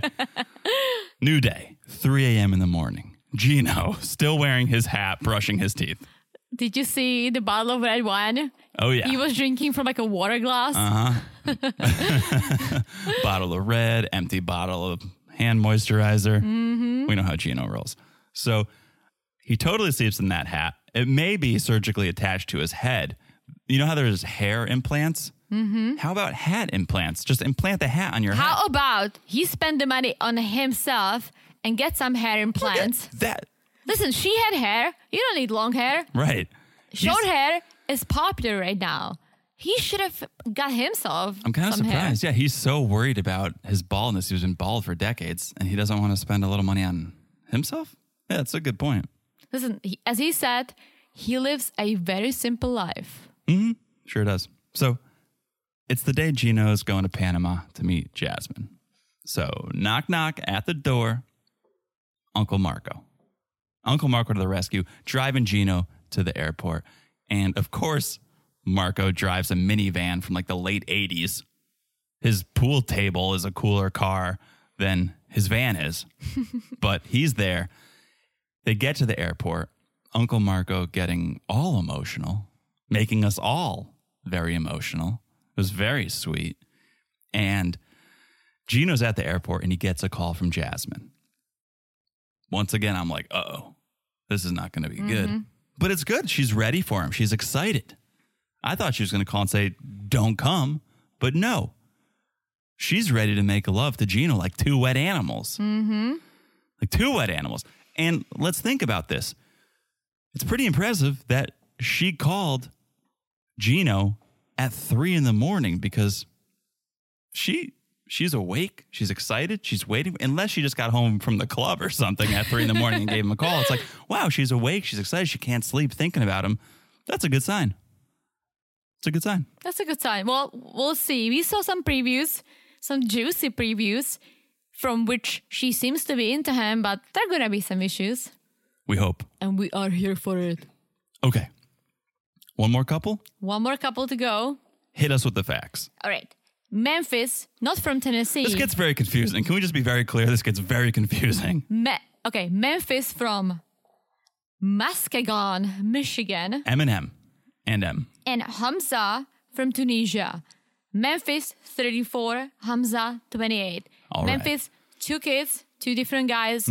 [SPEAKER 1] new day, 3 a.m. in the morning. Gino, still wearing his hat, brushing his teeth.
[SPEAKER 2] Did you see the bottle of red wine?
[SPEAKER 1] Oh, yeah. Uh-huh.
[SPEAKER 2] He was drinking from like a water glass.
[SPEAKER 1] bottle of red, empty bottle of hand moisturizer.
[SPEAKER 2] Mm-hmm.
[SPEAKER 1] We know how Gino rolls. So he totally sleeps in that hat. It may be surgically attached to his head. You know how there's hair implants? Mm-hmm. How about hat implants? Just implant the hat on your head.
[SPEAKER 2] How about he spent the money on himself and get some hair implants?
[SPEAKER 1] That,
[SPEAKER 2] Listen, she had hair. You don't need long hair.
[SPEAKER 1] right.
[SPEAKER 2] Short
[SPEAKER 1] He's-
[SPEAKER 2] hair is popular right now. He should have got himself.
[SPEAKER 1] I'm kind of
[SPEAKER 2] some hair.
[SPEAKER 1] surprised. Yeah, he's so worried about his baldness. He's been bald for decades and he doesn't want to spend a little money on himself. Yeah, that's a good point.
[SPEAKER 2] Listen, he, as he said, he lives a very simple life.
[SPEAKER 1] Sure does. So it's the day Gino's going to Panama to meet Jasmine. So knock knock at the door. Uncle Marco. Uncle Marco to the rescue, driving Gino to the airport. And of course, Marco drives a minivan from like the late 80s. His pool table is a cooler car than his van is, but he's there. They get to the airport. Uncle Marco getting all emotional, making us all very emotional. It was very sweet. And Gino's at the airport and he gets a call from Jasmine. Once again, I'm like, uh oh, this is not going to be good. But it's good. She's ready for him. She's excited. I thought she was going to call and say, don't come. But no, she's ready to make love to Gino like two wet animals. Mm-hmm. Like two wet animals. And let's think about this. It's pretty impressive that she called Gino at three in the morning because she She's awake. She's excited. She's waiting. Unless she just got home from the club or something at three in the morning and gave him a call. It's like, wow, she's awake. She's excited. She can't sleep thinking about him. That's a good sign. It's a good sign.
[SPEAKER 2] That's a good sign. Well, we'll see. We saw some previews, some juicy previews from which she seems to be into him, but there are going to be some issues.
[SPEAKER 1] We hope.
[SPEAKER 2] And we are here for it.
[SPEAKER 1] Okay. One more couple.
[SPEAKER 2] One more couple to go.
[SPEAKER 1] Hit us with the facts.
[SPEAKER 2] All right. Memphis, not from Tennessee.
[SPEAKER 1] This gets very confusing. Can we just be very clear? This gets very confusing.
[SPEAKER 2] Me- okay, Memphis from Muskegon, Michigan,
[SPEAKER 1] Eminem and M.
[SPEAKER 2] and Hamza from Tunisia. Memphis 34, Hamza 28.
[SPEAKER 1] All right. Mm-hmm.
[SPEAKER 2] Memphis, two kids, two different guys,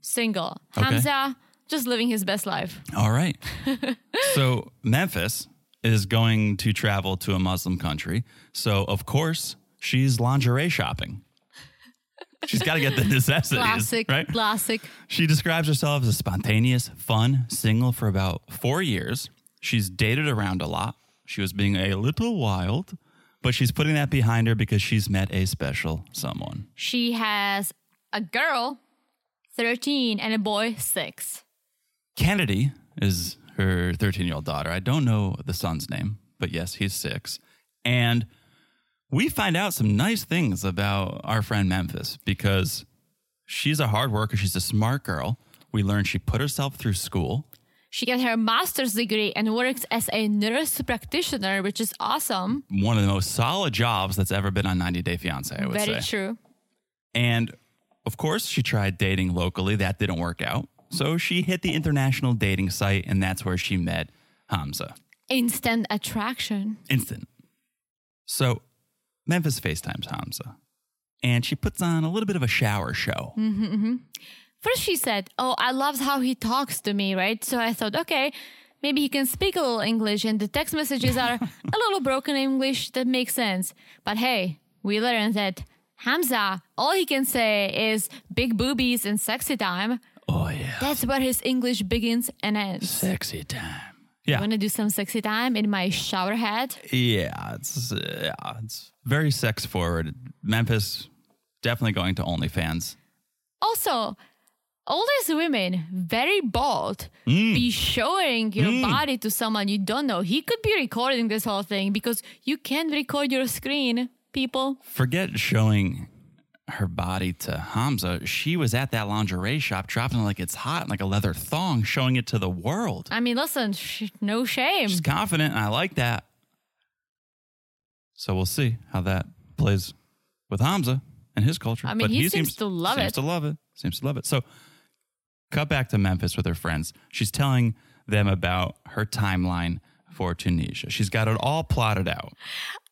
[SPEAKER 2] single.
[SPEAKER 1] Okay.
[SPEAKER 2] Hamza just living his best life.
[SPEAKER 1] All right. so Memphis is going to travel to a Muslim country. So of course she's lingerie shopping. She's got to get the necessities,
[SPEAKER 2] Classic,
[SPEAKER 1] right?
[SPEAKER 2] classic.
[SPEAKER 1] She describes herself as a spontaneous, fun, single for about four years. She's dated around a lot. She was being a little wild, but she's putting that behind her because she's met a special someone.
[SPEAKER 2] She has a girl, 13, and a boy, 6.
[SPEAKER 1] Kennedy is her 13 year old daughter. I don't know the son's name, but yes, he's six. And we find out some nice things about our friend Memphis because she's a hard worker. She's a smart girl. We learn she put herself through school.
[SPEAKER 2] She got her master's degree and works as a nurse practitioner, which is awesome.
[SPEAKER 1] One of the most solid jobs that's ever been on 90 Day Fiance, I would
[SPEAKER 2] Very
[SPEAKER 1] say.
[SPEAKER 2] true.
[SPEAKER 1] And of course, she tried dating locally. That didn't work out. So she hit the international dating site, and that's where she met Hamza.
[SPEAKER 2] Instant attraction.
[SPEAKER 1] instant. So Memphis FaceTimes Hamza and she puts on a little bit of a shower show.
[SPEAKER 2] First, she said, Oh, I love how he talks to me, right? So I thought, okay, maybe he can speak a little English, and the text messages are a little broken English that makes sense. But hey, we learned that Hamza, all he can say is big boobies and sexy time.
[SPEAKER 1] Oh, yeah.
[SPEAKER 2] That's where his English begins and ends.
[SPEAKER 1] Sexy time. Yeah.
[SPEAKER 2] Wanna do some sexy time in my shower head?
[SPEAKER 1] yeah. It's, uh, yeah, it's very sex forward. Memphis definitely going to OnlyFans.
[SPEAKER 2] Also, all these women, very bold, be showing your body to someone you don't know. He could be recording this whole thing because you can't record your screen, people.
[SPEAKER 1] Forget showing her body to Hamza. She was at that lingerie shop dropping it like it's hot in like a leather thong, showing it to the world.
[SPEAKER 2] I mean, listen, sh- no shame.
[SPEAKER 1] She's confident, and I like that. So we'll see how that plays with Hamza and his culture.
[SPEAKER 2] I mean, he seems to love
[SPEAKER 1] seems
[SPEAKER 2] it.
[SPEAKER 1] to love it. Seems to love it. So, cut back to Memphis with her friends. She's telling them about her timeline for Tunisia. She's got it all plotted out.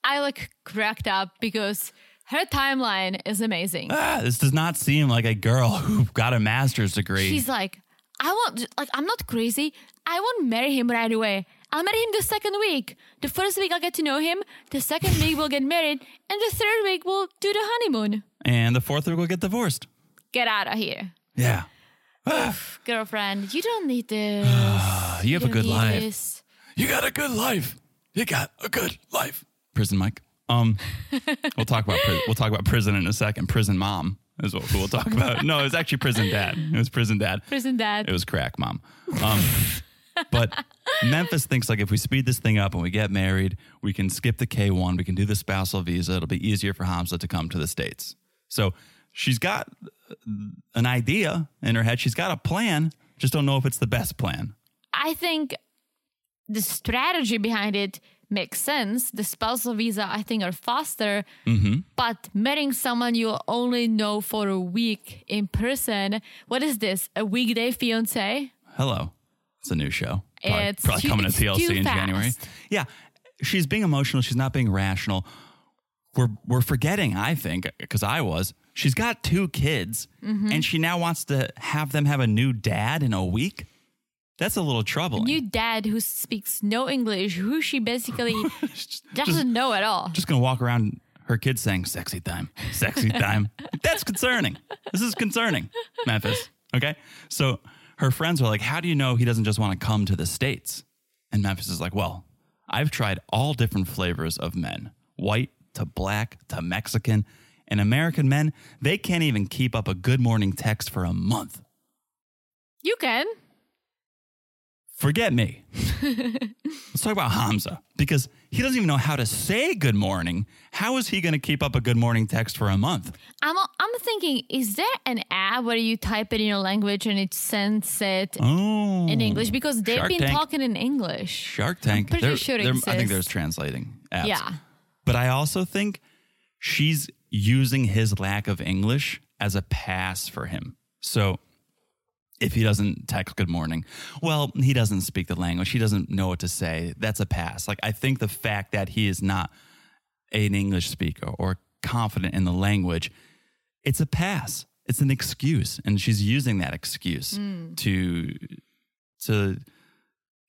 [SPEAKER 2] I like cracked up because her timeline is amazing.
[SPEAKER 1] Ah, this does not seem like a girl who got a master's degree.
[SPEAKER 2] She's like, I want, like, I'm not crazy. I won't marry him right away. I'll marry him the second week. The first week I'll get to know him. The second week we'll get married. And the third week we'll do the honeymoon.
[SPEAKER 1] and the fourth week will get divorced.
[SPEAKER 2] Get out of here.
[SPEAKER 1] Yeah.
[SPEAKER 2] Girlfriend, you don't need this. you
[SPEAKER 1] Uh, you have a
[SPEAKER 2] don't
[SPEAKER 1] good
[SPEAKER 2] need
[SPEAKER 1] life.
[SPEAKER 2] this.
[SPEAKER 1] You got a good life. You got a good life. Prison Mike. Um, we'll talk about pri- we'll talk about prison in a second. Prison mom is what we'll talk about. No, it was actually prison dad. It was prison dad.
[SPEAKER 2] Prison dad.
[SPEAKER 1] It was crack mom. Um, but Memphis thinks like if we speed this thing up and we get married, we can skip the K one. We can do the spousal visa. It'll be easier for Hamza to come to the states. So she's got an idea in her head. She's got a plan. Just don't know if it's the best plan.
[SPEAKER 2] I think the strategy behind it makes sense. The spousal visa, I think, are faster.
[SPEAKER 1] Mm-hmm.
[SPEAKER 2] But marrying someone you only know for a week in person, what is this? A weekday fiance?
[SPEAKER 1] Hello. It's a new show. Probably,
[SPEAKER 2] It's
[SPEAKER 1] probably
[SPEAKER 2] too-
[SPEAKER 1] coming to
[SPEAKER 2] it's
[SPEAKER 1] TLC
[SPEAKER 2] too
[SPEAKER 1] in January.
[SPEAKER 2] fast.
[SPEAKER 1] Yeah. She's being emotional. She's not being rational. We're, we're forgetting, I think, because I was. She's got two kids
[SPEAKER 2] Mm-hmm.
[SPEAKER 1] and she now wants to have them have a new dad in a week. That's a little troubling.
[SPEAKER 2] New dad who speaks no English, who she basically doesn't know at all.
[SPEAKER 1] Just going to walk around her kids saying, sexy time, sexy time. That's concerning. This is concerning, Memphis. Okay. So her friends were like, How do you know he doesn't just want to come to the States? And Memphis is like, Well, I've tried all different flavors of men white to black to Mexican. And American men, they can't even keep up a good morning text for a month.
[SPEAKER 2] You can.
[SPEAKER 1] Forget me. Let's talk about Hamza because he doesn't even know how to say good morning. How is he going to keep up a good morning text for a month?
[SPEAKER 2] I'm I'm thinking, is there an app where you type it in your language and it sends it
[SPEAKER 1] Oh,
[SPEAKER 2] in English? Because they've
[SPEAKER 1] Shark
[SPEAKER 2] been
[SPEAKER 1] Tank.
[SPEAKER 2] talking in English.
[SPEAKER 1] Shark Tank.
[SPEAKER 2] pretty
[SPEAKER 1] there-
[SPEAKER 2] sure it
[SPEAKER 1] there- I think
[SPEAKER 2] exists.
[SPEAKER 1] there's translating apps.
[SPEAKER 2] Yeah.
[SPEAKER 1] But I also think she's using his lack of English as a pass for him. So if he doesn't text good morning, well, he doesn't speak the language. He doesn't know what to say. That's a pass. Like, I think the fact that he is not an English speaker or confident in the language, it's a pass. It's an excuse. And she's using that excuse to, to,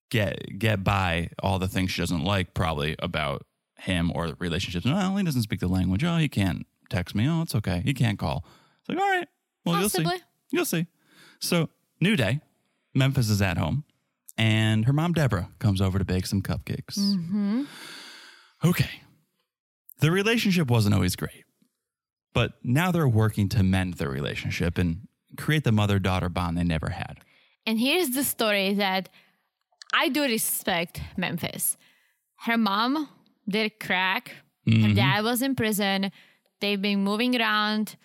[SPEAKER 1] get get by all the things she doesn't like probably about him or the relationships. Well, he doesn't speak the language. Oh, he can't text me. Oh, it's okay. He can't call. It's like, all right. Well, you'll
[SPEAKER 2] Possibly.
[SPEAKER 1] see. You'll see. So, new day. Memphis is at home, and her mom Deborah comes over to bake some cupcakes. Okay. The relationship wasn't always great, but now they're working to mend their relationship and create the mother daughter bond they never had.
[SPEAKER 2] And here's the story that I do respect Memphis. Her mom did crack.
[SPEAKER 1] Mm-hmm.
[SPEAKER 2] Her dad was in prison. They've been moving around.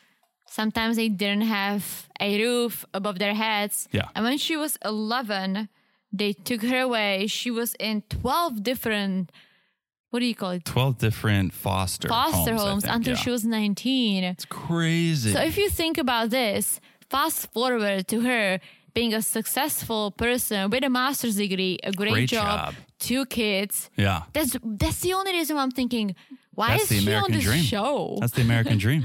[SPEAKER 2] Sometimes they didn't have a roof above their heads.
[SPEAKER 1] Yeah.
[SPEAKER 2] And when she was 11, they took her away. She was in 12 different, what do you call it?
[SPEAKER 1] 12 different foster
[SPEAKER 2] Foster
[SPEAKER 1] homes, I
[SPEAKER 2] homes
[SPEAKER 1] think,
[SPEAKER 2] until
[SPEAKER 1] yeah.
[SPEAKER 2] she was 19.
[SPEAKER 1] It's crazy.
[SPEAKER 2] So if you think about this, fast forward to her being a successful person with a master's degree, a great,
[SPEAKER 1] Great job.
[SPEAKER 2] job, two kids.
[SPEAKER 1] yeah.
[SPEAKER 2] That's that's the only reason why I'm thinking, why
[SPEAKER 1] That's
[SPEAKER 2] is
[SPEAKER 1] the
[SPEAKER 2] she
[SPEAKER 1] American
[SPEAKER 2] on this
[SPEAKER 1] dream.
[SPEAKER 2] show?
[SPEAKER 1] That's the American dream.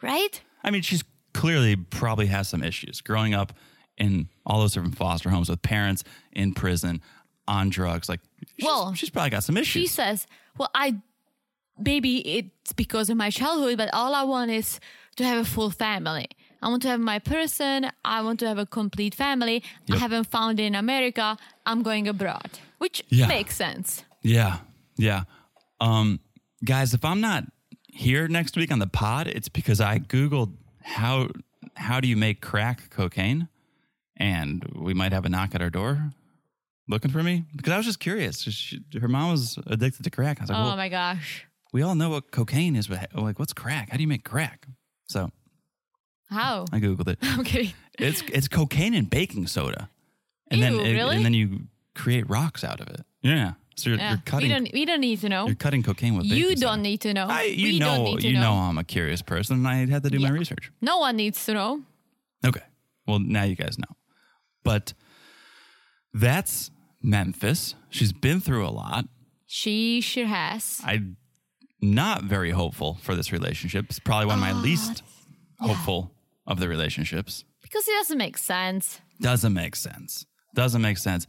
[SPEAKER 2] right?
[SPEAKER 1] I mean, she's clearly probably has some issues growing up in all those different foster homes with parents in prison on drugs. Like, she's,
[SPEAKER 2] Well,
[SPEAKER 1] she's probably got some
[SPEAKER 2] She
[SPEAKER 1] issues.
[SPEAKER 2] says, Well, I maybe it's because of my childhood, but all I want is to have a full family. I want to have my person. I want to have a complete family. I
[SPEAKER 1] Yep.
[SPEAKER 2] haven't found it in America. I'm going abroad, which
[SPEAKER 1] Yeah.
[SPEAKER 2] makes sense.
[SPEAKER 1] Yeah. Yeah. Um, guys, if I'm not here next week on the pod, it's because I Googled how how do you make crack cocaine? And we might have a knock at our door looking for me because I was just curious. She, her mom was addicted to crack. I was like, well,
[SPEAKER 2] oh my gosh.
[SPEAKER 1] we all know what cocaine is, but like, what's crack? How do you make crack? So
[SPEAKER 2] How?
[SPEAKER 1] I Googled it.
[SPEAKER 2] I'm kidding.
[SPEAKER 1] It's it's cocaine and baking soda, and then
[SPEAKER 2] Ew,
[SPEAKER 1] it-
[SPEAKER 2] really?
[SPEAKER 1] and then you create rocks out of it. Yeah, so you're,
[SPEAKER 2] Yeah.
[SPEAKER 1] you're cutting
[SPEAKER 2] we don't we don't need to know.
[SPEAKER 1] you're cutting cocaine with
[SPEAKER 2] You
[SPEAKER 1] baking soda.
[SPEAKER 2] don't need to know.
[SPEAKER 1] I, you
[SPEAKER 2] Oh, we
[SPEAKER 1] know,
[SPEAKER 2] don't need to
[SPEAKER 1] you know.
[SPEAKER 2] know.
[SPEAKER 1] I'm a curious person, and I had to do my
[SPEAKER 2] Yeah.
[SPEAKER 1] research.
[SPEAKER 2] No one needs to know.
[SPEAKER 1] Okay, well now you guys know, but that's Memphis. She's been through a lot.
[SPEAKER 2] She sure has.
[SPEAKER 1] I'm not very hopeful for this relationship. It's probably one of my
[SPEAKER 2] Ah,
[SPEAKER 1] least hopeful of the relationships.
[SPEAKER 2] Because it doesn't make sense.
[SPEAKER 1] Doesn't make sense. Doesn't make sense.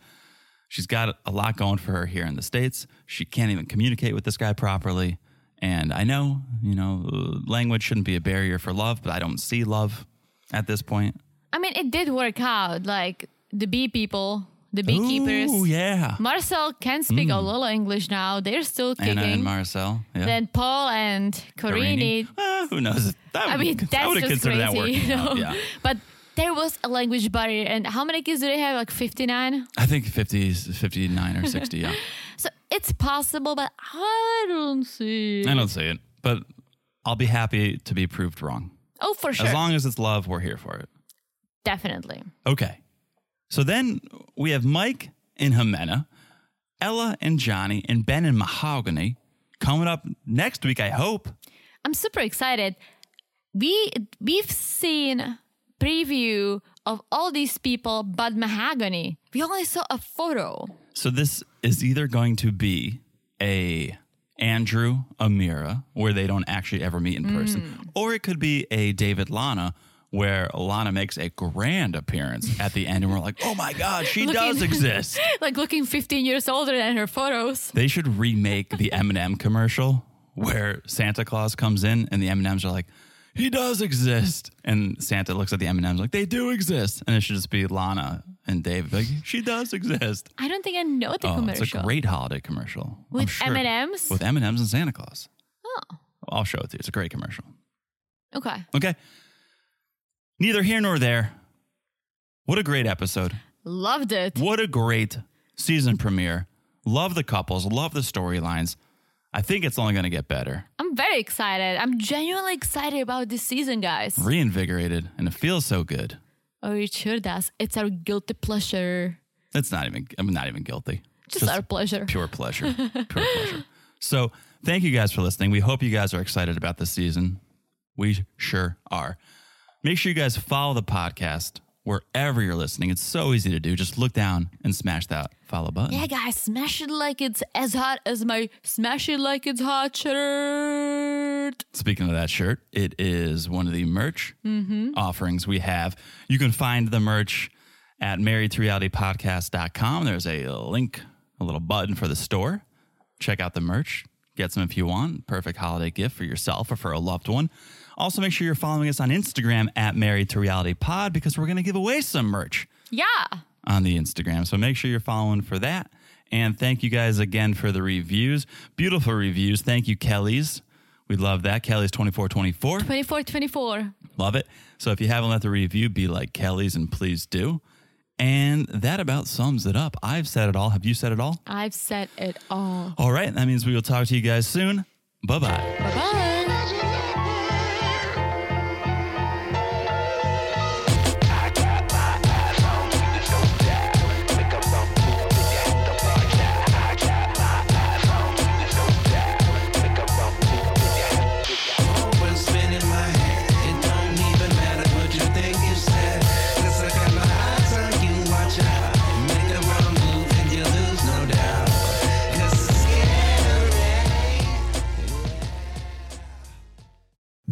[SPEAKER 1] She's got a lot going for her here in the States. She can't even communicate with this guy properly. And I know, you know, uh, language shouldn't be a barrier for love, but I don't see love at this point.
[SPEAKER 2] I mean it did work out, like the bee people, the beekeepers.
[SPEAKER 1] Ooh, yeah. Hmm.
[SPEAKER 2] Marcel can speak a little English now. They're still kicking.
[SPEAKER 1] Anna and Marcel. Yeah.
[SPEAKER 2] then Paul and Corini.
[SPEAKER 1] Ah, who knows? That
[SPEAKER 2] I
[SPEAKER 1] would-
[SPEAKER 2] mean, that's
[SPEAKER 1] I would have
[SPEAKER 2] just
[SPEAKER 1] considered
[SPEAKER 2] crazy,
[SPEAKER 1] that working
[SPEAKER 2] you know.
[SPEAKER 1] out. Yeah.
[SPEAKER 2] But there was a language barrier. And how many kids do they have? Like 59?
[SPEAKER 1] I think 50, 59 or 60. Yeah.
[SPEAKER 2] So it's possible, but I don't see. it.
[SPEAKER 1] I don't see it, but I'll be happy to be proved wrong.
[SPEAKER 2] Oh, for sure.
[SPEAKER 1] As long as it's love, we're here for it.
[SPEAKER 2] Definitely.
[SPEAKER 1] Okay. So then we have Mike and Jimena, Ella and Johnny, and Ben and Mahogany coming up next week, I hope.
[SPEAKER 2] I'm super excited. We we've seen preview of all these people but Mahogany. We only saw a photo.
[SPEAKER 1] So this is either going to be a Andrew Amira, where they don't actually ever meet in person, or it could be a David Lana, where Lana makes a grand appearance at the end, and we're like, oh my God, she
[SPEAKER 2] Looking-
[SPEAKER 1] does exist.
[SPEAKER 2] Like looking 15 years older than her photos.
[SPEAKER 1] They should remake the M&M commercial where Santa Claus comes in and the M&Ms are like, "He does exist." And Santa looks at the M&Ms like, "They do exist." And it should just be Lana and Dave like, "She does exist."
[SPEAKER 2] I don't think I know the
[SPEAKER 1] Oh, it's a
[SPEAKER 2] commercial.
[SPEAKER 1] great holiday commercial. I'm
[SPEAKER 2] With
[SPEAKER 1] sure.
[SPEAKER 2] M&Ms?
[SPEAKER 1] With M&Ms and Santa Claus.
[SPEAKER 2] oh,
[SPEAKER 1] I'll show it to you. It's a great commercial.
[SPEAKER 2] Okay.
[SPEAKER 1] Okay. Neither here nor there. What a great episode.
[SPEAKER 2] Loved it.
[SPEAKER 1] What a great season premiere. Love the couples, love the storylines. I think it's only going to get better.
[SPEAKER 2] I'm very excited. I'm genuinely excited about this season, guys.
[SPEAKER 1] Reinvigorated, and it feels so good.
[SPEAKER 2] Oh, it sure does. It's our guilty pleasure.
[SPEAKER 1] It's not even, I'm not even guilty.
[SPEAKER 2] Just, our pleasure.
[SPEAKER 1] pure pleasure. Pure pleasure. So, thank you guys for listening. We hope you guys are excited about this season. We sure are. Make sure you guys follow the podcast wherever you're listening. It's so easy to do. Just look down and smash that follow button.
[SPEAKER 2] Yeah, guys, smash it like it's as hot as my smash it like it's hot shirt.
[SPEAKER 1] Speaking of that shirt, it is one of the merch offerings we have. You can find the merch at marriedtorealitypodcast.com. There's a link, a little button for the store. Check out the merch. Get some if you want. Perfect holiday gift for yourself or for a loved one. Also, make sure you're following us on Instagram at Married to Reality Pod because we're going to give away some merch
[SPEAKER 2] Yeah.
[SPEAKER 1] on the Instagram. So make sure you're following for that. And thank you guys again for the reviews. Beautiful reviews. Thank you, Kelly's. We love that. Kelly's 2424.
[SPEAKER 2] 24 24.
[SPEAKER 1] Love it. So if you haven't let the review be like Kelly's, and please do. And that about sums it up. I've said it all. Have you said it all?
[SPEAKER 2] I've said it all.
[SPEAKER 1] All right. That means we will talk to you guys soon. Bye bye.
[SPEAKER 2] Bye bye.
[SPEAKER 3] What's spinning my head? It don't even matter what you think you said. 'Cause I got my eyes on you, watch out. Make a wrong move and you lose, no doubt. 'Cause it's scary.